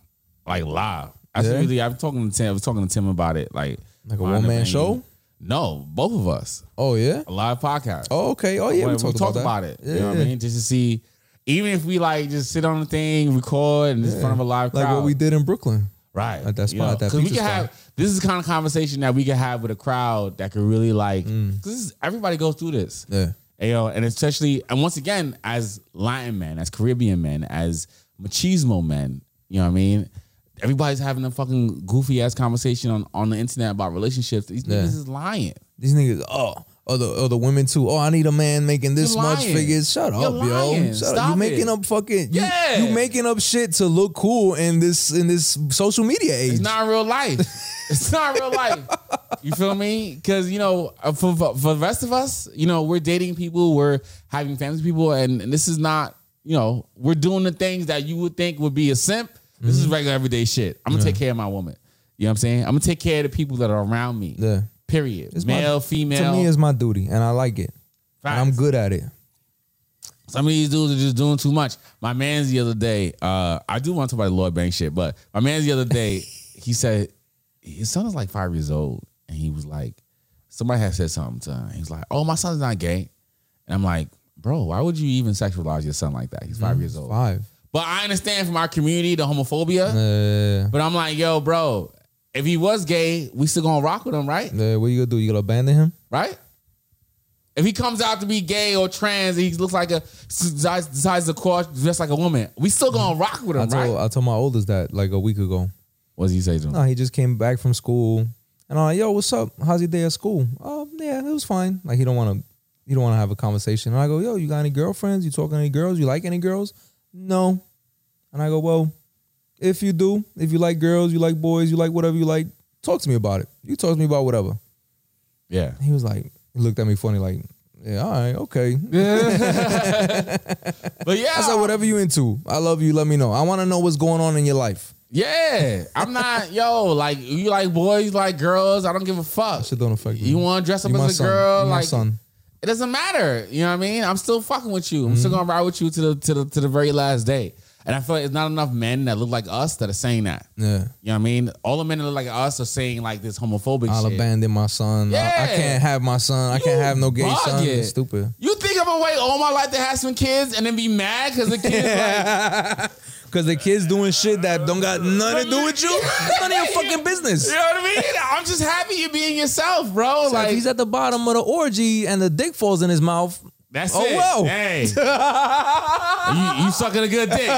G: like live. I
F: Yeah.
G: really. I'm talking to Tim. I was talking to Tim about it. Like
F: Like a
G: behind the
F: one-man
G: venue.
F: show?
G: No, both of us.
F: Oh yeah.
G: A live podcast.
F: Oh okay. Oh yeah. We,
G: Well, we
F: talked,
G: talked
F: about,
G: about
F: that.
G: it. You know what I mean? Just to see, even if we like just sit on the thing, record, and it's in front of a live crowd,
F: Like what we did in Brooklyn.
G: right
F: At that spot.
G: You know,
F: at that
G: 'cause we
F: feature
G: can
F: spot.
G: have this is the kind of conversation that we can have with a crowd that could really like. 'cause This is, everybody goes through this.
F: Mm. Yeah.
G: You know, and especially and once again, as Latin men, as Caribbean men, as machismo men, you know what I mean? Everybody's having a fucking goofy ass conversation on, on the internet about relationships. These
F: Yeah.
G: niggas is lying.
F: These niggas. Oh. Or the, or the women too. Oh, I need a man making this
G: You're
F: much
G: lying.
F: figures. Shut
G: You're
F: up,
G: lying.
F: yo. Shut up.
G: Stop
F: You
G: it.
F: making up fucking. You,
G: Yeah.
F: You making up shit to look cool in this in this social media age.
G: It's not real life. it's not real life. You feel me? Because you know, uh, for, for for the rest of us, you know, we're dating people, we're having families, with people, and, and this is not, you know, we're doing the things that you would think would be a simp. This
F: Mm-hmm.
G: is regular everyday shit. I'm gonna take care of my woman. You know what I'm saying? I'm gonna take care of the people that are around me.
F: Yeah.
G: Period.
F: It's my-
G: Male,
F: To
G: female.
F: me, it's my duty, and I like it. And I'm good at it.
G: Some of these dudes are just doing too much. My man's the other day, uh, I do want to talk about the Lloyd Banks shit, but my man's the other day, he said his son is like five years old, and he was like, somebody had said something to him. He was like, "Oh, my son's not gay," and I'm like, "Bro, why would you even sexualize your son like that? He's five years old."
F: Mm, Five.
G: But I understand from our community the homophobia. But I'm like, yo, bro, if he was gay, we still gonna rock with him, right?
F: Uh, what you gonna do? You gonna abandon him?
G: right? If he comes out to be gay or trans, and he looks like a decides, decides to cross dress like a woman, we still gonna rock with
F: Mm. I
G: him,
F: told
G: right?
F: I told my oldest that like a week ago.
G: What did you say to him?
F: No, he just came back from school, and I'm like, "Yo, what's up? How's your day at school?" Oh, yeah, it was fine. Like he don't want to, he don't want to have a conversation. And I go, "Yo, you got any girlfriends? You talking to any girls? You like any girls?" No. And I go, "Well, if you do, if you like girls, you like boys, you like whatever you like, talk to me about it. You talk to me about whatever."
G: Yeah.
F: He was like, he looked at me funny, like, "Yeah, all right, okay."
G: But yeah,
F: I said, "Whatever you into, I love you. Let me know. I want to know what's going on in your life."
G: yeah. I'm not, yo, like you like boys, you like girls. I don't give a fuck.
F: Shit don't affect me.
G: You want to dress up
F: You my
G: as a
F: son.
G: girl,
F: You my
G: like
F: son. Mm-hmm.
G: it doesn't matter. You know what I mean? I'm still fucking with you. I'm still gonna ride with you to the to the to the very last day. And I feel like it's not enough men that look like us that are saying that.
F: Yeah.
G: You know what I mean? All the men that look like us are saying like this homophobic
F: I'll
G: shit.
F: abandon my son. I- I,
G: Yeah.
F: can't have my son. I can't have no gay
G: bug
F: son.
G: it.
F: It's stupid.
G: You think I'm gonna wait all my life to have some kids and then be mad because the kids like
F: Cause the kids doing shit that don't got nothing to do with you. It's none of your fucking business.
G: You know what I mean? I'm just happy you're being yourself, bro.
F: So if
G: like
F: he's at the bottom of the orgy and the dick falls in his mouth.
G: That's
F: oh,
G: it.
F: well.
G: Hey. you, you sucking a good dick,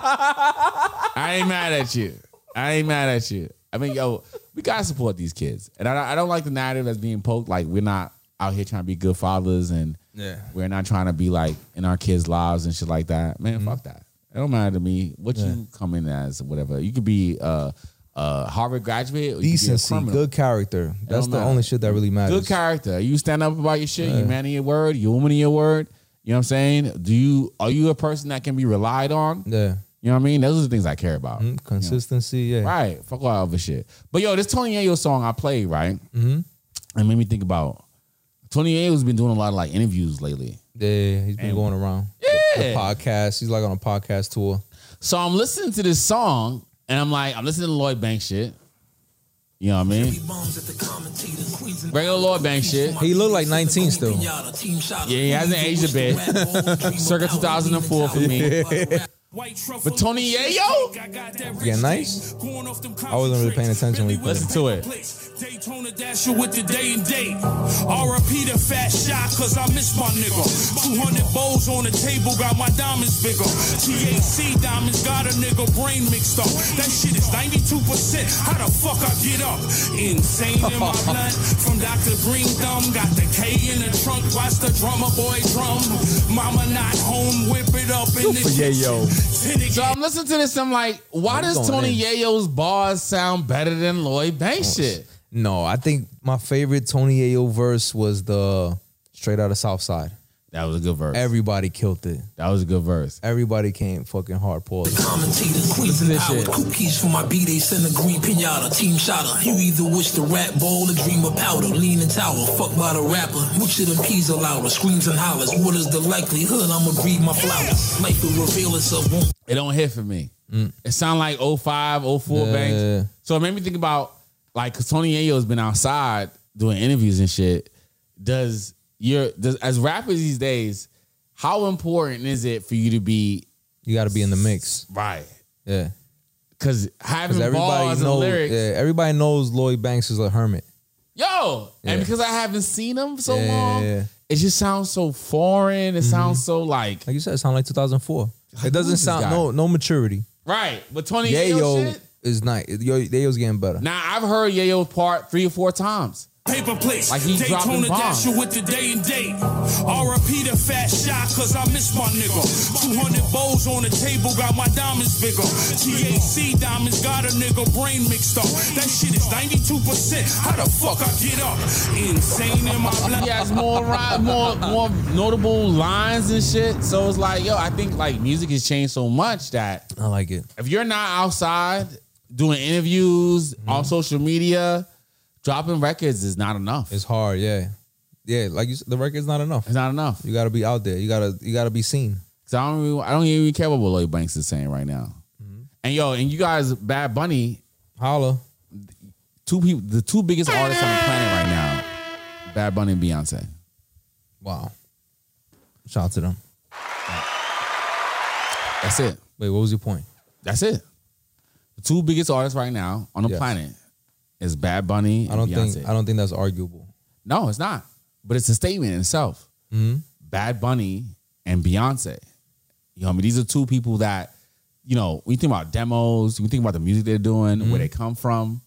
G: right? I ain't mad at you. I ain't mad at you. I mean, yo, we gotta support these kids, and I, don't- I don't like the narrative that's being poked. Like we're not out here trying to be good fathers, and
F: Yeah.
G: we're not trying to be like in our kids' lives and shit like that. Man,
F: Mm-hmm.
G: fuck that. It don't matter to me what you come in as, whatever. You could be uh, a, a Harvard graduate, or
F: Decency,
G: you could be a criminal.
F: good character.
G: It
F: That's
G: don't
F: the
G: matter.
F: only shit that really matters.
G: Good character. You stand up about your shit.
F: Yeah.
G: You man of your word. You woman of your word. You know what I'm saying? Do you are you a person that can be relied on?
F: Yeah. Mm-hmm.
G: You know what I mean? Those are the things I care about.
F: Consistency, yeah.
G: Right. Fuck all that other shit. But yo, this Tony Ayo song I played, right?
F: Mhm.
G: It made me think about Tony Ayo's been doing a lot of like interviews lately.
F: Yeah, he's been
G: And-
F: going around. The
G: Yeah.
F: podcast. He's like on a podcast tour.
G: So I'm listening to this song and I'm like, I'm listening to Lloyd Banks shit. You know what I mean? Regular Lloyd Banks shit.
F: He looked like 19 still.
G: Yeah, he hasn't aged a bit. Circa 2004 for me. But Tony Yayo?
F: Yeah, nice. I wasn't really paying attention when he played.
G: Listen to it.
Q: Dash you with the day and date. RIP the fat shot, cause I miss my nigga. 200 bowls on the table, got my diamonds bigger. TAC diamonds got a nigga brain mixed up. That shit is 92%. How the fuck I get up? Insane in my blood. From Dr. Green Thumb, got the K in the trunk. Watch the drummer boy drum. Mama not home, whip it up in the
G: So I'm listening to this. I'm like, why
F: What's
G: does
F: going
G: Tony Yayo's bars sound better than Lloyd Banks shit?
F: No, I think my favorite Tony Ayo verse was the Straight Out of Southside.
G: That was a good verse.
F: Everybody killed it.
G: That was a good verse.
F: Everybody came fucking hard. Pause.
P: Commentators, Queens
F: Listen
P: and
F: to
P: Howard,
F: this shit.
P: cookies for my B, they send a green pinata, team shotter. You either wish to rat bowl or dream of powder, lean and tower, fuck by the rapper. Which of them keys are louder? Screams and hollers. What is the likelihood I'ma breed my flowers? Life will reveal itself. Won't
G: It don't hit for me. It sound like 05, 04
F: Mm. Yeah.
G: Banks. So it made me think about like cause Tony Ayo's been outside doing interviews and shit. Does your does as rappers these days, how important is it for you to be
F: You got to be in the mix.
G: right?
F: Yeah.
G: Cause having bars and
F: knows,
G: lyrics.
F: yeah, everybody knows Lloyd Banks is a hermit.
G: Yo, and
F: Yeah.
G: because I haven't seen him so
F: Yeah,
G: long,
F: yeah, yeah.
G: it just sounds so foreign. It sounds so like
F: Like you said, it sound like 2004.
G: Who
F: It doesn't
G: is this
F: sound
G: guy?
F: no no maturity.
G: right. But Tony Ayo
F: Yayo
G: shit.
F: is nice. Yo, Yayo's getting better.
G: Now I've heard Yayo part three or four times.
Q: Paper plates,
G: Like he dropping
Q: Daytona
G: bombs.
Q: Dasher with the day and date. RIP the fat shot, cause I miss my nigga. 200 bowls on the table, got my diamonds bigger. TAC diamonds got a nigga brain mixed up. That shit is 92%. How the fuck I get up? Insane in my blood.
G: He has more ri- more more notable lines and shit. So it's like, yo, I think like music has changed so much that
F: I like it.
G: if you're not outside doing interviews
F: Mm-hmm.
G: on social media, dropping records is not enough.
F: It's hard. Yeah, yeah. Like you, said, the record's not enough.
G: It's not enough.
F: You got to be out there. You gotta you gotta be seen.
G: Cause I don't even, I don't even care what Lloyd Banks is saying right now. And yo, and you guys, Bad Bunny,
F: Mm-hmm. holla,
G: two people, the two biggest artists on the planet right now, Bad Bunny and Beyonce.
F: Wow. Shout out to them.
G: That's it.
F: Wait, what was your point?
G: That's it. The two biggest artists right now on the
F: Yes.
G: planet is Bad Bunny. And
F: I don't
G: Beyonce.
F: think I don't think that's arguable.
G: No, it's not. But it's a statement in itself.
F: Mm-hmm.
G: Bad Bunny and Beyonce. You know, what I mean, these are two people that, you know, when you think about demos, you think about the music they're doing,
F: Mhm.
G: where they come from.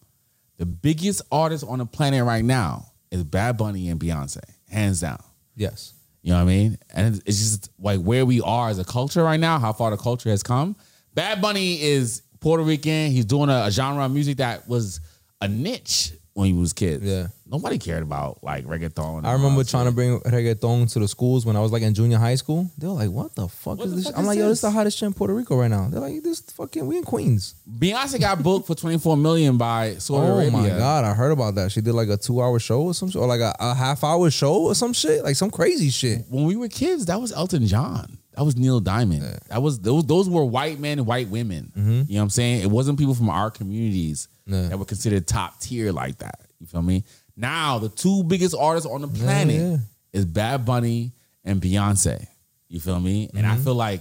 G: The biggest artist on the planet right now is Bad Bunny and Beyonce, hands down.
F: Yes.
G: You know what I mean? And it's just like where we are as a culture right now, how far the culture has come. Bad Bunny is Puerto Rican. He's doing a, a genre of music that was a niche when you was kids. Yeah. Nobody cared about like reggaeton. and
F: I
G: all
F: remember
G: that
F: trying to
G: shit.
F: bring reggaeton to the schools when I was like in junior high school. They were like, "What the fuck is
G: the
F: this?"
G: fuck
F: I'm
G: is
F: like, "Yo, this
G: this?"
F: is the hottest shit in Puerto Rico right now." They're like, "This fucking we in Queens."
G: Beyonce got booked for 24 million by Saudi
F: oh
G: Arabia.
F: my god, I heard about that. She did like a two hour show or some shit, or like a, a half hour show or some shit, like some crazy shit.
G: When we were kids, that was Elton John. That was Neil Diamond. That was those those were white men and white women.
F: Mm-hmm.
G: You know what I'm saying? It wasn't people from our communities that were considered top tier like that. You feel me? Now the two biggest artists on the planet
F: yeah. Mm-hmm.
G: is Bad Bunny and Beyonce. You feel me? And I feel like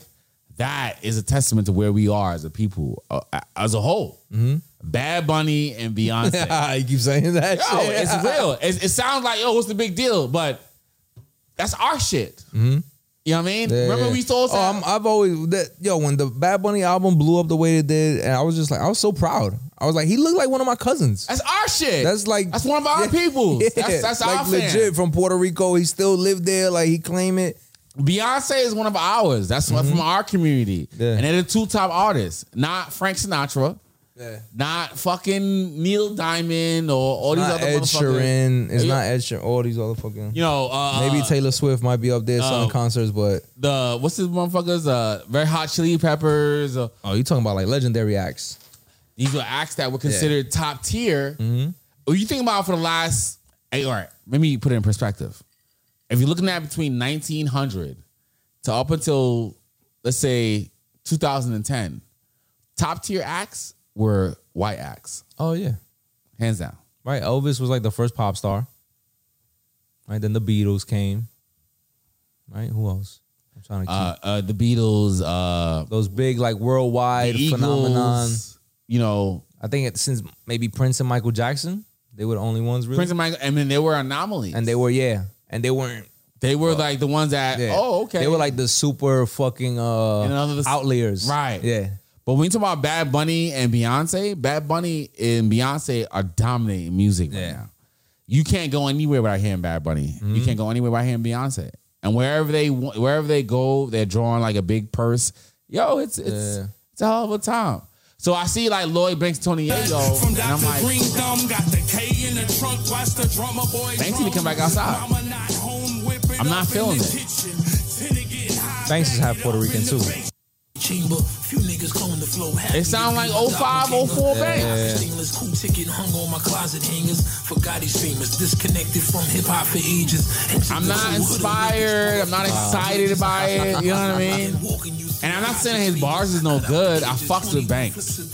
G: that is a testament to where we are as a people, uh, as a whole.
F: Mm-hmm.
G: Bad Bunny and Beyonce.
F: you keep saying that.
G: Yo,
F: shit.
G: it's real. It, it sounds like yo, what's the big deal? But that's our shit.
F: Mm-hmm.
G: You know what I mean? Remember we
F: saw.
G: sold
F: Oh, I'm, I've always that yo when the Bad Bunny album blew up the way it did, and I was just like, I was so proud. I was like, he looked like one of my cousins.
G: That's our shit.
F: That's like
G: that's one of our people. That's, that's
F: like
G: our
F: legit
G: legit.
F: from Puerto Rico. He still lived there. Like he claim it.
G: Beyonce is one of ours. That's one
F: Mm-hmm.
G: from our community, and they're the two top artists. Not Frank Sinatra.
F: Yeah.
G: Not fucking Neil Diamond or all these
F: not
G: other
F: Ed
G: motherfuckers.
F: Sheeran. It's
G: Yo,
F: not Ed Sheeran. All these other fucking.
G: You know, uh,
F: maybe Taylor Swift might be up there selling
G: uh,
F: concerts, but
G: the what's this motherfuckers? Uh, Very Hot Chili Peppers. Uh,
F: oh, you talking about like legendary acts?
G: These were acts that were considered top tier.
F: Mm-hmm.
G: What you think about for the last? Hey, all right, let me put it in perspective. If you're looking at between 1900 to up until let's say 2010, top tier acts were white acts,
F: Oh yeah,
G: hands down.
F: right. Elvis was like the first pop star. Right then the Beatles came. Right, who else? I'm trying to keep
G: Uh, uh, the Beatles, uh,
F: those big like worldwide
G: The Eagles,
F: phenomenon.
G: You know,
F: I think it, since maybe Prince and Michael Jackson, they were the only ones really.
G: Prince and Michael. I mean, they were anomalies,
F: and they were yeah, and they weren't.
G: They were like the ones that.
F: yeah.
G: Oh, okay.
F: They were like the super fucking uh
G: And another-
F: outliers,
G: Right.
F: Yeah,
G: But when you talk about Bad Bunny and Beyonce, Bad Bunny and Beyonce are dominating music right now. You can't go anywhere without hearing Bad Bunny.
F: Mm-hmm.
G: You can't go anywhere without hearing Beyonce. And wherever they wa- wherever they go, they're drawing like a big purse. Yo, it's it's it's a hell of a time. So I see like Lloyd Banks Tony Yago,
Q: From
G: and I'm
Q: Dr.
G: like,
Q: Green Thumb, got the K in the trunk, watch the drummer boy.
G: Banks need to come back outside. I'm not feeling it.
F: Banks is half Puerto Rican too.
P: Chamber, few niggas clone the flow. Happy
G: It sound
P: to
G: like
P: be the
G: 05,
P: doppelganger.
G: 04 Banks. Yeah.
P: Stainless cool ticket hung on my closet hangers. Forgot he's famous. Disconnected from hip hop for ages.
G: I'm not inspired. I'm not excited by it. You know what I mean? And I'm not saying his bars is no good. I fucks with Banks.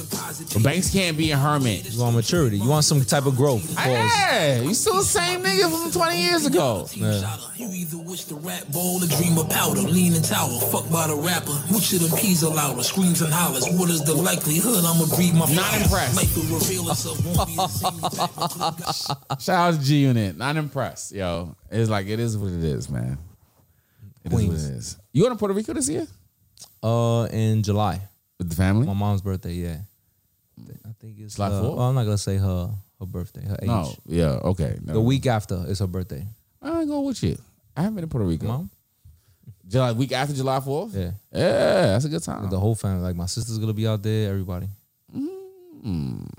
G: But Banks can't be a hermit.
F: You want maturity. You want some type of growth.
G: Yeah, you still the same nigga from 20 years ago.
P: Bowl a dream of powder, lean and tower, fuck by the rapper. Which of them peas are louder? Screams and hollers. What is the likelihood I'ma breathe my
G: Not
P: fire?
G: impressed.
P: Life will reveal itself, won't be the same without the
G: Shout out to G Unit. Not impressed, yo. It's like it is what it is, man. It is what it is. You going to Puerto Rico this year?
F: Uh, in July
G: with the family.
F: My mom's birthday. Yeah, I think it's
G: July
F: uh,
G: 4th?
F: well, I'm not gonna say her her birthday. Her age.
G: No. Yeah. Okay.
F: The
G: Never mind.
F: week after is her birthday.
G: I go with you. I haven't been to Puerto Rico.
F: Mom?
G: July week after July 4th.
F: Yeah.
G: Yeah, that's a good time.
F: With the whole family. Like my sister's gonna be out there. Everybody.
G: Mm.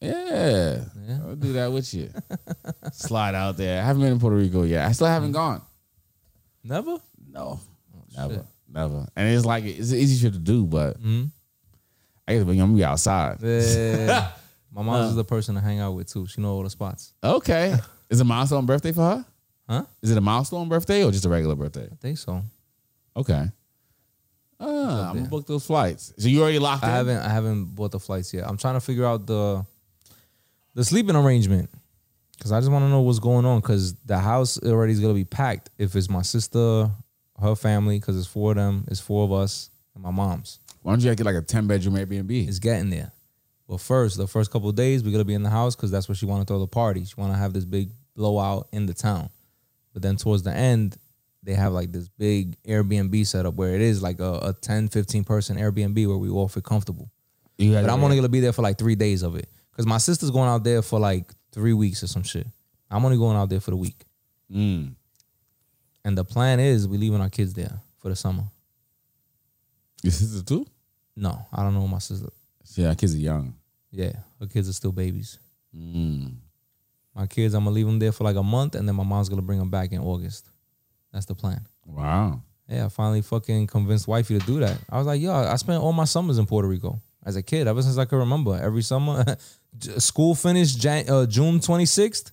G: Yeah. I'll do that with you. Slide out there. I haven't been in Puerto Rico yet. I still haven't
F: Mm.
G: gone.
F: Never.
G: No. Never. Never. And it's like it's an easy shit to do, but I guess I'm gonna be outside.
F: Mm-hmm. Yeah. my mom's
G: Huh.
F: is the person to hang out with too. She know all the spots.
G: okay. Is it a milestone birthday for her?
F: Huh?
G: Is it a milestone birthday or just a regular birthday?
F: I think so.
G: Okay. Ah, I'm gonna book those flights. So you already locked
F: I
G: in?
F: haven't I haven't bought the flights yet. I'm trying to figure out the the sleeping arrangement because I just want to know what's going on because the house already is gonna be packed if it's my sister, her family because it's four of them, it's four of us and my mom's.
G: Why don't you get like a ten bedroom Airbnb?
F: It's getting there. But first, the first couple of days we're gonna be in the house because that's where she want to throw the party. She want to have this big blowout in the town. But then towards the end, they have like this big Airbnb setup where it is like a, a 10, 15 person Airbnb where we all feel comfortable.
G: You
F: But
G: gotta-
F: I'm only gonna be there for like three days of it. Cause my sister's going out there for like three weeks or some shit. I'm only going out there for the week.
G: Mm.
F: And the plan is we leaving our kids there for the summer.
G: Your sister too?
F: No, I don't know my sister.
G: Yeah, our kids are young.
F: Yeah, her kids are still babies.
G: Mm.
F: My kids, I'm gonna leave them there for like a month, and then my mom's gonna bring them back in August. That's the plan.
G: Wow.
F: Yeah, I finally fucking convinced wifey to do that. I was like, yo, I spent all my summers in Puerto Rico as a kid, ever since I can remember. Every summer, j- school finished Jan- uh, June 26th.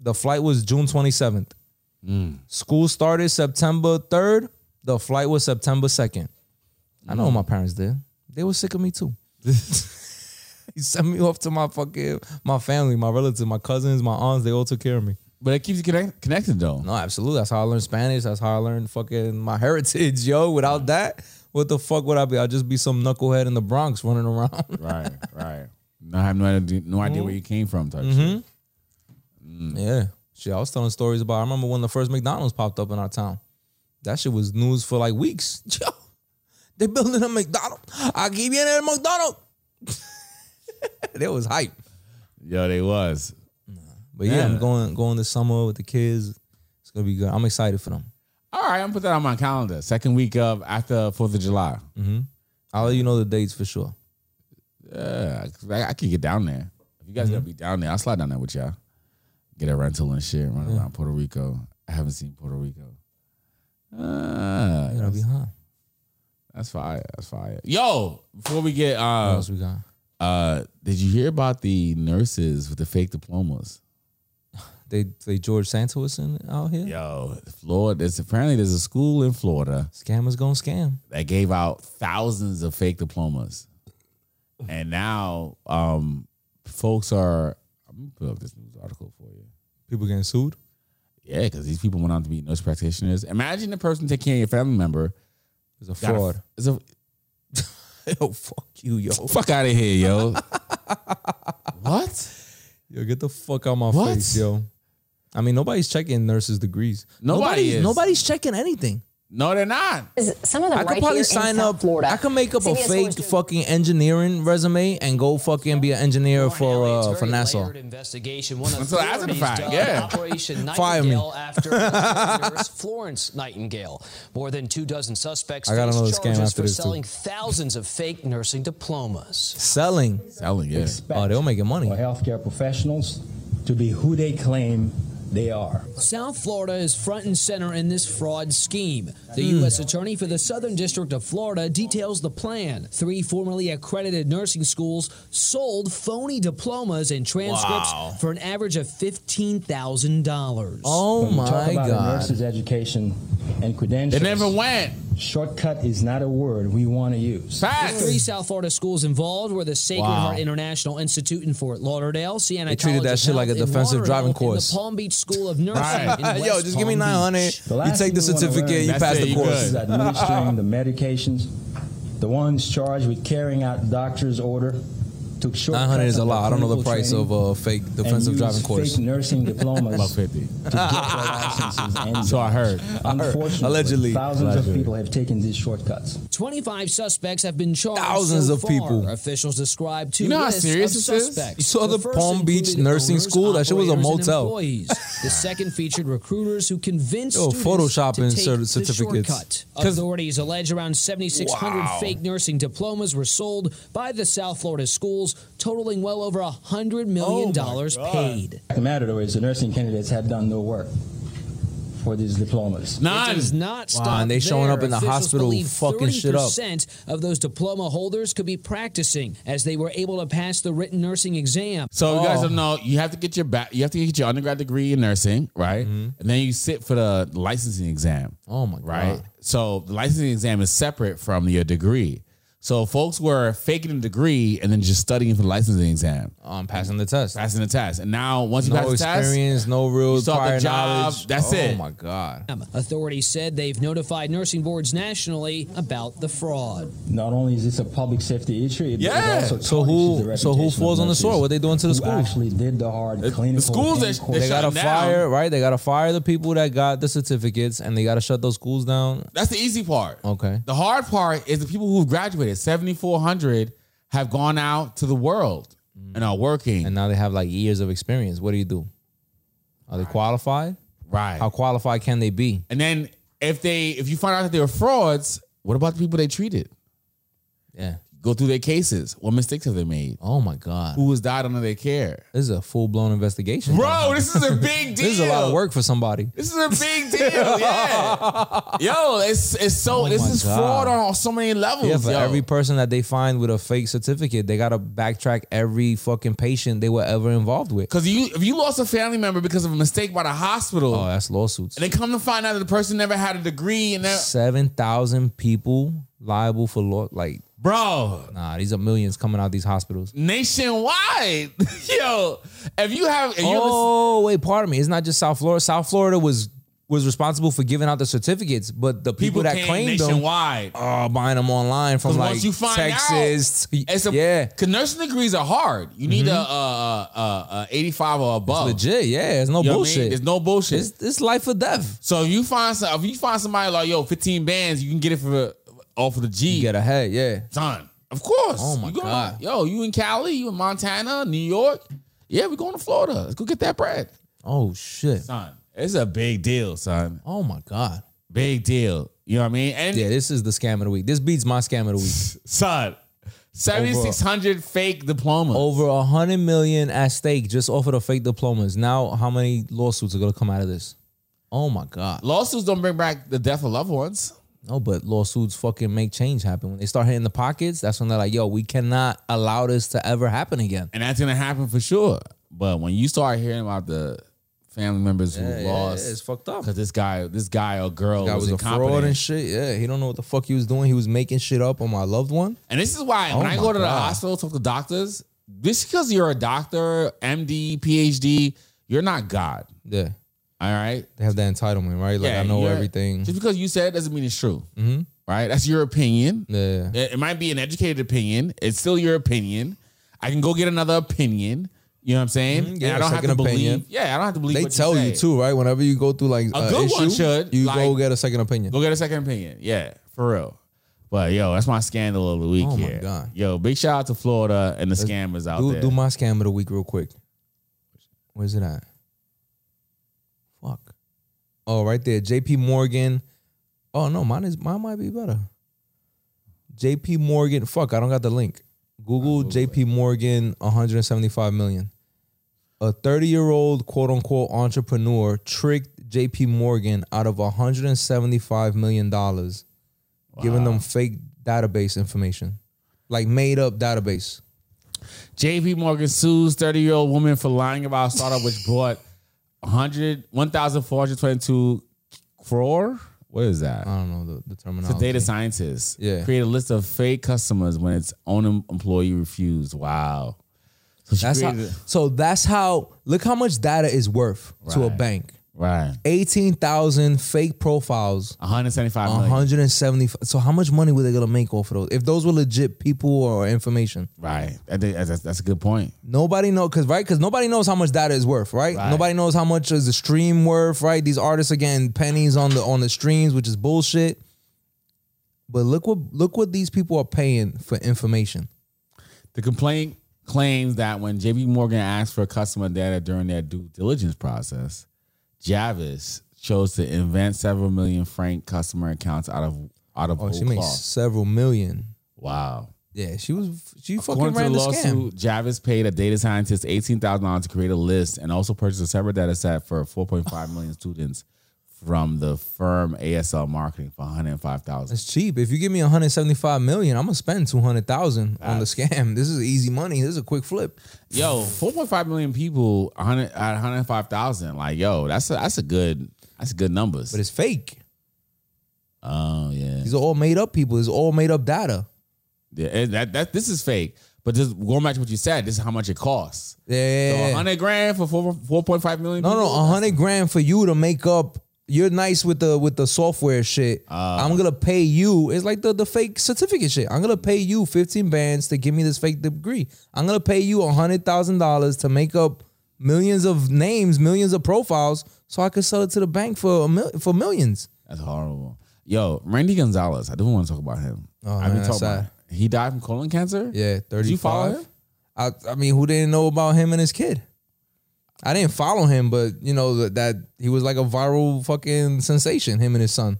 F: The flight was June 27th. School started September 3rd. The flight was September 2nd. I know what my parents did. They were sick of me too. he sent me off to my fucking my family, my relatives, my cousins, my aunts. They all took care of me.
G: But it keeps you connect- connected though.
F: No, absolutely. That's how I learned Spanish. That's how I learned fucking my heritage, yo. Without that, what the fuck would I be? I'd just be some knucklehead in the Bronx running around.
G: right, right. I have no idea, no
F: Mm-hmm.
G: idea where you came from. Type shit.
F: Mhm. Mm-hmm. Yeah. Shit, I was telling stories about I remember when the first McDonald's popped up in our town. That shit was news for like weeks. Yo, they building a McDonald's. I keep getting a McDonald's. There was hype.
G: Yo, they was.
F: But yeah, I'm
G: Yeah.
F: going going this summer with the kids. It's gonna be good. I'm excited for them.
G: All right, I'm gonna put that on my calendar. Second week of after Fourth of July.
F: Mm-hmm. I'll let you know the dates for sure.
G: Yeah, I, I could get down there. If you guys gonna
F: Mhm.
G: be down there, I'll slide down there with y'all. Get a rental and shit, run
F: Yeah.
G: around Puerto Rico. I haven't seen Puerto Rico. Ah,
F: It'll be
G: that's-
F: hot.
G: That's fire. That's fire. Yo, before we get uh,
F: What else we got?
G: uh, did you hear about the nurses with the fake diplomas?
F: They they George Santos in out here.
G: Yo, Florida. There's apparently there's a school in Florida
F: Scammers gonna scam.
G: that gave out thousands of fake diplomas, and now um, folks are. I'm gonna put up this news article for you.
F: People getting sued.
G: Yeah, because these people went on to be nurse practitioners. Imagine the person taking care of your family member
F: is a
G: Got a-
F: fraud.
G: Is a
F: yo, fuck you, yo.
G: Fuck out of here, yo. what?
F: Yo, get the fuck out my
G: What?
F: face, yo. I mean, nobody's checking nurses' degrees.
G: Nobody
F: Nobody's-
G: is.
F: Nobody's checking anything.
G: No, they're not.
R: Some of them
F: I
R: right
F: could probably
R: here in
F: sign
R: South
F: up.
R: Florida.
F: I could make up a
R: CBS
F: fake fucking engineering resume and go fucking be an engineer for uh, for NASA.
S: investigation. One of
F: Until after the
S: authorities
F: fact,
S: dubbed
F: yeah.
S: Operation
F: Fire me.
S: Nightingale after nurse Florence Nightingale. More than two dozen suspects
F: I got
S: face
F: another
S: charges
F: scam after
S: for
F: this, too.
S: selling thousands of fake nursing diplomas.
F: Selling,
G: selling, yeah.
F: Oh, they're making money.
T: healthcare professionals to be who they claim they are.
S: South Florida is front and center in this fraud scheme. The
F: Hmm.
S: U.S. Attorney for the Southern District of Florida details the plan. Three formerly accredited nursing schools sold phony diplomas and transcripts
T: Wow.
S: for an average of $15,000.
T: When we talk about a nurse's education and credentials.
S: It never
G: went.
T: Shortcut is not a word we want to use.
S: The three South Florida schools involved were the Sacred
T: Wow.
S: Heart International Institute in Fort Lauderdale, Siena
F: They treated
S: College
F: that
S: of
F: shit like a
S: Health in
F: defensive
S: Lauderdale,
F: driving
S: and
F: course.
S: the Palm Beach School of Nursing.
F: Right.
S: in West
F: Yo, just give me
S: Palm
F: 900.
S: Beach.
F: The last take the thing we wanna certificate, learn- you pass the course.
T: Is administering the medications. The ones charged with carrying out doctor's order took shortcuts.
F: 900 is a
T: of
F: lot. I don't know the
T: clinical
F: price
T: training
F: of a fake
T: and
F: defensive
T: used
F: driving course.
T: Fake nursing diplomas.
F: About
G: 50.
T: To get their licenses and
G: So I heard. I heard.
T: Unfortunately,
G: Allegedly.
T: thousands of
G: Allegedly.
T: people have taken these shortcuts.
S: 25 suspects have been charged.
T: Thousands
S: so
T: of
S: far.
T: people.
S: Officials describe two
T: You know how
S: lists
T: serious
S: of
T: this is?
S: suspects.
F: You saw the
S: first
F: Palm Beach
S: included
F: nursing
S: owners,
F: school? That shit was a
S: operators, and
F: motel.
S: employees. the second featured recruiters who convinced
F: Yo,
S: students
F: photoshopping
S: to take
F: cer-
S: the
F: certificates.
S: shortcut.
F: 'Cause-
S: Authorities allege around 7,600
F: Wow.
S: fake nursing diplomas were sold by the South Florida schools, totaling well over $100 million dollars paid.
T: The fact of The matter, though, is the nursing candidates have done no work for these diplomas.
S: It does not stop.
F: and they showing
S: there.
F: up in the
S: Officials
F: hospital
S: believe
F: fucking shit up.
S: 30% of those diploma holders could be practicing as they were able to pass the written nursing exam. Oh.
G: So you
F: Oh.
G: guys don't know. You have to get your back. You have to get your undergrad degree in nursing, right? And then you sit for the licensing exam.
F: Mm-hmm. Oh my
G: right?
F: God.
G: So the licensing exam is separate from your degree. So folks were faking a degree and then just studying for the licensing exam.
F: Um, passing the test.
G: Passing the test. And now once you
F: No
G: pass the test,
F: experience, no real
G: you start the
F: prior
G: job,
F: knowledge.
G: That's
F: Oh
G: it.
F: my god.
S: Authorities said they've notified nursing boards nationally about the fraud.
T: Not only is this a public safety issue, it,
S: Yeah.
T: it also
S: So
F: who-
T: tarnishes
F: so who
T: reputation of
F: falls on the
T: nurses
F: sword? What they doing to the
T: who
F: schools?
T: Actually, did the hard clinical. and court-
F: they gotta fire right. They gotta fire the people that got the certificates, and they gotta shut those schools down.
G: That's the easy part.
F: Okay.
G: The hard part is the people who've graduated, 7,400 have gone out to the world and are working. And
F: now they have like years of experience. What do you do? Are they qualified?
G: Right.
F: How qualified can they be?
G: And then if they if you find out that they were frauds, what about the people they treated?
F: Yeah.
G: Go through their cases. What mistakes have they made?
F: Oh my God.
G: Who has died under their care?
F: This is a full blown investigation,
G: Bro, this is a big
F: this is a lot
G: deal.
F: of work for somebody.
G: This is a big deal. Yeah. Yo, it's it's so this
F: Oh my
G: is
F: God.
G: fraud on so many levels.
F: Yeah, for
G: yo.
F: every person that they find with a fake certificate, they gotta backtrack every fucking patient they were ever involved with.
G: Cause you if you lost a family member because of a mistake by the hospital,
F: Oh, that's lawsuits.
G: and they come to find out that the person never had a degree and that
F: Seven thousand people liable for law. Like,
G: bro,
F: nah, these are millions coming out these hospitals.
G: nationwide. Yo, if you have if you have a
F: oh wait, pardon me. It's not just South Florida. South Florida was was responsible for giving out the certificates, but the people,
G: People
F: that
G: came
F: claimed
G: nationwide.
F: them are buying them online from
G: 'Cause
F: like
G: once you find
F: Texas.
G: out, it's a, yeah. Cause nursing degrees are hard. You need a, a, a, a, a 85 or above.
F: Mm-hmm. legit, yeah. There's no
G: You know what I mean?
F: bullshit.
G: There's no bullshit.
F: It's, it's life or death.
G: So if you find some, if you find somebody like yo, 15 bands, you can get it for off of the G. You
F: get a head, yeah.
G: Son, of course.
F: Oh, my
G: You going-
F: God.
G: Yo, you in Cali, you in Montana, New York. Yeah, we're going to Florida. Let's go get that bread.
F: Oh shit.
G: Son, it's a big deal, son.
F: Oh my god.
G: Big deal. You know what I mean? And
F: yeah, this is the scam of the week. This beats my scam of the week.
G: Son, 7,600 fake diplomas.
F: Over a hundred million at stake just off of the fake diplomas. Now, how many lawsuits are gonna come out of this? Oh my god.
G: Lawsuits don't bring back the death of loved ones.
F: No, but lawsuits fucking make change happen. When they start hitting the pockets, that's when they're like, yo, we cannot allow this to ever happen again.
G: And that's gonna happen for sure. But when you start hearing about the family members who
F: Yeah, yeah,
G: lost,
F: yeah, it's fucked up.
G: Because this guy, this guy or girl
F: Guy
G: was,
F: was a
G: incompetent.
F: fraud and shit. Yeah, he don't know what the fuck he was doing. He was making shit up on my loved one.
G: And this is why when
F: Oh
G: I
F: my
G: go to the
F: God.
G: hospital, talk to doctors, this because you're a doctor, MD, PhD, you're not God.
F: Yeah.
G: All right.
F: They have that entitlement, right? Like
G: Yeah,
F: I know
G: you're-
F: everything.
G: Just because you said it doesn't mean it's true.
F: hmm
G: Right? That's your opinion.
F: Yeah.
G: It it might be an educated opinion. It's still your opinion. I can go get another opinion. You know what I'm saying?
F: Mhm,
G: And
F: yeah,
G: I don't have
F: second
G: to
F: opinion.
G: believe. Yeah, I don't have to believe.
F: They
G: what
F: tell
G: you,
F: you,
G: say.
F: too, right? Whenever you go through like
G: A good one
F: issue,
G: should,
F: you go
G: like-
F: get a second opinion.
G: Go get a second opinion. Yeah, for real. But yo, that's my scandal of the week
F: Oh, my
G: here.
F: God.
G: Yo, big shout out to Florida and the
F: Let's
G: scammers out
F: Do,
G: there.
F: do my scam of the week real quick. Where's it at? Fuck. Oh, right there. JP Morgan. Oh no, mine is mine might be better. JP Morgan. Fuck, I don't got the link. Google JP Morgan 175 million. A 30-year-old quote unquote entrepreneur tricked JP Morgan out of 175 million dollars, giving them fake database information. Like made up database.
G: JP Morgan sues 30 year old woman for lying about a startup which brought 100 1,422 crore. What is that?
F: I don't know the, the
G: It's a
F: terminology.
G: data scientist.
F: Yeah.
G: Create a list of fake customers when its own em- employee refused. Wow. So she
F: That's how,
G: created-
F: so that's how look how much data is worth to a
G: Right.
F: bank.
G: right.
F: 18,000 fake profiles.
G: 175 million.
F: 170 so how much money were they going to make off of those if those were legit people or information
G: Right. I think That's, that's a good point.
F: nobody know because right because nobody knows how much data is worth right?
G: Right.
F: nobody knows how much is the stream worth right these artists are getting pennies on the on the streams which is bullshit but look what look what these people are paying for information
G: The complaint claims that when JP Morgan asked for customer data during their due diligence process, Javis chose to invent several million franc customer accounts out of out of
F: oh
G: whole
F: she makes
G: cloth.
F: several million
G: Wow.
F: yeah she was she fucking
G: According to the
F: ran the, scam
G: lawsuit, Javis paid a data scientist eighteen thousand dollars to create a list and also purchased a separate data set for four point five million students from the firm ASL marketing for one hundred five thousand.
F: It's cheap. If you give me 175 million, I'm gonna spend 200,000 on the scam. This is easy money. This is a quick flip.
G: Yo, four point five million people, one hundred at one hundred five thousand. Like, yo, that's a, that's a good that's good numbers.
F: But it's fake.
G: Oh yeah,
F: These are all made up people. It's all made up data.
G: yeah and that that this is fake. But just going back to what you said, this is how much it costs.
F: Yeah.
G: so hundred grand for four four point five million.
F: Eh, no, no,
G: people?
F: 100 grand for you to make up. You're nice with the with the software shit.
G: Uh.
F: I'm gonna pay you. It's like the, the fake certificate shit. I'm gonna pay you 15 bands to give me this fake degree. I'm gonna pay you hundred thousand dollars to make up millions of names, millions of profiles, so I could sell it to the bank for a mil- for millions.
G: That's horrible. Yo, Randy Gonzalez. I do want to talk about him.
F: Oh, man,
G: I've been talking
F: that's
G: about. He died from colon cancer.
F: Yeah, thirty-five.
G: Did you follow him?
F: I, I mean, who didn't know about him and his kid? I didn't follow him, but you know that, that he was like a viral fucking sensation. Him and his son.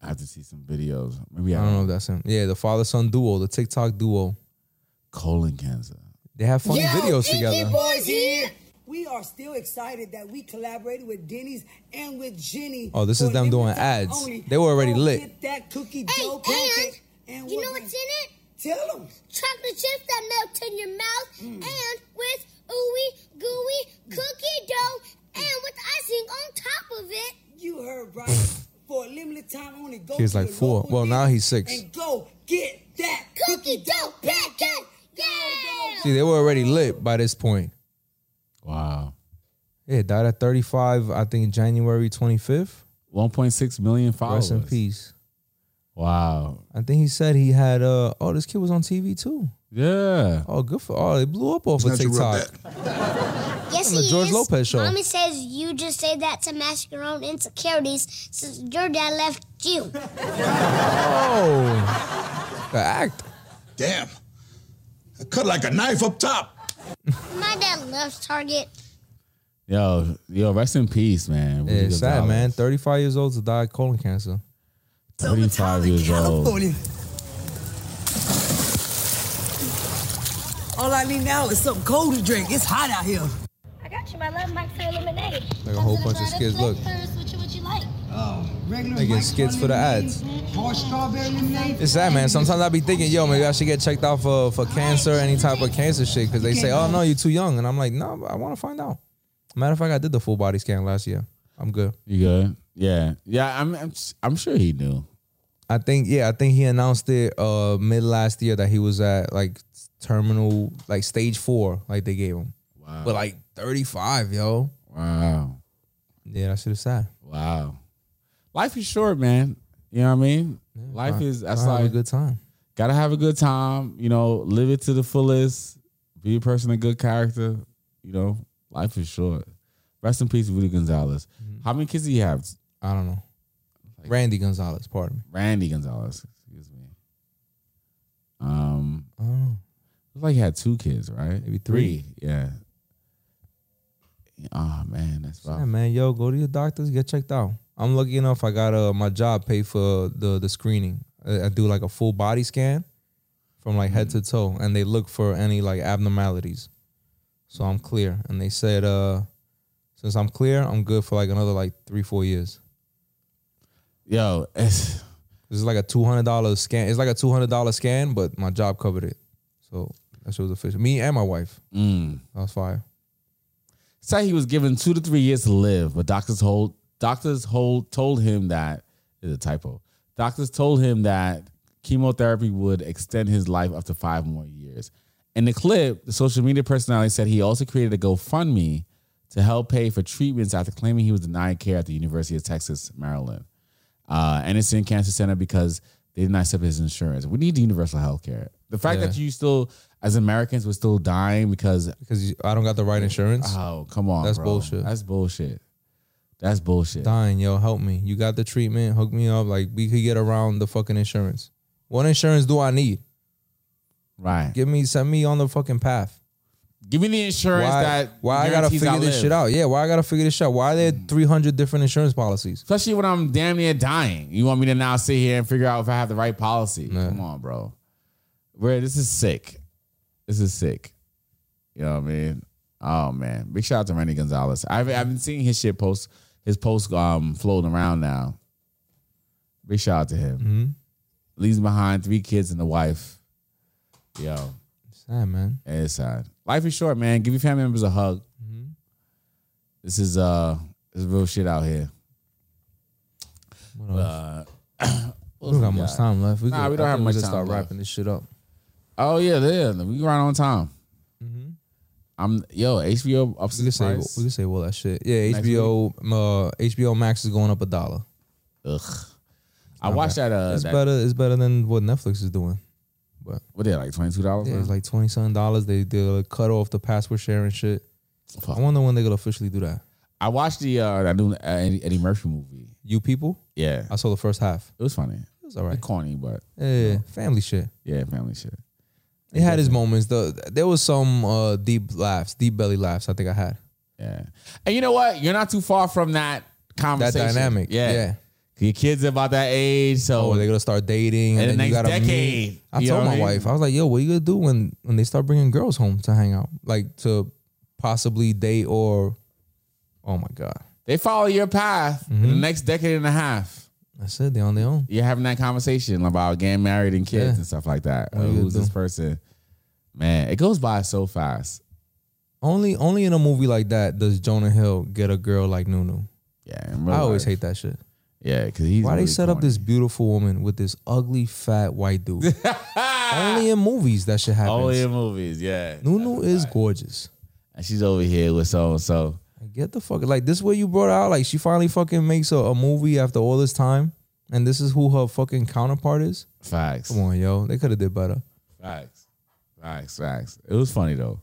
G: I have to see some videos. Maybe I,
F: I don't know if that's him. Yeah, the father son duo, the TikTok duo.
G: Colon cancer.
F: They have funny
R: Yo,
F: videos
R: Geeky
F: together.
R: Boys here. We are still excited that we collaborated with Denny's and with Jenny.
F: Oh, this is
R: for
F: them doing
R: limited time
F: ads.
R: only.
F: They were already
R: Go
F: lit.
R: get that cookie
U: Hey,
R: dough
U: and,
R: pancake and
U: you
R: what
U: know
R: we-
U: what's in it?
R: Tell Mm. them.
U: Chocolate chips that melt in your mouth, and with ooey gooey
R: Mm.
U: cookie dough, and with icing on top of it.
R: You heard right. for a limited time only, go
F: He was
R: to
F: like
R: your
F: four.
R: local
F: Well, now
R: Denny's
F: he's six.
R: And go get that cookie, dough pancake.
U: Yeah!
F: See, they were already lit by this point.
G: Wow.
F: Yeah, died at 35, I think January 25th.
G: 1.6 million followers.
F: Rest in peace.
G: Wow.
F: I think he said he had uh oh this kid was on TV too.
G: Yeah.
F: Oh, good for oh, they blew up off of
G: Snatch a real
F: TikTok.
U: Yes,
F: On the
U: he
F: George
U: is.
F: Lopez show.
U: Mommy says you just say that to mask your own insecurities since your dad left you.
F: Oh. The act.
B: Damn. I cut like a knife up top.
U: My dad loves Target.
G: Yo, yo, rest in peace, man.
F: Yeah, it's sad, man. 35 years old to die of colon cancer.
G: 35 years old.
R: All I need now is something cold to drink. It's hot out here.
U: I got you, my love, Mike for lemonade.
F: Like a whole bunch of skids. Look,
U: What you, what you like?
R: Oh, regular.
F: they get skids for the ads.
R: Or strawberry lemonade.
F: It's sad, man. Sometimes I be thinking, yo, maybe I should get checked out for, for cancer, any type of cancer shit, because they say, oh, no, you're too young. And I'm like, no, but I want to find out. Matter of fact, I did the full body scan last year. I'm good.
G: You good? Yeah. Yeah, I'm I'm, I'm sure he knew.
F: I think, yeah, I think he announced it uh, mid last year that he was at like terminal, like stage four, like they gave him. Wow. But like 35, yo.
G: Wow.
F: Yeah, that shit is sad.
G: Wow. Life is short, man. You know what I mean? Life
F: gotta-
G: is that's
F: gotta have
G: like
F: a good time.
G: Gotta have a good time. You know, live it to the fullest. Be a person of good character. You know, life is short. Rest in peace, Rudy Gonzalez. How many kids do you have?
F: Mm-hmm. I don't know. Randy Gonzalez, pardon me.
G: Randy Gonzalez, excuse me. Um, It's like he had two kids, right? Maybe
F: three.
G: Yeah. Oh man, that's rough.
F: Yeah, man, yo, go to your doctors, get checked out. I'm lucky enough. I got uh, my job paid for the the screening. I, I do like a full body scan from like head to
G: Mm-hmm.
F: toe, and they look for any like abnormalities. So I'm clear, and they said uh, since I'm clear, I'm good for like another like three four years.
G: Yo, it's
F: this is like a two hundred dollar scan. It's like a two hundred dollar scan, but my job covered it, so that shit was official. Me and my wife.
H: Hmm.
G: Mm.
F: That was fire.
G: Say he was given two to three years to live, but doctors hold doctors hold told him that is a typo. Doctors told him that chemotherapy would extend his life up to five more years. In the clip, the social media personality said he also created a GoFundMe to help pay for treatments after claiming he was denied care at the University of Texas, Maryland, uh, Anderson Cancer Center because they did not accept his insurance. We need universal health care. The fact
F: Yeah.
G: that you still, as Americans, were still dying because
F: because I don't got the right insurance.
G: Oh, come on,
F: That's
G: bro.
F: bullshit.
G: That's bullshit. That's bullshit.
F: Dying, yo, help me. You got the treatment. Hook me up. Like we could get around the fucking insurance. What insurance do I need?
G: Right.
F: Give me, send me on the fucking path.
G: Give me the insurance
F: why,
G: that
F: Why I gotta
G: guarantees
F: figure
G: I
F: this
G: live.
F: shit out? Yeah, why I gotta figure this shit out? Why are there
G: Mm.
F: three hundred different insurance policies?
G: Especially when I'm damn near dying. You want me to now sit here and figure out if I have the right policy? Come on, bro. Bro, this is sick. This is sick. You know what I mean? Oh man. Big shout out to Randy Gonzalez. I've I've been seeing his shit post his post um floating around now. Big shout out to him.
F: Mm-hmm.
G: Leaves behind three kids and a wife. Yo.
F: Sad man.
G: It's sad. Life is short, man. Give your family members a hug.
F: Mm-hmm.
G: This is uh, this is real shit out here.
F: What else?
G: Uh,
F: we don't got much time left. We
G: nah,
F: could-
G: we don't
F: I
G: have
F: think we
G: much time.
F: just start
G: left.
F: wrapping this shit up.
G: Oh yeah, yeah. We right on time. I'm yo HBO
F: Mm-hmm. We
G: ups the
F: can say
G: price.
F: we can say well that shit. Yeah,
G: Next
F: HBO uh, HBO Max is going up a dollar.
G: Ugh. I watched that. Uh,
F: it's
G: that-
F: better. It's better than what Netflix is doing. But
G: What they like twenty two dollars?
F: Yeah, it's like twenty something dollars. They they like, cut off the password sharing shit. I wonder when they're gonna officially do that.
G: I watched the uh, that new uh, Eddie, Eddie Murphy movie.
F: You people?
G: Yeah,
F: I saw the first half.
G: It was funny. It
F: was all right.
G: corny, but
F: Yeah, family shit.
G: yeah, family shit.
F: It had its moments. The there was some uh, deep laughs, deep belly laughs. I think I had.
G: Yeah. And you know what? You're not too far from that conversation.
F: dynamic,
G: Yeah.
F: yeah.
G: Your kids are about that age, so
F: Oh, they're gonna start dating,
G: In
F: and,
G: the
F: then you
G: next
F: gotta meet.
G: decade,
F: I
G: you know
F: told
G: what
F: my
G: I mean?
F: wife, I was like, "Yo, what you gonna do when when they start bringing girls home to hang out, like to possibly date or?" Oh my god,
G: they follow your path in
F: Mm-hmm.
G: the next decade and a half.
F: that's it. They're on their own.
G: You're having that conversation about getting married and kids
F: Yeah.
G: and stuff like that.
F: What
G: Uh,
F: you gonna
G: who's this
F: do?
G: person? Man, it goes by so fast.
F: Only only in a movie like that does Jonah Hill get a girl like Nunu.
G: Yeah,
F: I always hate that shit.
G: Yeah, because he's
F: Why they
G: really
F: set up
G: corny.
F: this beautiful woman with this ugly fat white dude? Only in movies that shit happens.
G: Only in movies, yeah.
F: Nunu is gorgeous.
G: And she's over here with so and so.
F: Get the fuck like this way you brought out like she finally fucking makes a, a movie after all this time, and this is who her fucking counterpart is.
G: Facts.
F: Come on, yo, they could have did better.
G: Facts. Facts. Facts. It was funny though.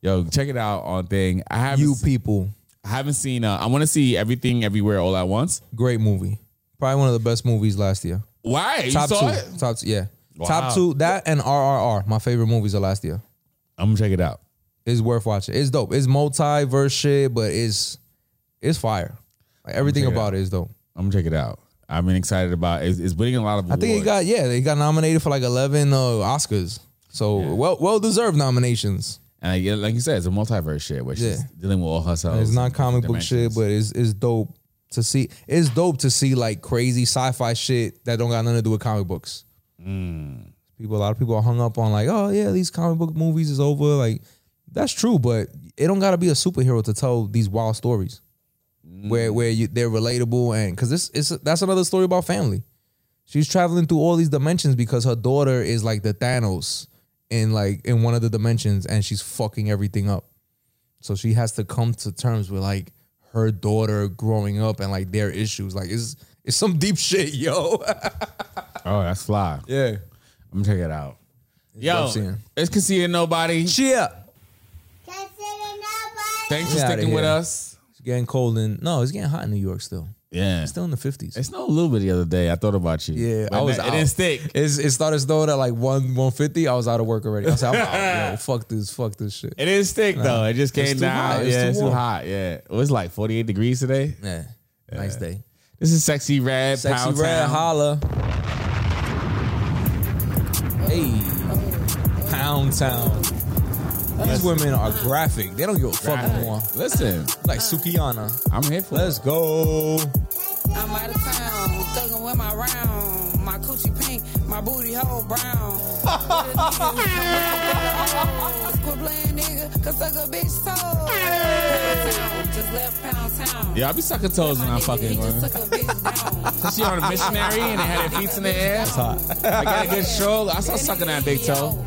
G: Yo, check it out on thing. I have
F: you people.
G: I haven't seen. Uh, I want to see everything, everywhere, all at once.
F: Great movie. Probably one of the best movies last year.
G: Why? You
F: Top
G: saw
F: two.
G: it?
F: Top two. Yeah.
G: Wow.
F: Top two. That and RRR. My favorite movies of last year.
G: I'm gonna check it out.
F: It's worth watching. It's dope. It's multiverse shit, but it's it's fire. Like everything about it is dope.
G: I'm gonna check it out. I've been excited about. It. It's, it's winning a lot of.
F: I think it
G: awards.
F: got yeah, they got nominated for like eleven uh, Oscars. So well well deserved nominations.
G: And I, yeah, like you said, it's a multiverse shit where she's
F: Yeah.
G: dealing with all herself.
F: And it's not comic book shit, but it's it's dope to see. It's dope to see like crazy sci-fi shit that don't got nothing to do with comic books. People, a lot of people are hung up on like, oh yeah, these comic book movies is over. Like that's true, but it don't gotta be a superhero to tell these wild stories where where you, they're relatable and because this is that's another story about family. She's traveling through all these dimensions because her daughter is like the Thanos in like in one of the dimensions and she's fucking everything up. So she has to come to terms with like her daughter growing up and like their issues. Like it's it's some deep shit, yo.
G: Oh, that's fly.
F: Yeah.
G: I'm gonna check it out. Yo,
F: worth seeing.
G: it's consider nobody.
F: Cheer.
G: Thanks for sticking with us.
F: It's getting cold and no, it's getting hot in New York still.
G: Yeah,
F: It's still in the fifties.
G: It snowed a little bit the other day. I thought about you.
F: Yeah,
G: But
F: I was.
G: It
F: out.
G: didn't stick.
F: It's, it started snowing at like one one fifty. I was out of work already. I said, I'm out, yo, fuck this, fuck this shit.
G: It didn't stick
F: Nah.
G: though. It just
F: It's
G: came
F: too
G: down.
F: hot. It's
G: yeah,
F: too
G: it's too
F: warm.
G: hot. Yeah, it was like 48 degrees today.
F: Yeah, nice day.
G: This is sexy red.
F: Sexy
G: Pound
F: Red,
G: Town.
F: holla. Hey, Pound Town. These women are graphic. They don't give a fuck
G: Graphic.
F: anymore.
G: Listen,
F: like Sukiana.
G: I'm here for.
F: Let's go.
V: I'm out of town, thuggin' with my round. My coochie pink, my booty hole brown. Quit playing nigga, cause suck a bitch soul. Just left pound town.
G: Yeah, I be sucking toes when I'm fucking. Man. Since you're on a missionary and they had their feet in the air, I got a good stroll. I saw sucking that big toe.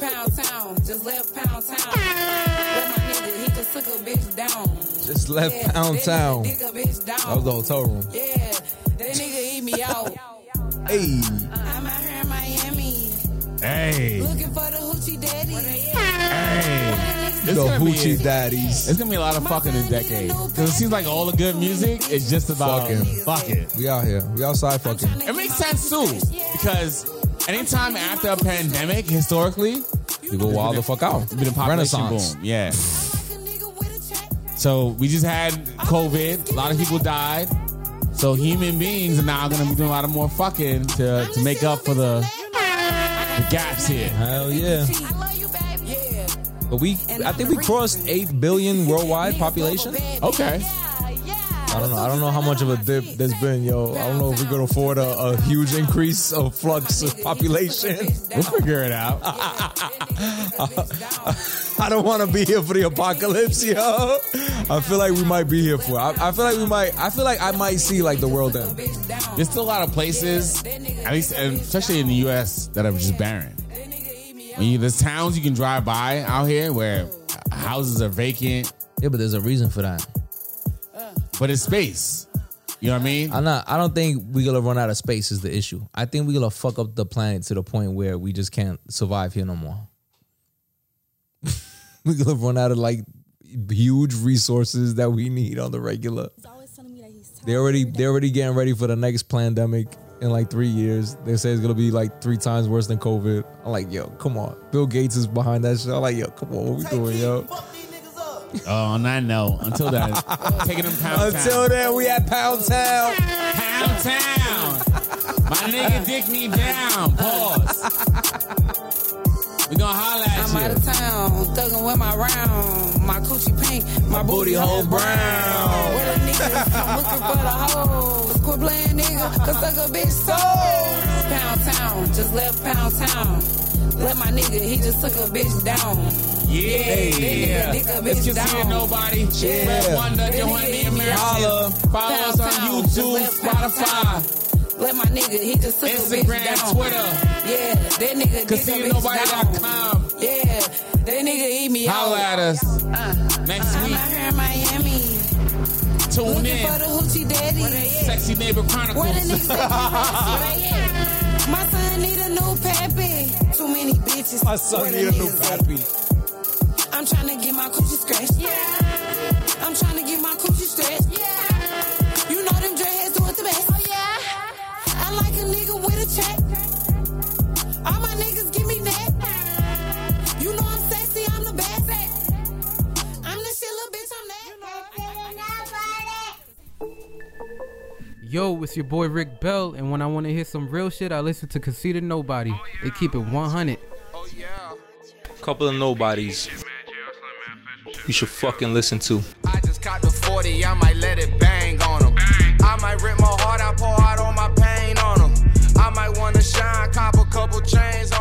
V: Pound town, just left pound town. With my nigga, he could suck a bitch down.
F: Just left
V: Yeah,
F: Pound
V: that nigga
F: Town.
V: dick a bitch down.
F: That was the Uh. hotel room.
V: Yeah, that nigga eat me out.
F: Hey.
V: I'm out here in Miami.
G: Hey.
V: Looking for the hoochie daddy.
G: It's
F: The
G: gonna be-
F: hoochie daddies.
G: It's gonna be a lot of fucking this decade. Cause it seems like all the good music is just about
F: Fucking.
G: fucking.
F: We out here. We outside fucking.
G: It makes sense too, because anytime after a pandemic, historically,
F: You go wild the fuck out.
G: it's been a population
F: Renaissance.
G: boom. Yeah. So we just had COVID. A lot of people died. So human beings are now gonna be doing a lot of more fucking to, to make up for the, the gaps here.
F: Hell yeah. But we, I think we crossed eight billion worldwide population.
G: Okay.
F: I don't know. I don't know how much of a dip there's been, yo. I don't know if we're gonna afford a, a huge increase of flux of population.
G: We'll figure it out.
F: I don't want to be here for the apocalypse, yo. I feel like we might be here for. It. I, I feel like we might. I feel like I might see like the world end.
G: There's still a lot of places, at least and especially in the U.S., that are just barren. When you, there's towns you can drive by out here where houses are vacant.
F: Yeah, but there's a reason for that.
G: But it's space. You know what I mean?
F: I'm not. I don't think we're gonna run out of space is the issue. I think we're gonna fuck up the planet to the point where we just can't survive here no more. we're gonna run out of like huge resources that we need on the regular. They already they're already getting ready for the next pandemic in like three years. They say it's gonna be like three times worse than COVID. I'm like, yo, come on. Bill Gates is behind that shit. I'm like, yo, come on, what we doing, yo?
G: Oh, on that note, until then, taking them pound
F: Until
G: town.
F: then, we at Pound Town.
G: Pound town. My nigga dick me down. Pause. We gonna holla at
V: I'm out of
G: you.
V: town, thuggin' with my round. My coochie pink, my booty hole brown. With a nigga, I'm looking for the hoes. Quit playing nigga, cause suck a bitch soul. Pound town, just left pound town. Let my nigga, he just took a bitch down.
G: Yeah.
V: that nigga dick
G: Let's
V: a bitch
G: just hear
V: down.
G: nobody.
V: Yeah.
G: Red Wonder,
V: That nigga
G: Johanna
V: eat me
G: America.
V: out.
G: Follow us on
V: Pound town,
G: YouTube,
V: just left pound town.
G: Spotify.
V: Let my nigga, he just took a bitch
G: Instagram,
V: down.
G: Twitter.
V: Yeah, that nigga dick a bitch
G: CasinoNobody.com.
V: down. Yeah, that nigga eat me
G: Holla at
V: out.
G: us.
V: Next week. I'm out here in Miami.
G: Tune
V: Looking
G: in.
V: for the hoochie daddy.
G: Sexy Neighbor Chronicles.
V: Where the niggas at? Where they at? My son need a new pappy. Too many bitches. My son need a new pappy. I'm trying to get my coochie scratched. Yeah. I'm trying to get my coochie stretched. Yeah. You know them dreadheads do it the best. Oh yeah. I like a nigga with a check. All my niggas give me neck. You know I'm sexy. I'm the best. I'm the shit little bitch. I'm that.
B: Yo, it's your boy Rick Bell, and when I want to hear some real shit, I listen to Consider Nobody. They keep it 100.
F: Couple of nobodies. You should fucking listen to.
D: I just caught the 40, I might let it bang on him. I might rip my heart out, pour out all my pain on him. I might wanna shine, cop a couple chains